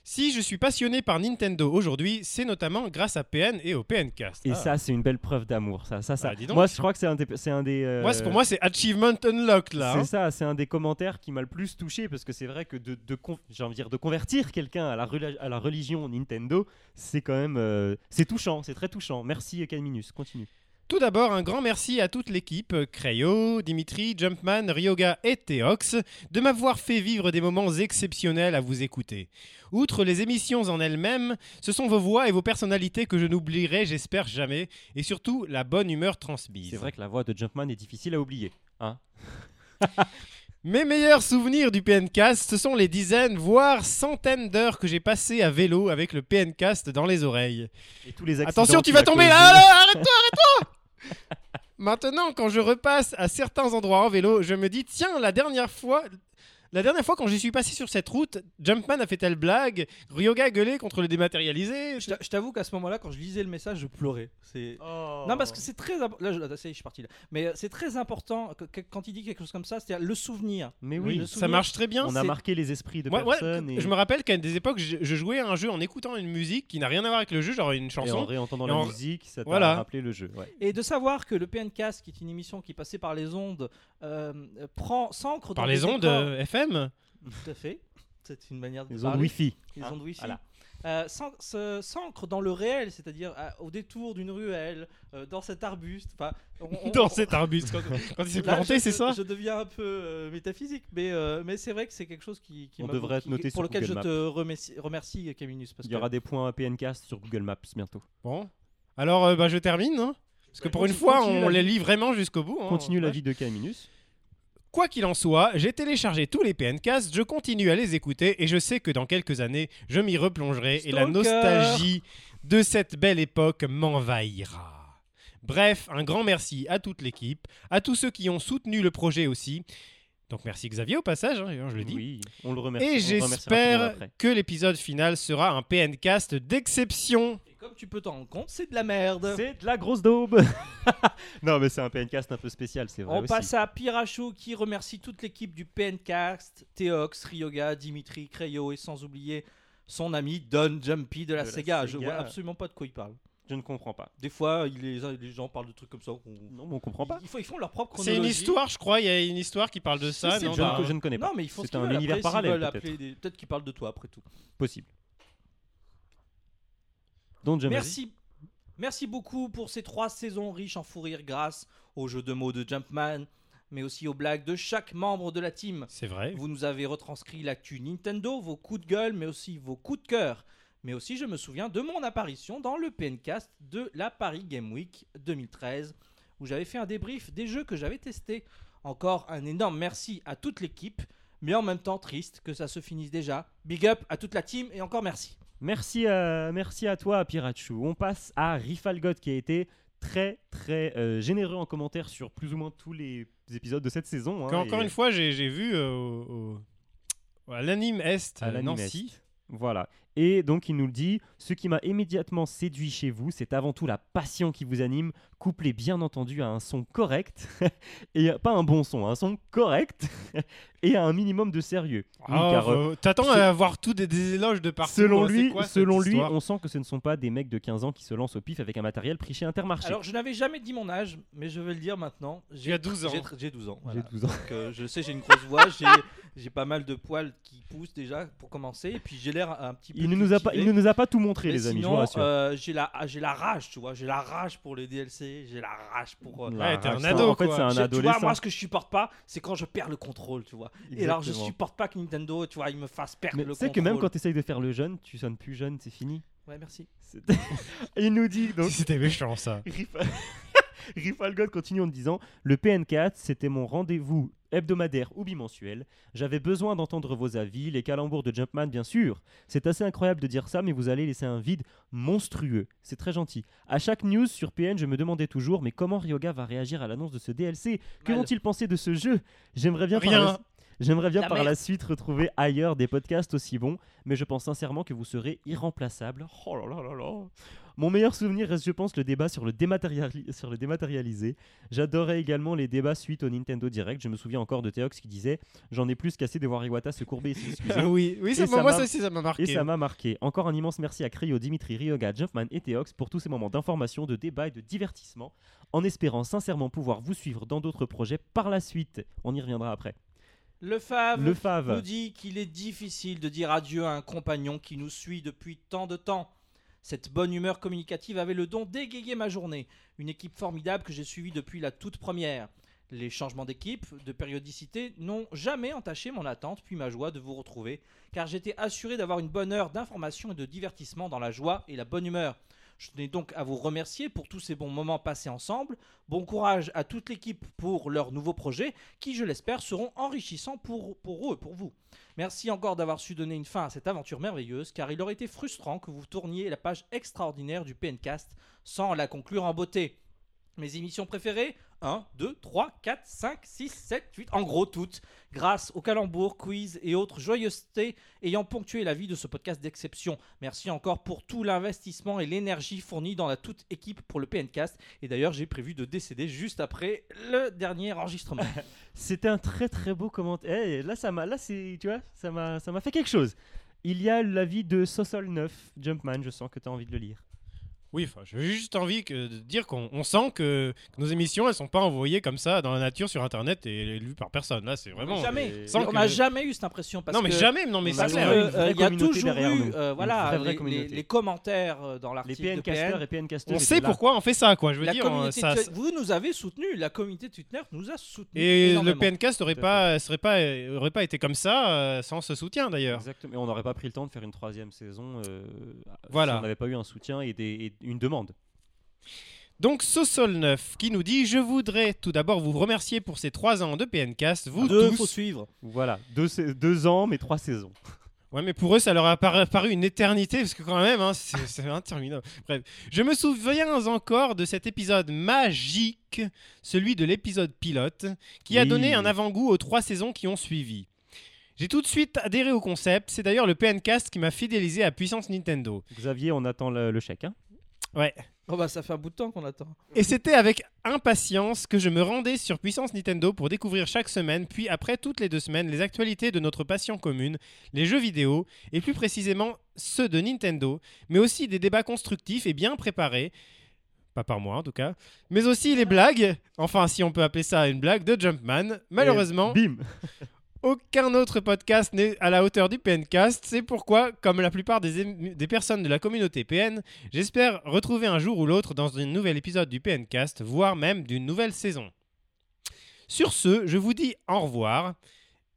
S3: Si je suis passionné par Nintendo aujourd'hui, c'est notamment grâce à PN et au PNcast.
S5: Et
S3: Ah.
S5: ça, c'est une belle preuve d'amour. Ça, ça, ça.
S3: Ah, dis donc.
S5: moi, je crois que c'est un des. c'est un des, euh,
S3: Moi, c'est- pour moi, c'est Achievement Unlocked là.
S5: C'est
S3: hein.
S5: ça, c'est un des commentaires qui m'a le plus touché parce que c'est vrai que de, de con- j'ai envie de dire de convertir quelqu'un à la, rela- à la religion Nintendo, c'est quand même euh, c'est touchant, c'est très touchant. Merci Calminus, continue.
S3: Tout d'abord, un grand merci à toute l'équipe, euh, Crayo, Dimitri, Jumpman, Ryoga et Theox, de m'avoir fait vivre des moments exceptionnels à vous écouter. Outre les émissions en elles-mêmes, ce sont vos voix et vos personnalités que je n'oublierai, j'espère jamais, et surtout la bonne humeur transmise.
S5: C'est vrai que la voix de Jumpman est difficile à oublier.
S3: Mes meilleurs souvenirs du PNcast, ce sont les dizaines, voire centaines d'heures que j'ai passées à vélo avec le PNcast dans les oreilles.
S5: Et tous les accidents
S3: Attention, tu
S5: qu'il
S3: vas
S5: a
S3: tomber
S5: causés-
S3: là, là, arrête-toi, arrête-toi Maintenant, quand je repasse à certains endroits en vélo, je me dis tiens, la dernière fois. La dernière fois, quand j'y suis passé sur cette route, Jumpman a fait telle blague, Ryoga a gueulé contre le dématérialisé.
S1: Je t'a- je t'avoue qu'à ce moment-là, quand je lisais le message, je pleurais. C'est non parce que c'est très imp- là, je... là, ça y est, je suis parti là. Mais euh, c'est très important que- que- quand il dit quelque chose comme ça, c'est-à-dire le souvenir.
S5: Mais oui,
S1: le
S3: ça
S1: souvenir-
S3: marche très bien.
S5: on a
S1: c'est-
S5: marqué les esprits de
S3: Moi- moi,
S5: personnes. et...
S3: Je me rappelle qu'à des époques, je, je jouais à un jeu en écoutant une musique qui n'a rien à voir avec le jeu, genre une
S5: Et en
S3: chanson.
S5: réentendant
S3: Et
S5: la
S3: en-
S5: musique, ça t'a
S3: Voilà.
S5: rappelé le jeu. ouais.
S1: Et de savoir que le PNcast, qui est une émission qui passait par les ondes, euh, euh, prend s'ancre dans
S3: Par les
S1: des
S3: ondes
S1: décors-
S3: euh, FM
S1: Tout à fait. C'est une manière de
S5: Les ondes
S1: parler.
S5: Wi-Fi.
S1: les
S5: Ah,
S1: ondes Wi-Fi.
S5: voilà.
S1: Euh, s'an- se- s'ancre dans le réel, c'est-à-dire à- au détour d'une ruelle, euh, dans cet arbuste. Enfin, on- on-
S3: dans
S1: on-
S3: cet arbuste quand, quand il s'est
S1: Là,
S3: planté,
S1: je-
S3: c'est
S1: je-
S3: ça
S1: Je deviens un peu euh, métaphysique, mais, euh, mais c'est vrai que c'est quelque chose qui, qui
S5: On
S1: m'a-
S5: devrait
S1: qui-
S5: te noter
S1: pour
S5: sur
S1: lequel
S5: Google
S1: je te remercie, remercie Caminus parce
S5: Il y aura des points PNcast sur Google Maps bientôt.
S3: Bon, alors euh, bah, je termine, hein, parce que
S5: Bah,
S3: pour une
S5: continue-
S3: fois,
S5: continue
S3: on
S5: la-
S3: les lit vraiment jusqu'au bout. hein.
S5: Continue la vie de K-.
S3: Quoi qu'il en soit, j'ai téléchargé tous les PNCast, je continue à les écouter et je sais que dans quelques années, je m'y replongerai et la
S1: Stalker.
S3: nostalgie de cette belle époque m'envahira. Bref, un grand merci à toute l'équipe, à tous ceux qui ont soutenu le projet aussi. Donc merci Xavier au passage, hein, je le dis.
S5: Oui, on le remercie.
S3: Et
S5: on remerciera tout le monde
S3: j'espère
S5: après.
S3: que l'épisode final sera un PNcast d'exception.
S1: Et comme tu peux t'en rendre compte, c'est de la merde.
S5: C'est de la grosse daube. non, mais c'est un PNcast un peu spécial, c'est vrai
S1: On
S5: aussi.
S1: passe à Pirachou qui remercie toute l'équipe du PNcast, Théox, Ryoga, Dimitri, Crayo et sans oublier son ami Don Jumpy de la,
S5: De la
S1: Sega. Je
S5: Sega.
S1: vois absolument pas de quoi il parle.
S5: Je ne comprends pas.
S1: Des fois, il- les, les gens parlent de trucs comme ça. qu'on-
S5: Non, mais on comprend pas.
S1: Ils, font, ils font leur propre
S3: C'est
S1: chronologie.
S3: une histoire, je crois. Il y a une histoire qui parle de ça.
S5: C'est
S3: non,
S5: je,
S3: bah,
S5: ne, je ne connais pas.
S1: Non, mais ils font
S5: C'est
S1: ce qu'ils
S5: un
S1: veulent. Après,
S5: univers
S1: s'ils
S5: parallèle,
S1: veulent
S5: peut-être.
S1: appeler des- Peut-être qu'ils parlent de toi après tout.
S5: Possible. Don't jump.
S1: Merci. Merci beaucoup pour ces trois saisons riches en fou rire grâce aux jeux de mots de Jumpman, mais aussi aux blagues de chaque membre de la team.
S3: C'est vrai.
S1: Vous nous avez retranscrit l'actu Nintendo, vos coups de gueule, mais aussi vos coups de cœur. Mais aussi, je me souviens de mon apparition dans le PNcast de la Paris Game Week 2013, où j'avais fait un débrief des jeux que j'avais testés. Encore un énorme merci à toute l'équipe, mais en même temps triste que ça se finisse déjà. Big up à toute la team et encore merci.
S5: Merci, à, merci à toi, Pirachu. On passe à Rifalgot qui a été très très euh, généreux en commentaire sur plus ou moins tous les épisodes de cette saison. hein,
S3: Quand- encore
S5: et-
S3: une fois, j'ai j'ai vu euh, au- au- à l'anime Est,
S5: à
S3: à
S5: l'anime
S3: Nancy.
S5: Est. Voilà. Et donc il nous le dit, ce qui m'a immédiatement séduit chez vous, c'est avant tout la passion qui vous anime, couplée bien entendu à un son correct, et pas un bon son, un son correct, et à un minimum de sérieux. Oui,
S3: Ah,
S5: car, euh,
S3: euh, T'attends
S5: se-
S3: à avoir tout des, des éloges de partout.
S5: selon
S3: hein, c'est
S5: lui,
S3: quoi cette
S5: selon lui
S3: histoire
S5: on sent que ce ne sont pas des mecs de 15 ans qui se lancent au pif avec un matériel pris chez Intermarché.
S1: Alors, je n'avais jamais dit mon âge, mais je vais le dire maintenant.
S3: Tu as 12 ans.
S1: J'ai tr- J'ai 12 ans. voilà.
S5: J'ai 12 ans.
S1: Donc, euh, je sais, j'ai une grosse voix, j'ai- j'ai pas mal de poils qui poussent déjà pour commencer, et puis j'ai l'air un petit peu.
S5: Il ne, nous a pas, il
S1: cultivé.
S5: ne nous a pas tout montré,
S1: Mais
S5: les amis, je vous
S1: sinon,
S5: rassure.
S1: euh, j'ai la, ah, j'ai la rage, tu vois, j'ai la rage pour les DLC, j'ai la rage pour. euh,
S5: La
S3: Ouais, t'es un
S5: rage.
S3: ado,
S5: En fait,
S3: quoi.
S1: je-
S5: c'est un
S1: tu vois,
S5: adolescent.
S1: moi, ce que je supporte pas, c'est quand je perds le contrôle, tu vois.
S5: euh,
S1: Et alors, je supporte pas que Nintendo, tu vois, il me fasse perdre
S5: Mais
S1: le
S5: tu
S1: contrôle.
S5: sais que même quand tu essayes de faire le jeune, tu sonnes plus jeune, c'est fini.
S1: Ouais, merci.
S5: C'est- il nous dit donc.
S3: C'était méchant ça.
S5: Rif- Rifalgod continue en me disant Le PN4, c'était mon rendez-vous hebdomadaire ou bimensuel. J'avais besoin d'entendre vos avis, les calembours de Jumpman, bien sûr. C'est assez incroyable de dire ça, mais vous allez laisser un vide monstrueux. C'est très gentil. À chaque news sur PN, je me demandais toujours Mais comment Ryoga va réagir à l'annonce de ce DLC Que
S1: Mal.
S5: vont-ils penser de ce jeu J'aimerais bien par
S3: Rien.
S5: la- J'aimerais bien
S1: La
S5: par la
S1: merde.
S5: suite retrouver ailleurs des podcasts aussi bons, mais je pense sincèrement que vous serez irremplaçable. Oh là là là là. Mon meilleur souvenir reste, je pense, le débat sur le, dématériali- sur le dématérialisé. J'adorais également les débats suite au Nintendo Direct. Je me souviens encore de Théox qui disait J'en ai plus cassé de voir Iwata se courber et s'excuser.
S3: oui, oui, ça,
S5: Et ça
S3: m'a- moi
S5: m'a-
S3: ça aussi ça m'a
S1: Ah
S3: marqué.
S5: Et ça m'a marqué. Encore un immense merci à Cryo, Dimitri, Ryoga, Jumpman et Théox pour tous ces moments d'information, de débat et de divertissement, en espérant sincèrement pouvoir vous suivre dans d'autres projets par la suite. On y reviendra après.
S1: Le Fave.
S5: Le Fave.
S1: nous dit qu'il est difficile de dire adieu à un compagnon qui nous suit depuis tant de temps. Cette bonne humeur communicative avait le don d'égayer ma journée. Une équipe formidable que j'ai suivie depuis la toute première. Les changements d'équipe, de périodicité, n'ont jamais entaché mon attente puis ma joie de vous retrouver, car j'étais assuré d'avoir une bonne heure d'information et de divertissement dans la joie et la bonne humeur. Je tenais donc à vous remercier pour tous ces bons moments passés ensemble. Bon courage à toute l'équipe pour leur nouveau projet qui, je l'espère, seront enrichissants pour, pour eux et pour vous. Merci encore d'avoir su donner une fin à cette aventure merveilleuse, car il aurait été frustrant que vous tourniez la page extraordinaire du PNcast sans la conclure en beauté. Mes émissions préférées 1, 2, 3, 4, 5, 6, 7, 8, en gros toutes, grâce aux calembours, quiz et autres joyeusetés ayant ponctué la vie de ce podcast d'exception. Merci encore pour tout l'investissement et l'énergie fournie dans la toute équipe pour le PNcast. Et d'ailleurs, j'ai prévu de décéder juste après le dernier enregistrement.
S5: C'était un très très beau commentaire. Eh, là, ça m'a, là, c'est, tu vois, ça m'a, ça m'a fait quelque chose. Il y a l'avis de Sosol9, Jumpman. Je sens que tu as envie de le lire.
S3: Oui, enfin, j'ai juste envie que, de dire qu'on on sent que, que nos émissions elles sont pas envoyées comme ça dans la nature sur internet et lues par personne. Là c'est vraiment.
S1: jamais.
S5: euh,
S1: Mais
S3: sans
S1: on
S3: que-
S1: n'a jamais eu cette impression. Parce
S3: non mais
S1: que,
S3: jamais, non mais
S5: on
S3: c'est
S5: a
S1: parce que,
S3: clair.
S5: vraiment une
S1: euh,
S5: vraie
S1: il y a
S5: communauté
S1: toujours
S5: derrière
S1: eu
S5: nous.
S1: euh,
S5: Une
S1: voilà,
S5: vraie, vraie
S1: les- les,
S5: communauté.
S1: les commentaires euh, dans
S5: Les
S1: l'article de
S5: PN casteurs
S1: PN.
S5: et PN casteurs.
S3: On sait pourquoi on fait ça quoi. Je veux
S1: La
S3: dire, euh,
S1: communauté
S3: ça,
S1: Twitter- vous nous avez soutenu, la communauté Twitter nous a soutenu.
S3: Et le
S1: énormément.
S3: PNcast n'aurait
S5: Tout à
S3: pas, serait pas, euh, aurait pas été comme ça euh, sans ce soutien d'ailleurs.
S5: Exactement. Et on n'aurait pas pris le temps de faire une troisième saison. euh,
S3: Voilà.
S5: si on n'avait pas eu un soutien et, des- et une demande.
S3: Donc Sosol9 qui nous dit Je voudrais tout d'abord vous remercier pour ces 3 ans de PNcast,
S5: Ah,
S3: vous
S1: Deux, faut
S3: tous.
S1: suivre.
S5: Voilà, deux, sais- deux ans, mais trois saisons.
S3: Ouais, mais pour eux, ça leur a paru, paru une éternité, parce que quand même, hein, c'est c'est interminable. Bref, je me souviens encore de cet épisode magique, celui de l'épisode pilote, qui a
S5: Oui.
S3: donné un avant-goût aux trois saisons qui ont suivi. J'ai tout de suite adhéré au concept, c'est d'ailleurs le PNcast qui m'a fidélisé à Puissance Nintendo.
S5: Xavier, on attend le, le chèque. hein.
S1: Oh bah ça fait un bout de temps qu'on attend.
S3: Et c'était avec impatience que je me rendais sur Puissance Nintendo pour découvrir chaque semaine, puis après toutes les deux semaines, les actualités de notre passion commune, les jeux vidéo, et plus précisément ceux de Nintendo, mais aussi des débats constructifs et bien préparés, pas par moi en tout cas, mais aussi les blagues, enfin si on peut appeler ça une blague, de Jumpman. Malheureusement,
S5: Et bim
S3: aucun autre podcast n'est à la hauteur du PNcast, c'est pourquoi, comme la plupart des, ému- des personnes de la communauté PN, j'espère retrouver un jour ou l'autre dans un nouvel épisode du PNcast, voire même d'une nouvelle saison. Sur ce, je vous dis au revoir,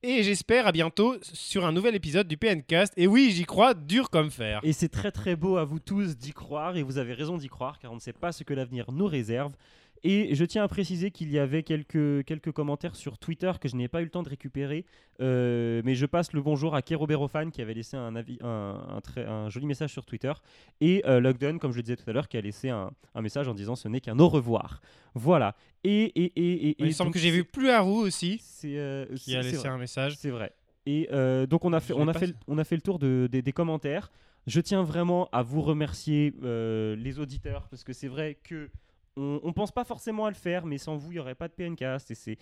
S3: et j'espère à bientôt sur un nouvel épisode du PNcast, et oui, j'y crois, dur comme fer.
S5: Et c'est très très beau à vous tous d'y croire, et vous avez raison d'y croire, car on ne sait pas ce que l'avenir nous réserve. Et je tiens à préciser qu'il y avait quelques, quelques commentaires sur Twitter que je n'ai pas eu le temps de récupérer, euh, mais je passe le bonjour à Kerobérofan qui avait laissé un, avis, un, un très- un joli message sur Twitter, et euh, Lockdown, comme je le disais tout à l'heure, qui a laissé un, un message en disant ce n'est qu'un au revoir. Voilà. Et, et, et, et,
S3: Il me
S5: et
S3: semble
S5: donc
S3: que j'ai vu Pluharu aussi,
S5: C'est euh,
S3: qui a
S5: c'est- c'est
S3: laissé
S5: vrai.
S3: un message.
S5: C'est vrai. Et euh, donc on a fait,
S3: Je
S5: on
S3: l'ai
S5: a
S3: pas
S5: fait,
S3: ça.
S5: on a fait le tour de, des, des commentaires. Je tiens vraiment à vous remercier euh, les auditeurs parce que c'est vrai que on, on pense pas forcément à le faire, mais sans vous il y aurait pas de PNcast et c'est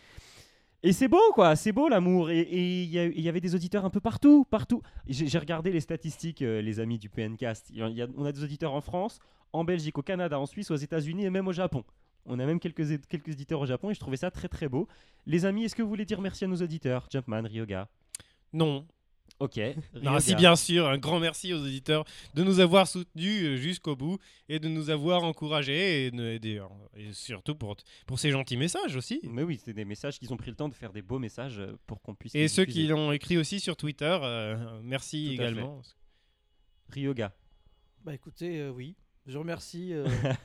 S5: et c'est beau quoi, c'est beau l'amour et et il y, a- il y avait des auditeurs un peu partout, partout. J'ai j'ai regardé les statistiques, euh, les amis du PNcast. Il y a- il y a- on a des auditeurs en France, en Belgique, au Canada, en Suisse, aux États-Unis et même au Japon. On a même quelques, quelques auditeurs au Japon et je trouvais ça très très beau. Les amis, est-ce que vous voulez dire merci à nos auditeurs Jumpman, Ryoga
S3: Non,
S5: Ok.
S3: Non,
S5: Ryoga.
S3: si bien sûr, un grand merci aux auditeurs de nous avoir soutenus euh, jusqu'au bout et de nous avoir encouragés et, de- et des- et surtout pour, pour ces gentils messages aussi.
S5: Mais oui, c'est des messages qu'ils ont pris le temps de faire des beaux messages euh, pour qu'on puisse.
S3: Et
S5: les
S3: ceux qui
S5: diffuser.
S3: l'ont écrit aussi sur Twitter, euh, merci
S5: Tout à
S3: également.
S5: Ryoga.
S1: Bah écoutez, euh, oui, je remercie,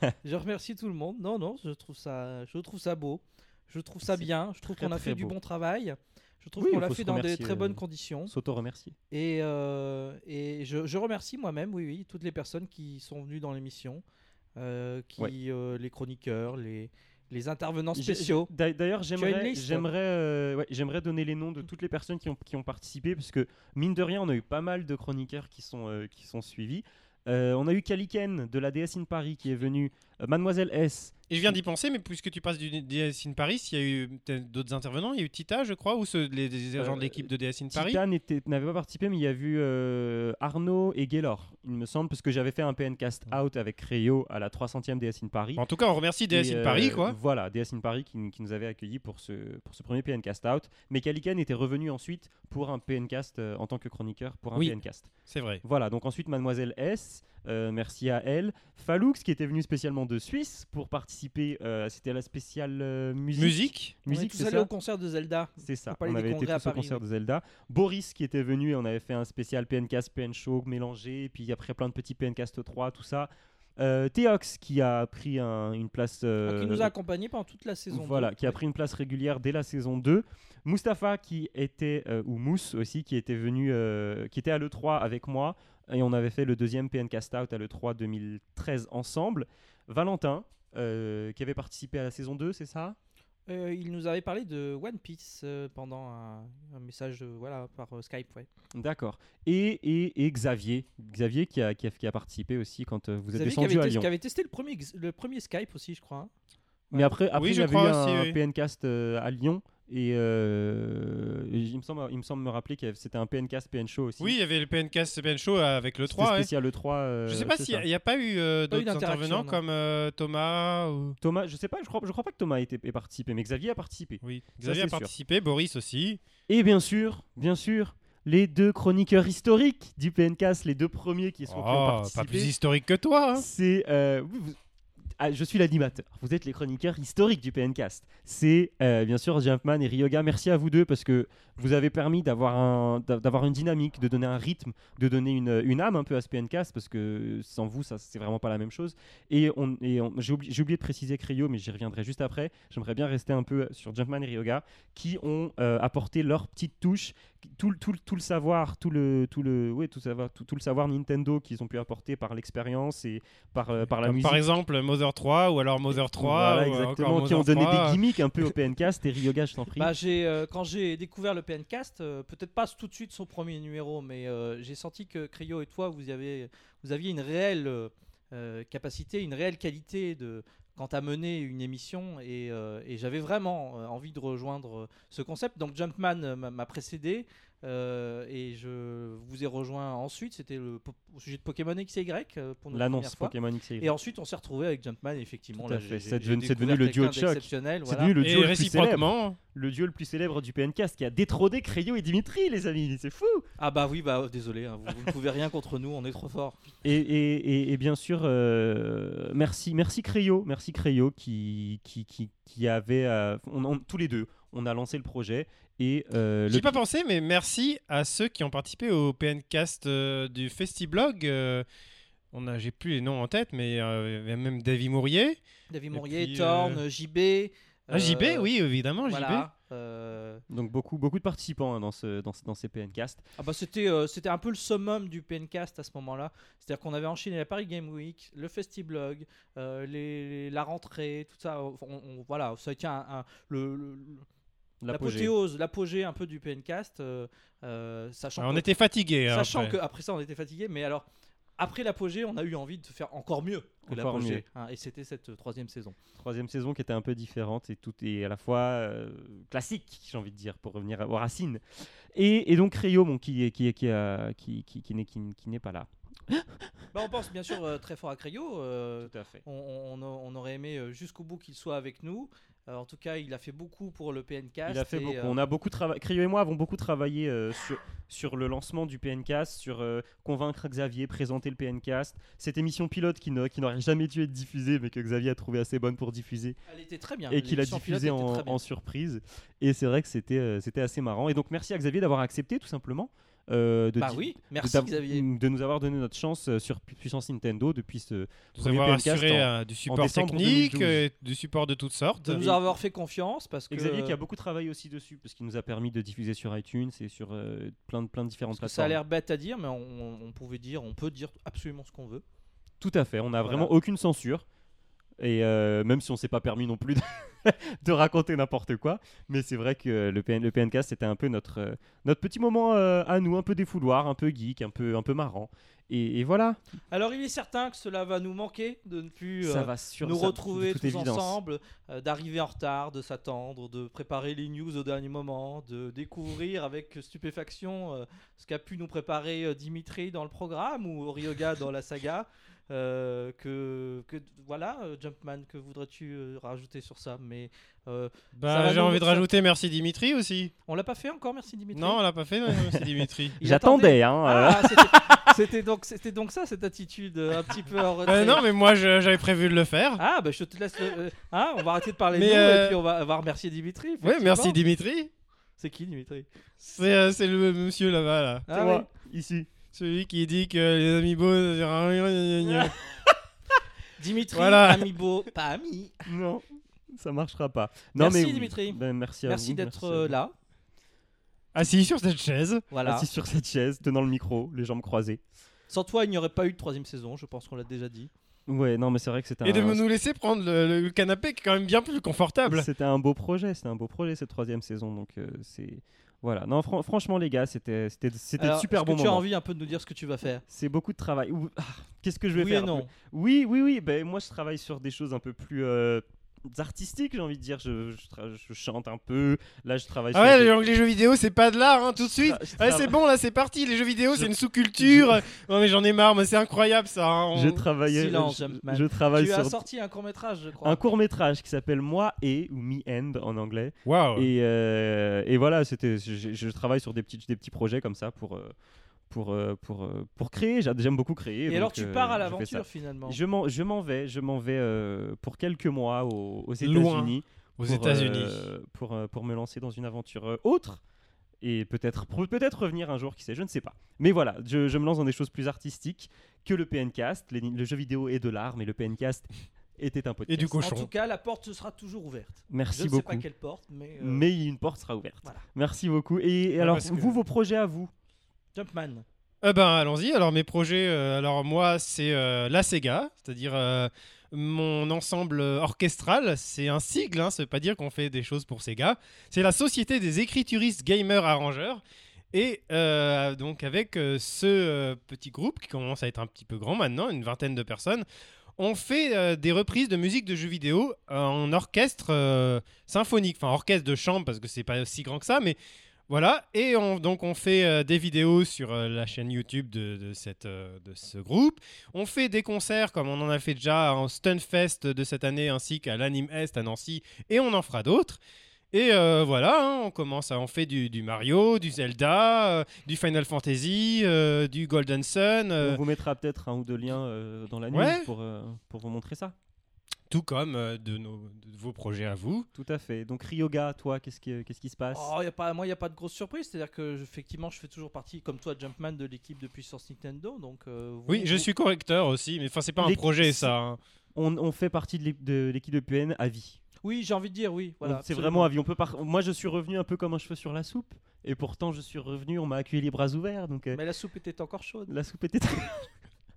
S1: euh, je remercie tout le monde. Non, non, je trouve ça, je trouve ça beau, je trouve ça
S5: C'est
S1: bien, je trouve
S5: très,
S1: qu'on a
S5: très
S1: fait du
S5: beau.
S1: bon travail, je trouve
S5: Oui,
S1: qu'on
S5: il
S1: l'a
S5: faut se
S1: fait dans des
S5: remercier,
S1: très bonnes
S5: euh,
S1: conditions.
S5: S'auto-remercier.
S1: Et, euh, et je, je remercie moi-même, oui, oui, toutes les personnes qui sont venues dans l'émission, euh, qui,
S5: Ouais.
S1: euh, les chroniqueurs, les, les intervenants
S5: J'ai- j'ai-
S1: spéciaux.
S5: d'a- D'ailleurs,
S1: une
S5: j'aimerais,
S1: liste
S5: j'aimerais, euh, ouais, j'aimerais donner les noms de toutes les personnes qui ont, qui ont participé, parce que mine de rien, on a eu pas mal de chroniqueurs qui sont, euh, qui sont suivis. Euh, on a eu Kaliken de la DS in Paris qui est venue, euh, Mademoiselle S.
S3: Et je viens d'y penser, mais puisque tu passes du DS in Paris, il y a eu peut-être d'autres intervenants. Il y a eu Tita, je crois, ou ceux, les, les agents
S5: Euh,
S3: de l'équipe de DS in Paris.
S5: Titan était- n'avait pas participé, mais il y a vu euh, Arnaud et Gaylor, il me semble, parce que j'avais fait un PNcast
S1: Ah.
S5: out avec Rio à la 300e DS in Paris.
S3: En tout cas, on remercie DS
S5: Et,
S3: in
S5: euh,
S3: Paris, quoi.
S5: Voilà, DS in Paris qui, qui nous avait accueillis pour ce, pour ce premier PNcast out. Mais Calican était revenu ensuite pour un PNcast euh, en tant que chroniqueur pour un
S3: Oui.
S5: PNcast.
S3: C'est vrai.
S5: Voilà, donc ensuite Mademoiselle S, euh, merci à elle. Faloux qui était venu spécialement de Suisse pour participer, euh, c'était la spéciale euh, musique.
S3: Musique.
S5: Musique,
S1: on est tous
S5: c'est
S1: allés
S5: ça
S1: au concert de Zelda.
S5: c'est ça,
S1: Palais
S5: on
S1: des
S5: avait été
S1: Congrès à
S5: tous au
S1: Paris,
S5: concert
S1: oui.
S5: de Zelda. Boris qui était venu et on avait fait un spécial PNcast, PN Show mélangé, et puis après plein de petits PNcast 3, tout ça. Euh, Théox qui a pris un- une place.
S1: Ah, qui
S5: euh,
S1: nous a accompagnés pendant toute la saison.
S5: voilà,
S1: deux.
S5: qui a pris une place régulière dès la saison 2. Mustapha qui était, euh, ou Mousse aussi, qui était venu, euh, qui était à l'E3 avec moi, et on avait fait le deuxième PNcast Out à l'E3 2013 ensemble. Valentin, euh, qui avait participé à la saison 2, c'est ça
S1: Euh, il nous avait parlé de One Piece euh, pendant un, un message euh, voilà, par euh, Skype. Ouais.
S5: D'accord. Et, et, et Xavier, Xavier qui a, qui a, qui a participé aussi quand euh, vous, êtes
S1: Xavier qui
S5: descendu
S1: avait,
S5: à
S1: tes-
S5: Lyon.
S1: qui avait testé le premier, ex- le premier Skype aussi, je crois. hein.
S5: Mais après, après
S3: Oui,
S5: il
S3: je
S5: y avait eu
S3: crois
S5: un
S3: aussi, oui.
S5: PNcast euh, à Lyon. Et euh, il, me semble, il me semble me rappeler que c'était un PNcast PN Show aussi.
S3: Oui, il y avait le PNcast, PN Show avec le
S5: C'était
S3: 3. hein.
S5: spécial E3. euh,
S3: Je sais pas
S5: c'est
S3: s'il
S5: ça.
S3: n'y a, pas eu euh,
S1: Pas eu
S3: d'autres
S1: d'interaction,
S3: intervenants
S1: non.
S3: comme euh, Thomas ou.
S5: Thomas, je sais pas, je crois, je crois pas que Thomas ait, été- ait participé, mais Xavier a participé.
S3: Oui,
S5: Ça,
S3: Xavier
S5: c'est
S3: a
S5: sûr.
S3: participé, Boris aussi.
S5: Et bien sûr, bien sûr, les deux chroniqueurs historiques du PNCast, les deux premiers qui, sont, qui ont
S3: Oh,
S5: participé. Oh.
S3: pas plus historique que toi. hein.
S5: C'est. euh, vous- vous- ah, je suis l'animateur. Vous êtes les chroniqueurs historiques du PNcast. C'est euh, bien sûr Jumpman et Ryoga. Merci à vous deux parce que vous avez permis d'avoir un, d'a- d'avoir une dynamique, de donner un rythme, de donner une, une âme un peu à ce PNcast parce que sans vous, ça c'est vraiment pas la même chose. Et, on, et on- j'ai oubli- j'ai oublié de préciser que Ryo, mais j'y reviendrai juste après. J'aimerais bien rester un peu euh, sur Jumpman et Ryoga qui ont euh, apporté leur petite touche tout, le- tout, le- tout le savoir, tout le, tout le, ouais, tout savoir, tout, tout le savoir Nintendo qu'ils ont pu apporter par l'expérience et par, euh, par la
S3: Comme
S5: musique.
S3: par exemple Mother 3 ou alors Mother 3
S5: Voilà,
S3: ou encore
S5: exactement, qui
S3: Mother
S5: ont donné
S3: 3.
S5: des gimmicks un peu au PNcast et Ryoga, je t'en prie.
S1: Bah, j'ai, euh, quand j'ai découvert le PNcast, euh, peut-être pas tout de suite son premier numéro, mais euh, j'ai senti que Cryo et toi, vous, y avez, vous aviez une réelle euh, euh, capacité, une réelle qualité de, quant à mener une émission, et, euh, et j'avais vraiment euh, envie de rejoindre euh, ce concept. Donc Jumpman euh, m'a m'a précédé, euh, et je vous ai rejoint ensuite. C'était le po- au sujet de Pokémon XY euh, pour notre
S5: L'annonce
S1: première fois.
S5: Pokémon X
S1: Et ensuite, on s'est retrouvé avec Jumpman, et effectivement.
S5: Tout à
S1: là,
S5: fait.
S1: j'ai- j'ai-
S5: C'est
S1: j'ai
S5: devenu- c'est devenu
S1: découvert
S5: le duo de
S1: quelqu'un
S5: choc.
S1: d'exceptionnel,
S5: C'est
S1: voilà.
S5: devenu le duo
S3: Et
S5: le plus célèbre.
S3: réciproquement,
S5: Le duo le plus célèbre du PNcast qui a détrôné Cryo et Dimitri, les amis, c'est fou
S1: Ah bah oui, bah euh, désolé, hein, vous, vous ne pouvez rien contre nous, on est trop fort.
S5: Et, et- et- et bien sûr, euh, merci, merci Créo, merci Créo qui, qui, qui, qui avait, euh, on, on- tous les deux, on a lancé le projet et euh,
S3: J'y ai
S5: le,
S3: pas pensé, mais merci à ceux qui ont participé au PNcast euh, du Festiblog. euh, on a, j'ai plus les noms en tête, mais euh, il y a même Davy Mourier.
S1: David
S3: Et
S1: Mourier,
S3: puis,
S1: Thorne,
S3: euh,
S1: JB.
S3: Ah, JB, oui, évidemment, JB.
S1: Voilà. euh,
S5: donc beaucoup, beaucoup de participants hein, dans, ce, dans, ce- dans ces PNcast.
S1: Ah bah c'était euh, c'était un peu le summum du PNcast à ce moment-là. C'est-à-dire qu'on avait enchaîné la Paris Game Week, le Festiblog, euh, les, la rentrée, tout ça. Enfin, on- on- voilà, ça a été un, un- le- le- le-
S5: L'apogée.
S1: l'apothéose, l'apogée un peu du PNcast, euh, euh, sachant
S3: Alors, on
S1: que-
S3: était fatigués. hein,
S1: Sachant
S3: après.
S1: que après ça, on était fatigué, mais alors après l'apogée, on a eu envie de faire encore mieux que
S5: Encore mieux.
S1: l'apogée. hein, et c'était cette euh, troisième saison.
S5: Troisième saison qui était un peu différente et tout est à la fois euh, classique, j'ai envie de dire, pour revenir à- aux racines. Et, et donc Créo, bon, qui, est- qui, est- qui, a- qui, qui, qui n'est qui n'est- qui n'est pas là.
S1: Bah, on pense bien sûr euh, très fort à Crayo. euh,
S5: à fait.
S1: on, on- on- on aurait aimé euh, jusqu'au bout qu'il soit avec nous. Euh, en tout cas, il a fait beaucoup pour le PNcast.
S5: Il a fait
S1: et,
S5: beaucoup.
S1: euh,
S5: On a beaucoup travaillé. Cryo et moi avons beaucoup travaillé euh, sur, sur le lancement du PNcast, sur euh, convaincre Xavier, présenter le PNcast. Cette émission pilote qui n'a- qui n'aurait jamais dû être diffusée, mais que Xavier a trouvé assez bonne pour diffuser
S1: Elle était très bien.
S5: et qu'il a
S1: Ah, l'émission pilote
S5: diffusée
S1: était
S5: en,
S1: très bien.
S5: en surprise. Et c'est vrai que c'était euh, c'était assez marrant. Et donc merci à Xavier d'avoir accepté tout simplement. euh, de
S1: Bah
S5: di-
S1: oui,
S5: de
S1: merci
S5: t'av-
S1: Xavier.
S5: de nous avoir donné notre chance euh, sur Pu- Puissance Nintendo depuis ce
S3: Nous
S5: premier
S3: avons
S5: PNcast
S3: assuré
S5: en-
S3: euh, du support
S5: décembre
S3: technique,
S5: 2012.
S3: euh, du support de toutes sortes.
S1: De nous avoir fait confiance parce que,
S5: Et euh, Xavier qui a beaucoup travaillé aussi dessus parce qu'il nous a permis de diffuser sur iTunes et sur euh, plein de plein de différentes
S1: parce que
S5: plateformes.
S1: ça a l'air bête à dire, mais on, on pouvait dire, on peut dire absolument ce qu'on veut.
S5: Tout à fait, on n'a vraiment aucune censure. Et euh, même si on s'est pas permis non plus de, de raconter n'importe quoi, mais c'est vrai que le, PN, le PNcast c'était un peu notre, euh, notre petit moment euh, à nous, un peu défouloir, un peu geek, un peu, un peu marrant. Et, et voilà,
S1: Alors, il est certain que cela va nous manquer de ne plus.
S5: ça
S1: euh,
S5: va sur
S1: nous
S5: ça, de
S1: retrouver
S5: toute
S1: tous
S5: évidence.
S1: ensemble, euh, d'arriver en retard, de s'attendre, de préparer les news au dernier moment, de découvrir avec stupéfaction euh, ce qu'a pu nous préparer euh, Dimitri dans le programme ou Ryoga dans la saga. euh, que, que- voilà, euh, Jumpman, que voudrais-tu euh, rajouter sur ça Mais euh, Ça va
S3: Bah, j'ai
S1: nous-
S3: envie de
S1: ça-
S3: rajouter merci Dimitri aussi.
S1: on l'a pas fait encore, merci Dimitri.
S3: Non, Oh on l'a pas fait, non, merci Dimitri.
S1: Il
S5: J'attendais, hein. euh,
S1: attendait. Ah, c'était- c'était donc c'était donc ça cette attitude euh, un petit peu en retrait.
S3: Euh, non, mais moi je- j'avais prévu de le faire.
S1: Ah bah je te laisse. le- euh, hein, on va arrêter de parler de
S3: Mais,
S1: nous
S3: euh,
S1: et puis on va, on va remercier Dimitri.
S3: oui, merci
S1: Ah, effectivement.
S3: Dimitri.
S1: C'est qui Dimitri
S3: C'est euh, c'est le monsieur là-bas, là.
S5: c'est moi, ici.
S3: Celui qui dit que les euh, amiibo. ça sert à rien.
S1: Dimitri,
S3: Voilà.
S1: amiibo, pas ami.
S5: Ah, Non, ça marchera pas. Non,
S1: Merci,
S5: mais,
S1: Dimitri.
S5: ben, merci à
S1: Merci
S5: vous,
S1: d'être
S5: à
S1: euh,
S5: vous.
S1: là.
S3: Assis sur cette chaise.
S1: Voilà.
S5: Assis sur cette chaise, tenant le micro, les jambes croisées.
S1: Sans toi, il n'y aurait pas eu de troisième saison, je pense qu'on l'a déjà dit.
S5: Ouais, non, mais c'est vrai que c'était
S3: Et de
S5: un,
S3: nous laisser prendre le, le canapé qui est quand même bien plus confortable.
S5: C'était un beau projet, c'était un beau projet cette troisième saison. Donc euh, c'est voilà. Non, fran- franchement les gars, c'était c'était c'était
S1: Alors,
S5: de super
S1: est-ce
S5: bon
S1: que Tu as
S5: moment.
S1: envie un peu de nous dire ce que tu vas faire
S5: C'est beaucoup de travail. Ouh, ah, Qu'est-ce que je vais
S1: Oui
S5: faire
S1: et non.
S5: Oui, oui, oui. Ben moi je travaille sur des choses un peu plus euh, artistiques, j'ai envie de dire. Je, je, tra- je chante un peu. Là, je travaille.
S3: Ah
S5: sur
S3: ouais,
S5: des-
S3: les gens- les jeux vidéo, c'est pas de l'art, hein, tout de suite.
S5: je tra-
S3: Ouais,
S5: je
S3: c'est
S5: tra-
S3: bon, là, c'est parti. Les jeux vidéo, c'est une sous-culture. Non, mais j'en ai marre, mais c'est incroyable ça. hein, on-
S5: Je travaille. euh,
S1: Silence,
S5: je-
S1: Jumpman.
S5: je, travaille
S1: tu as
S5: sur
S1: sorti un court métrage, je crois.
S5: un court métrage qui s'appelle Moi et ou Me End en anglais.
S3: Waouh.
S5: Et, euh, et voilà, c'était, je, je- je travaille sur des petits, des petits projets comme ça pour, euh, pour, euh, pour, euh, pour créer. J'a- J'aime beaucoup créer.
S1: Et,
S5: donc,
S1: alors tu
S5: euh,
S1: pars à
S5: je fais ça.
S1: l'aventure finalement.
S5: Je m'en, je m'en vais, je m'en vais euh, pour quelques mois aux, aux
S3: Loin.
S5: États-Unis.
S3: Aux
S5: pour,
S3: États-Unis.
S5: euh, pour, euh, pour me lancer dans une aventure euh, autre et peut-être pour- peut-être revenir un jour, qui sait, je ne sais pas. Mais voilà, je, je me lance dans des choses plus artistiques que le PNcast. Les- le jeu vidéo est de l'art, mais le PNcast était un podcast.
S3: Et du
S1: En
S3: cochon.
S1: tout cas, la porte sera toujours ouverte.
S5: Merci
S1: je ne sais
S5: beaucoup.
S1: pas quelle porte, mais, euh,
S5: Mais une porte sera ouverte.
S1: Voilà.
S5: Merci beaucoup. Et, et alors,
S3: parce que-
S5: vous, vos projets à vous
S1: Jumpman.
S3: Eh ben, allons-y. Alors, mes projets, euh, alors moi, c'est euh, la Sega, c'est-à-dire euh, mon ensemble euh, orchestral. C'est un sigle, hein, ça veut pas dire qu'on fait des choses pour Sega. C'est la Société des écrituristes gamers arrangeurs. Et euh, donc, avec euh, ce euh, petit groupe qui commence à être un petit peu grand maintenant, une vingtaine de personnes, on fait euh, des reprises de musique de jeux vidéo euh, en orchestre euh, symphonique, enfin orchestre de chambre parce que c'est pas si grand que ça, mais voilà, et on, donc on fait euh, des vidéos sur euh, la chaîne YouTube de, de cette, euh, de ce groupe. On fait des concerts comme on en a fait déjà en Stunfest de cette année ainsi qu'à l'Anime Est à Nancy, et on en fera d'autres. Et euh, voilà, hein, on commence à on fait du, du Mario, du Zelda, euh, du Final Fantasy, euh, du Golden Sun, euh,
S5: On vous mettra peut-être un ou deux liens euh, dans la news
S3: ouais.
S5: pour, euh, pour vous montrer ça.
S3: tout comme euh, de, nos, de vos projets à vous.
S5: Tout à fait. Donc, Ryoga, toi, qu'est-ce qui, euh, qu'est-ce qui se passe
S1: Oh, y a pas, moi, il n'y a pas de grosse surprise. C'est-à-dire que, je- effectivement, je fais toujours partie, comme toi, Jumpman, de l'équipe de puissance Nintendo. Donc, euh, vous-
S3: Oui, je
S1: vous-
S3: suis correcteur aussi, mais enfin c'est pas un
S5: Les-
S3: projet ça. hein.
S5: on, on fait partie de l'é- de l'équipe de PN à vie.
S1: Oui, j'ai envie de dire, oui. Voilà,
S5: On- c'est
S1: absolument.
S5: vraiment à vie. On peut par- Moi, je suis revenu un peu comme un cheveu sur la soupe, et pourtant, je suis revenu. On m'a accueilli les bras ouverts, donc euh,
S1: Mais la soupe était encore chaude.
S5: la soupe était. très-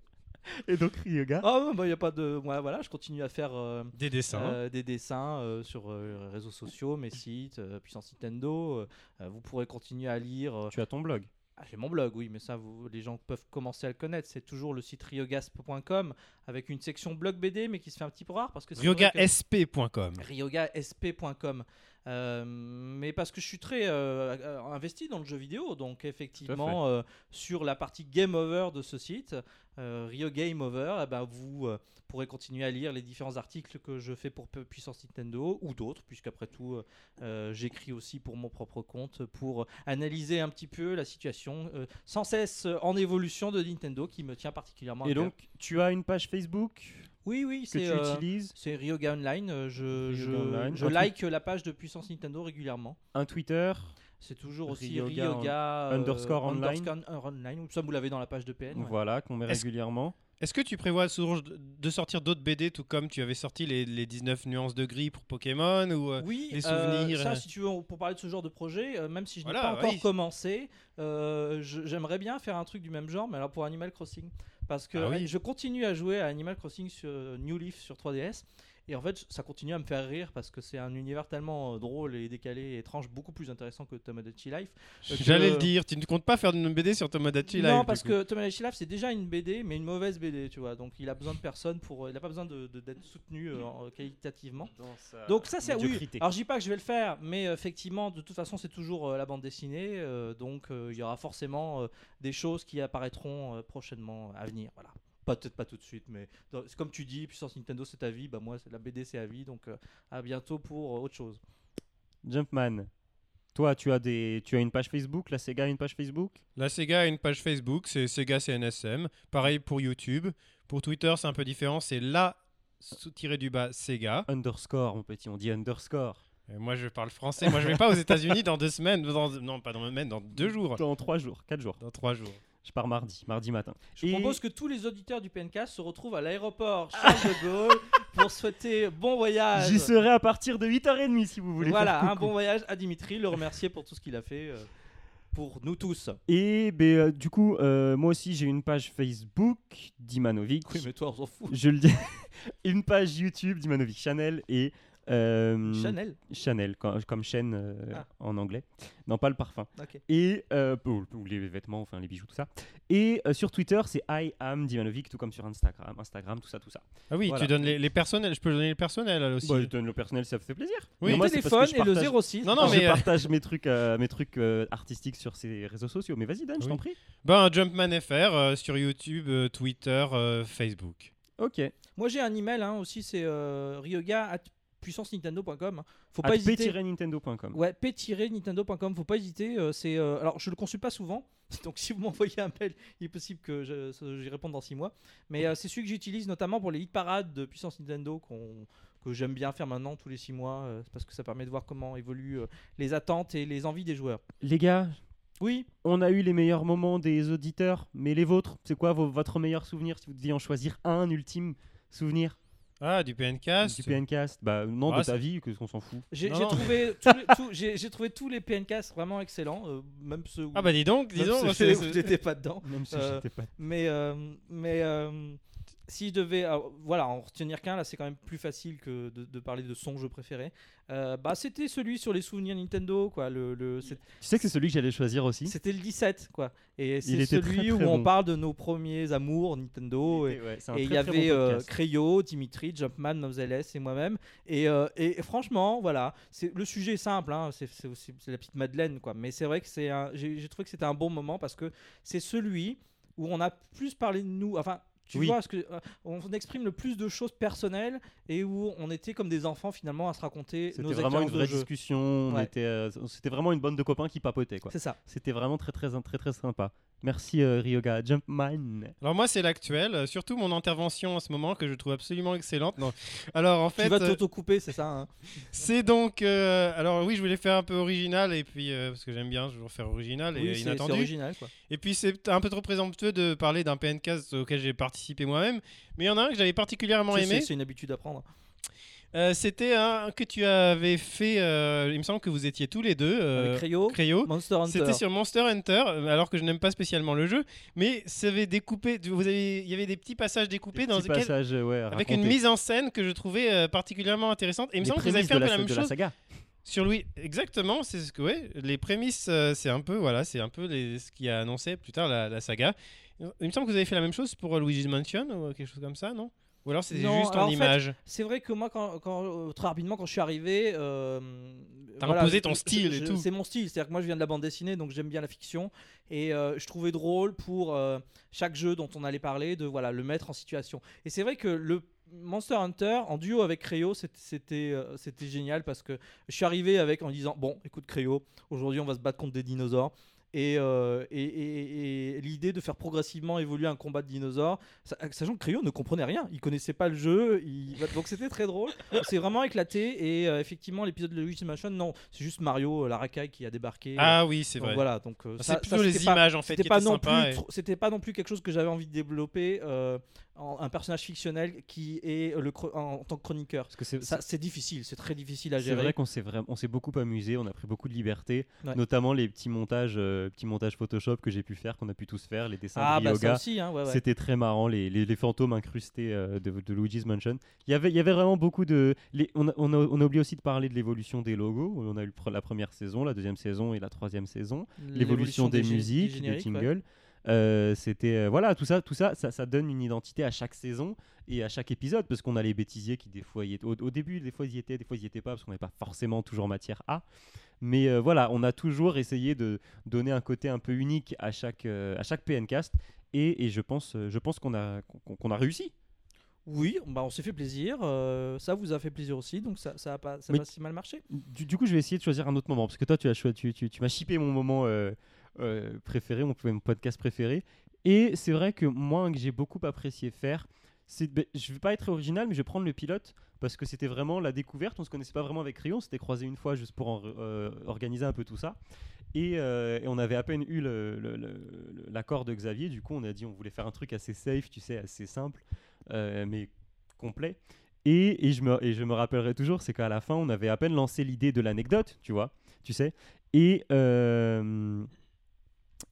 S5: et donc, Ryoga.
S1: Oh, bah, il n'y a pas de. Moi, voilà, je continue à faire. euh,
S3: Des dessins.
S1: euh, des dessins euh, sur euh, les réseaux sociaux, mes sites, euh, Puissance Nintendo. euh, euh, vous pourrez continuer à lire. euh,
S5: Tu as ton blog.
S1: Ah, j'ai mon blog, oui, mais ça, vous, les gens peuvent commencer à le connaître. C'est toujours le site ryogasp.com avec une section blog BD, mais qui se fait un petit peu rare parce que c'est vrai que-
S3: RyogaSP.com.
S1: ryogasp.com. Euh, mais parce que je suis très euh, euh, investi dans le jeu vidéo, donc effectivement, euh, sur la partie game over de ce site, euh, Rio Game Over, eh ben, vous euh, pourrez continuer à lire les différents articles que je fais pour Pu- Puissance Nintendo ou d'autres, puisqu'après tout, euh, euh, j'écris aussi pour mon propre compte pour analyser un petit peu la situation euh, sans cesse en évolution de Nintendo qui me tient particulièrement à
S5: Et
S1: cœur.
S5: donc, tu as une page Facebook
S1: oui, oui,
S5: que
S1: c'est.
S5: tu
S1: euh,
S5: utilises,
S1: c'est Ryoga Online. euh, Je,
S5: Ryoga
S1: je,
S5: Online.
S1: je
S5: Un truc-
S1: like la page de Puissance Nintendo régulièrement.
S5: un Twitter.
S1: C'est toujours aussi
S5: Ryoga
S1: Ryoga, euh,
S5: en- underscore online.
S1: underscore online. Ou Ça, vous l'avez dans la page de PN. ouais.
S5: Voilà, qu'on met
S3: Est-ce-
S5: régulièrement.
S3: Est-ce que tu prévois souvent de sortir d'autres BD tout comme tu avais sorti les, les 19 nuances de gris pour Pokémon ou euh,
S1: Oui,
S3: les
S1: euh,
S3: souvenirs, euh.
S1: ça, si tu veux, on- pour parler de ce genre de projet, euh, même si je n'ai
S3: Voilà,
S1: pas encore
S3: oui.
S1: commencé, euh, je- j'aimerais bien faire un truc du même genre, mais alors pour Animal Crossing. Parce que
S3: Ah oui.
S1: euh, je continue à jouer à Animal Crossing sur euh, New Leaf sur 3DS. Et en fait, ça continue à me faire rire parce que c'est un univers tellement euh, drôle et décalé et étrange, beaucoup plus intéressant que Tomodachi Life.
S3: J'allais
S1: que-
S3: le dire, tu ne comptes pas faire une BD sur Tomodachi Live
S1: Non, parce
S3: du coup.
S1: que Tom and Life, c'est déjà une BD, mais une mauvaise BD, tu vois. Donc il a besoin de personne pour. euh, Il n'a pas besoin d'être de, d'être soutenu euh, en- qualitativement. Donc ça, c'est. Oui.
S5: médiocrité.
S1: Alors je dis pas que je vais le faire, mais euh, effectivement, de toute façon, c'est toujours euh, la bande dessinée. euh, donc euh, il y aura forcément euh, des choses qui apparaîtront euh, prochainement à venir. Voilà. Pas- Peut-être pas tout de suite, mais dans- c'est comme tu dis, puissance Nintendo, c'est ta vie. Bah moi, c'est- la BD, c'est à vie. Donc euh, à bientôt pour euh, autre chose.
S5: Jumpman. Toi, tu as, des... tu as une page Facebook, la Sega a une page Facebook.
S3: La Sega a une page Facebook, c'est Sega CNSM. Pareil pour YouTube. Pour Twitter, c'est un peu différent, c'est la sous-tiré du bas Sega.
S5: Underscore, mon petit, on dit underscore.
S3: Et moi, je parle français. Moi, je vais pas aux États-Unis dans deux semaines. dans- non, pas dans deux semaines, dans deux jours.
S5: Dans trois jours, quatre jours.
S3: Dans trois jours.
S5: Je pars mardi, mardi matin.
S1: Je
S5: Et-
S1: propose que tous les auditeurs du PNK se retrouvent à l'aéroport Charles de Gaulle pour souhaiter bon voyage.
S5: J'y serai à partir de 8h30 si vous voulez.
S1: voilà,
S5: faire
S1: un
S5: coucou.
S1: bon voyage à Dimitri, le remercier pour tout ce qu'il a fait euh, pour nous tous.
S5: Et ben, euh, du coup, euh, moi aussi j'ai une page Facebook d'Imanovic.
S1: Oui, mais toi, on s'en fout.
S5: Je le dis. une page YouTube d'Imanovic Channel et. euh,
S1: Mm. Chanel,
S5: Chanel, co- comme chaîne euh,
S1: Ah.
S5: en anglais. Non, pas le parfum.
S1: ok.
S5: Et euh, ou, ou les vêtements, enfin les bijoux, tout ça. Et euh, sur Twitter, c'est I am Dimanovic, tout comme sur Instagram. Instagram, tout ça, tout ça.
S3: Ah oui,
S5: Voilà.
S3: tu donnes les, les personnels. Je peux donner les personnels elle aussi.
S5: Bah, je donne le personnel, ça fait plaisir.
S3: Oui.
S5: Mais
S1: le
S5: moi, c'est parce que
S1: téléphone
S5: je
S1: et
S5: partage-
S1: le Ah, 06.
S3: Non, non, mais-
S5: je
S3: euh,
S5: partage mes trucs, euh, mes trucs euh, artistiques sur ces réseaux sociaux. Mais vas-y, Dan, je
S3: Oui.
S5: t'en prie.
S3: Ben, Jumpman FR euh, sur YouTube, euh, Twitter, euh, Facebook.
S5: Ok.
S1: Moi, j'ai un email hein, aussi, c'est euh, ryoga at puissance-nintendo.com. hein. Faut
S5: At
S1: pas hésiter.
S5: p-nintendo.com.
S1: Ouais, p-nintendo.com, faut pas hésiter. euh, c'est euh, alors je le consulte pas souvent, donc si vous m'envoyez un mail, il est possible que je- ça- j'y réponde dans 6 mois. Mais euh, c'est celui que j'utilise notamment pour les hit parades de puissance Nintendo qu'on- que j'aime bien faire maintenant tous les 6 mois euh, parce que ça permet de voir comment évoluent euh, les attentes et les envies des joueurs.
S5: Les gars,
S1: Oui,
S5: on a eu les meilleurs moments des auditeurs, mais les vôtres, c'est quoi vos- votre meilleur souvenir si vous deviez en choisir un ultime souvenir
S3: Ah, du PNcast.
S5: du PNcast Bah non,
S3: Ah,
S5: de
S3: c'est-
S5: ta vie, qu'est-ce qu'on s'en fout.
S1: j'ai
S3: Non,
S1: j'ai
S3: non.
S1: trouvé tous les- tous- j'ai j'ai trouvé tous les PNCast vraiment excellents, euh, même ceux où
S3: Ah bah dis donc, dis
S1: même
S3: donc.
S1: ceux
S3: moi,
S1: où
S3: c'est- c'est-
S1: j'étais pas dedans.
S5: Même si
S1: Euh,
S5: j'étais pas.
S1: Mais, euh, mais euh, si je devais euh, voilà, en retenir qu'un, là c'est quand même plus facile que de, de parler de son jeu préféré. Euh, bah, c'était celui sur les souvenirs Nintendo, quoi. Le, le- c'est-
S5: Tu sais que c'est celui que j'allais choisir aussi
S1: c'était le 17, quoi. Et c'est
S5: était
S1: celui
S5: très, très
S1: où
S5: bon.
S1: on parle de nos premiers amours Nintendo. et-
S5: Ouais, c'est un
S1: et il
S5: très,
S1: y
S5: très
S1: avait
S5: bon
S1: euh,
S5: podcast.
S1: Cryo, Dimitri, Jumpman, Mozelles et moi-même. Et, euh, et franchement, voilà, c'est le sujet est simple, hein, c'est c'est aussi- c'est la petite Madeleine, quoi. Mais c'est vrai que c'est un- j'ai j'ai trouvé que c'était un bon moment parce que c'est celui où on a plus parlé de nous. Enfin, tu
S5: Oui.
S1: vois, ce que euh, on exprime le plus de choses personnelles et où on était comme des enfants finalement à se raconter nos
S5: C'était vraiment une
S1: expériences de
S5: vraie
S1: jeu.
S5: discussion. on
S1: Ouais.
S5: était, euh, C'était vraiment une bande de copains qui papotaient. quoi.
S1: C'est ça.
S5: C'était vraiment très très très très sympa. Merci euh, Ryoga. Jumpman.
S3: Alors moi c'est l'actuel, euh, surtout mon intervention en ce moment que je trouve absolument excellente. Non. Alors en fait,
S1: tu vas
S3: euh,
S1: t'auto-couper, c'est ça. hein.
S3: c'est donc euh, alors oui, je voulais faire un peu original et puis euh, parce que j'aime bien toujours faire original et
S1: Oui, c'est- c'est
S3: inattendu.
S1: original, quoi.
S3: Et puis c'est un peu trop présomptueux de parler d'un PNcast auquel j'ai participé moi-même, mais il y en a un que j'avais particulièrement
S1: C'est-
S3: aimé.
S1: C'est c'est une habitude à prendre.
S3: Euh, C'était un que tu avais fait. euh, il me semble que vous étiez tous les deux. euh,
S1: Avec Cryo,
S3: Créo.
S1: Monster Hunter.
S3: C'était sur Monster Hunter, euh, alors que je n'aime pas spécialement le jeu, mais ça avait découpé. Vous avez, il y avait des petits passages découpés
S5: Des
S3: dans
S5: petits
S3: lesquels-
S5: passages, euh, ouais,
S3: avec
S5: racontés.
S3: une mise en scène que je trouvais euh, particulièrement intéressante. Et il me
S5: Les
S3: semble que vous avez
S5: prémices
S3: fait
S5: de
S3: un peu
S5: la,
S3: la même
S5: de la
S3: chose
S5: saga.
S3: sur Louis. Exactement, c'est ce que ouais, les prémices, euh, c'est un peu voilà, c'est un peu les- ce qui a annoncé plus tard la, la saga. Il me semble que vous avez fait la même chose pour euh, Luigi's Mansion ou euh, quelque chose comme ça, non Ou alors c'était
S1: Non,
S3: juste
S1: alors, en
S3: en
S1: fait,
S3: image.
S1: C'est vrai que moi, quand, quand, euh, très rapidement, quand je suis arrivé, euh,
S3: T'as imposé ton style et
S1: je-
S3: tout.
S1: C'est mon style, c'est-à-dire que moi, je viens de la bande dessinée, donc j'aime bien la fiction, et euh, je trouvais drôle pour euh, chaque jeu dont on allait parler de voilà le mettre en situation. Et c'est vrai que le Monster Hunter en duo avec Cryo, c'est- c'était euh, c'était génial parce que je suis arrivé avec en disant bon, écoute Cryo, aujourd'hui on va se battre contre des dinosaures. Et, euh, et- et- et l'idée de faire progressivement évoluer un combat de dinosaures Sa- Sachant que Cryo ne comprenait rien, il connaissait pas le jeu, il- donc c'était très drôle. C'est vraiment éclaté et euh, effectivement l'épisode de Luigi's Mansion, non, c'est juste Mario, euh, la racaille qui a débarqué.
S3: Ah oui, c'est
S1: Donc
S3: vrai. Ah,
S1: Voilà, donc euh, ça-
S3: Bah, C'est plutôt
S1: ça,
S3: les
S1: c'était pas-
S3: images en fait qui
S1: C'était pas,
S3: étaient
S1: non plus,
S3: sympas. et-
S1: trop- c'était pas non plus quelque chose que j'avais envie de développer, euh, en- un personnage fictionnel qui est euh, le cro- en, en tant que chroniqueur.
S5: Parce que c'est
S1: Ça, c'est difficile, c'est très difficile à
S5: C'est vrai
S1: gérer.
S5: qu'on s'est vraiment, on s'est beaucoup amusé, on a pris beaucoup de liberté,
S1: Ouais.
S5: notamment les petits montages, euh, petits montages Photoshop que j'ai pu faire, qu'on a pu tous faire, les dessins
S1: Ah
S5: de
S1: bah
S5: yoga.
S1: ça aussi, hein, ouais, ouais.
S5: C'était très marrant, les, les, les fantômes incrustés euh, de, de Luigi's Mansion. Il y avait, il y avait vraiment beaucoup de. les- on, a, on a- on a oublié aussi de parler de l'évolution des logos. On a eu le pre- la première saison, la deuxième saison et la troisième saison. L'évolution des,
S1: gé-
S5: musiques, des,
S1: génériques, ouais.
S5: jingles. Euh, C'était. euh, voilà, tout ça, tout ça, ça, ça donne une identité à chaque saison et à chaque épisode parce qu'on a les bêtisiers qui, des fois, y étaient. Au, au début, des fois, ils y étaient, des fois, ils y étaient pas parce qu'on n'est pas forcément toujours matière A. Mais euh, voilà, on a toujours essayé de donner un côté un peu unique à chaque, euh, à chaque PNcast. Et, et je pense, euh, je pense qu'on a, qu'on qu'on a réussi.
S1: Oui, bah on s'est fait plaisir, euh, ça vous a fait plaisir aussi, donc ça, ça a pas, ça a
S5: Mais-
S1: pas si mal marché.
S5: Du, du coup, je vais essayer de choisir un autre moment parce que toi, tu as choi- tu, tu, tu m'as chippé mon moment euh, euh, préféré, mon, mon podcast préféré. Et c'est vrai que moi, un que j'ai beaucoup apprécié faire, c'est, ben, je vais pas être original, mais je vais prendre le pilote parce que c'était vraiment la découverte. On se connaissait pas vraiment avec Rio, on s'était croisé une fois juste pour en- euh, organiser un peu tout ça. Et, euh, et on avait à peine eu le- le- le- le- l'accord de Xavier. Du coup, on a dit on voulait faire un truc assez safe, tu sais, assez simple, euh, mais complet. Et, et je me, et je me rappellerai toujours, c'est qu'à la fin, on avait à peine lancé l'idée de l'anecdote, tu vois, tu sais. Et, euh,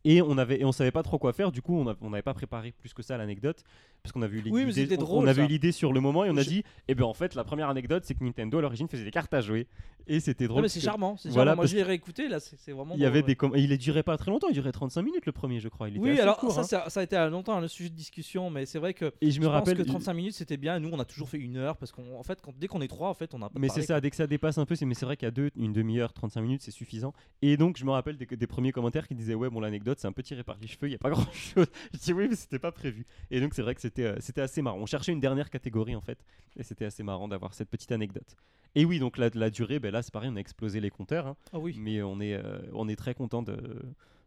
S5: et on avait et on savait pas trop quoi faire, du coup, on a- on n'avait pas préparé plus que ça l'anecdote, parce qu'on avait eu
S1: Oui, mais
S5: l'idée-
S1: c'était
S5: on-
S1: drôle,
S5: on avait
S1: ça.
S5: eu l'idée sur le moment et on a
S1: Je-
S5: dit, eh ben en fait, la première anecdote, c'est que Nintendo à l'origine faisait des cartes à jouer. Et c'était
S1: Non,
S5: drôle.
S1: mais
S5: parce
S1: c'est
S5: que
S1: charmant, c'est
S5: voilà,
S1: charmant. Moi
S5: parce
S1: je l'ai réécouté là, c'est c'est vraiment.
S5: Il y avait
S1: drôle,
S5: des com- et il ne durait pas très longtemps, il durait 35 minutes le premier, je crois. Il
S1: ouais.
S5: était
S1: Oui,
S5: assez
S1: alors
S5: court,
S1: ça,
S5: hein.
S1: ça, ça a été à longtemps hein, le sujet de discussion, mais c'est vrai que
S5: Et je me
S1: je
S5: rappelle
S1: pense que 35 minutes c'était bien. Nous, on a toujours fait une heure parce qu'en fait, quand- dès qu'on est trois, en fait, on a. pas
S5: Mais
S1: parlé,
S5: c'est ça, dès que ça dépasse un peu, c'est mais c'est vrai qu'à deux, une demi-heure, 35 minutes, c'est suffisant. Et donc, je me rappelle des, des premiers commentaires qui disaient Ouais, bon, l'anecdote, c'est un peu tiré par les cheveux, il n'y a pas grand-chose. Je dis Oui, mais c'était pas prévu. Et donc, c'est vrai que c'est- c'était euh, c'était assez marrant. On cherchait une dernière catégorie en fait, et c'était assez marrant d'avoir cette petite anecdote. Et oui, donc la, la durée, ben là c'est pareil, on a explosé les compteurs, hein,
S1: Ah oui.
S5: mais on est, euh, on est très content de-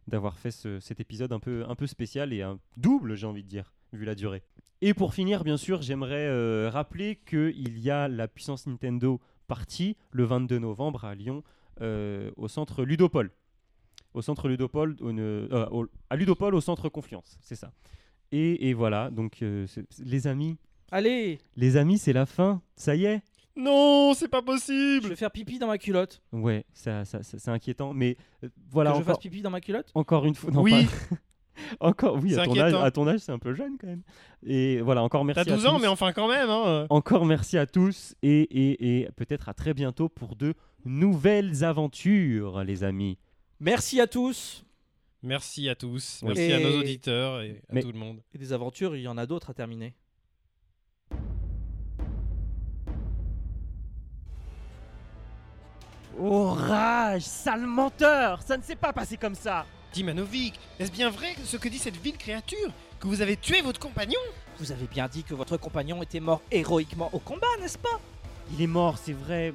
S5: d'avoir fait ce- cet épisode un peu, un peu spécial et un double, j'ai envie de dire, vu la durée. Et pour finir, bien sûr, j'aimerais euh, rappeler qu'il y a la puissance Nintendo partie le 22 novembre à Lyon, euh, au centre Ludopole. Au centre Ludopole, au ne- euh, au- à Ludopole, au centre Confiance, c'est ça. Et, et voilà, donc euh, c'est- c'est- les amis,
S1: Allez,
S5: les amis, c'est la fin, ça y est.
S3: Non, c'est pas
S1: je
S3: possible
S1: vais faire pipi dans ma culotte.
S5: Ouais, ça, ça- ça- c'est inquiétant, mais euh, voilà,
S1: que je
S5: encore,
S1: fasse pipi dans ma culotte
S5: encore une fois. non,
S3: Oui,
S5: pas- encore, oui,
S3: c'est
S5: à ton, âge,
S3: inquiétant.
S5: à ton âge, c'est un peu jeune quand même. Et voilà, encore merci.
S3: t'as
S5: à
S3: 12 ans,
S5: tous.
S3: mais enfin quand même. Hein.
S5: Encore merci à tous et, et- et peut-être à très bientôt pour de nouvelles aventures, les amis.
S1: Merci à tous.
S3: Merci à tous,
S5: Oui.
S3: merci à
S1: Et-
S3: nos auditeurs et à
S5: Mais-
S3: tout le monde.
S1: Et des aventures, il y en a d'autres à terminer.
S8: Orage, sale menteur Ça ne s'est pas passé comme ça
S4: Dimanovic, est-ce bien vrai ce que dit cette vile créature Que vous avez tué votre compagnon
S2: Vous avez bien dit que votre compagnon était mort héroïquement au combat, n'est-ce pas
S8: Il est mort, c'est vrai,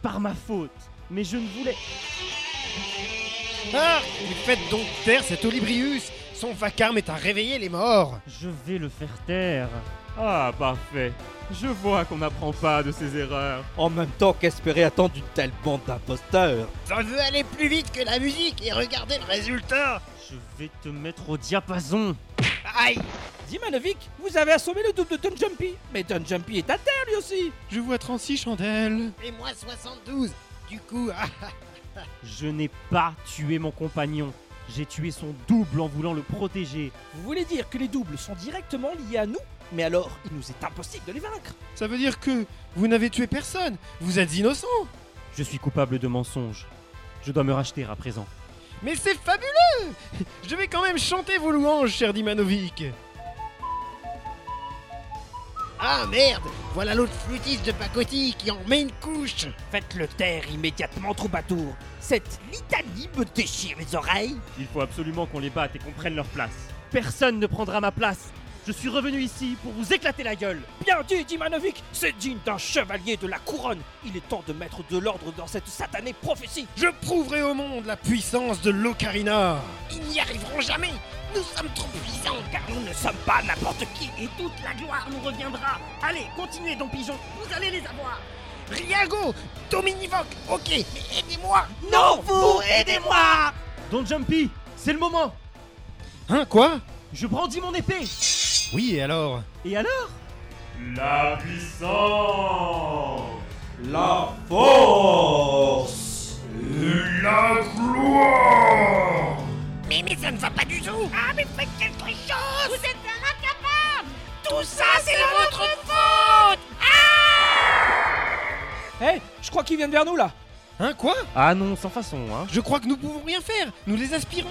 S8: par ma faute. Mais je ne voulais...
S4: Ah Mais faites donc taire cet Olibrius Son vacarme est à réveiller les morts
S8: Je vais le faire taire.
S7: Ah, parfait. Je vois qu'on n'apprend pas de ses erreurs.
S2: En même temps qu'espérer attendre une telle bande d'imposteurs
S4: Je veux aller plus vite que la musique et regardez le résultat
S8: Je vais te mettre au diapason.
S4: Aïe
S2: Dimanovic, vous avez assommé le double de Don Jumpy Mais Don Jumpy est à terre lui aussi
S3: Je vois 36 chandelles.
S4: Et moi 72 Du coup, ah,
S8: Je n'ai pas tué mon compagnon. J'ai tué son double en voulant le protéger.
S2: Vous voulez dire que les doubles sont directement liés à nous Mais alors, il nous est impossible de les vaincre
S3: Ça veut dire que vous n'avez tué personne, vous êtes innocent.
S8: Je suis coupable de mensonge. Je dois me racheter à présent.
S4: mais c'est fabuleux
S3: Je vais quand même chanter vos louanges, cher Dimanovic.
S4: Ah merde Voilà l'autre flûtiste de pacotille qui en met une couche
S2: Faites-le taire immédiatement, troubadour Cette litanie me déchire les oreilles
S7: Il faut absolument qu'on les batte et qu'on prenne leur place.
S8: Personne ne prendra ma place. Je suis revenu ici pour vous éclater la gueule.
S2: Bien dit, Dimanovic C'est digne d'un chevalier de la couronne Il est temps de mettre de l'ordre dans cette satanée prophétie
S3: Je prouverai au monde la puissance de l'ocarina.
S4: Ils n'y arriveront jamais Nous sommes trop puissants
S2: Car nous ne sommes pas n'importe qui
S8: Et toute la gloire nous reviendra. Allez, continuez, Don Pigeon. Vous allez les avoir.
S4: Riago Dominivoc Ok, mais aidez-moi
S2: Non, vous, aidez-moi
S8: Don Jumpy, c'est le moment.
S3: Hein, quoi
S8: Je brandis mon épée
S3: Oui, et alors
S8: Et alors
S7: La puissance
S2: La force
S7: La gloire
S4: Mais mais ça ne va pas du tout Ah mais faites quelque chose Vous êtes incapable Tout ça c'est de votre faute
S2: Eh, je crois qu'ils viennent vers nous là
S3: Hein, quoi
S5: Ah non, sans façon, hein.
S3: Je crois que nous pouvons rien faire. Nous les aspirons.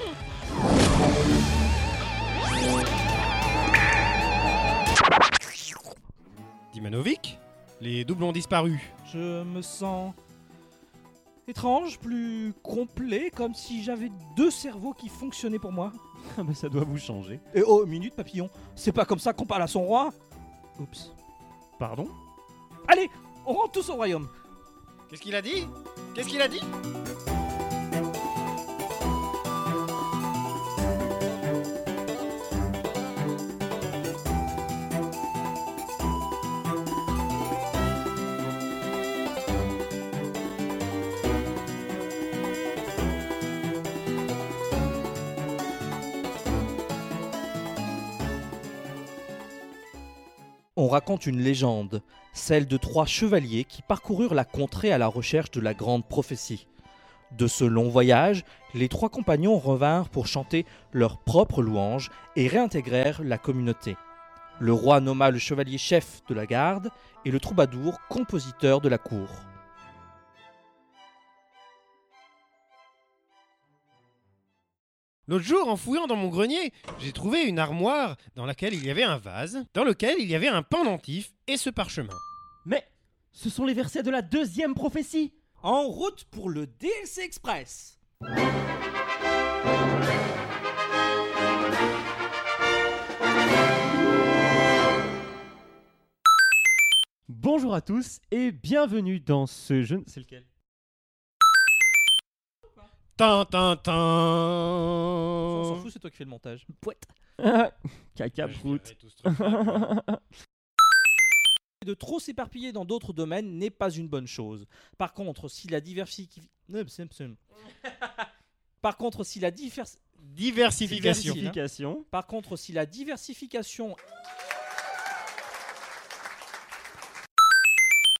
S3: Dimanovic Les doubles ont disparu.
S1: Je me sens étrange, plus complet, comme si j'avais deux cerveaux qui fonctionnaient pour moi.
S5: Ah bah, ça doit vous changer.
S1: Et oh, minute papillon, c'est pas comme ça qu'on parle à son roi Oups.
S5: Pardon
S1: Allez, on rentre tous au royaume.
S4: Qu'est-ce qu'il a dit Qu'est-ce qu'il a dit
S1: On raconte une légende, celle de trois chevaliers qui parcoururent la contrée à la recherche de la grande prophétie. De ce long voyage, les trois compagnons revinrent pour chanter leurs propres louanges et réintégrèrent la communauté. Le roi nomma le chevalier chef de la garde et le troubadour compositeur de la cour.
S3: L'autre jour, en fouillant dans mon grenier, j'ai trouvé une armoire dans laquelle il y avait un vase, dans lequel il y avait un pendentif et ce parchemin.
S8: Mais ce sont les versets de la deuxième prophétie
S2: En route pour le DLC Express Bonjour à tous et bienvenue dans ce jeu. C'est lequel
S3: Tin, tin,
S1: On s'en
S3: tin.
S1: fout, c'est toi qui fais le montage.
S2: Caca
S3: Bah,
S2: brute.
S1: De trop s'éparpiller dans d'autres domaines n'est pas une bonne chose. Par contre, si la diversification. Par contre, si la divers-
S3: Diversification.
S1: Diversification.
S2: Explication.
S1: Par contre, si la diversification.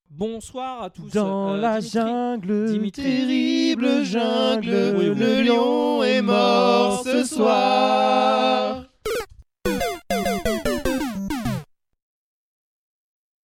S1: Bonsoir à tous.
S2: Dans
S1: Euh,
S2: la
S1: Dimitri-
S2: jungle,
S1: Dimitri-
S3: Terrible jungle, le lion est mort ce soir.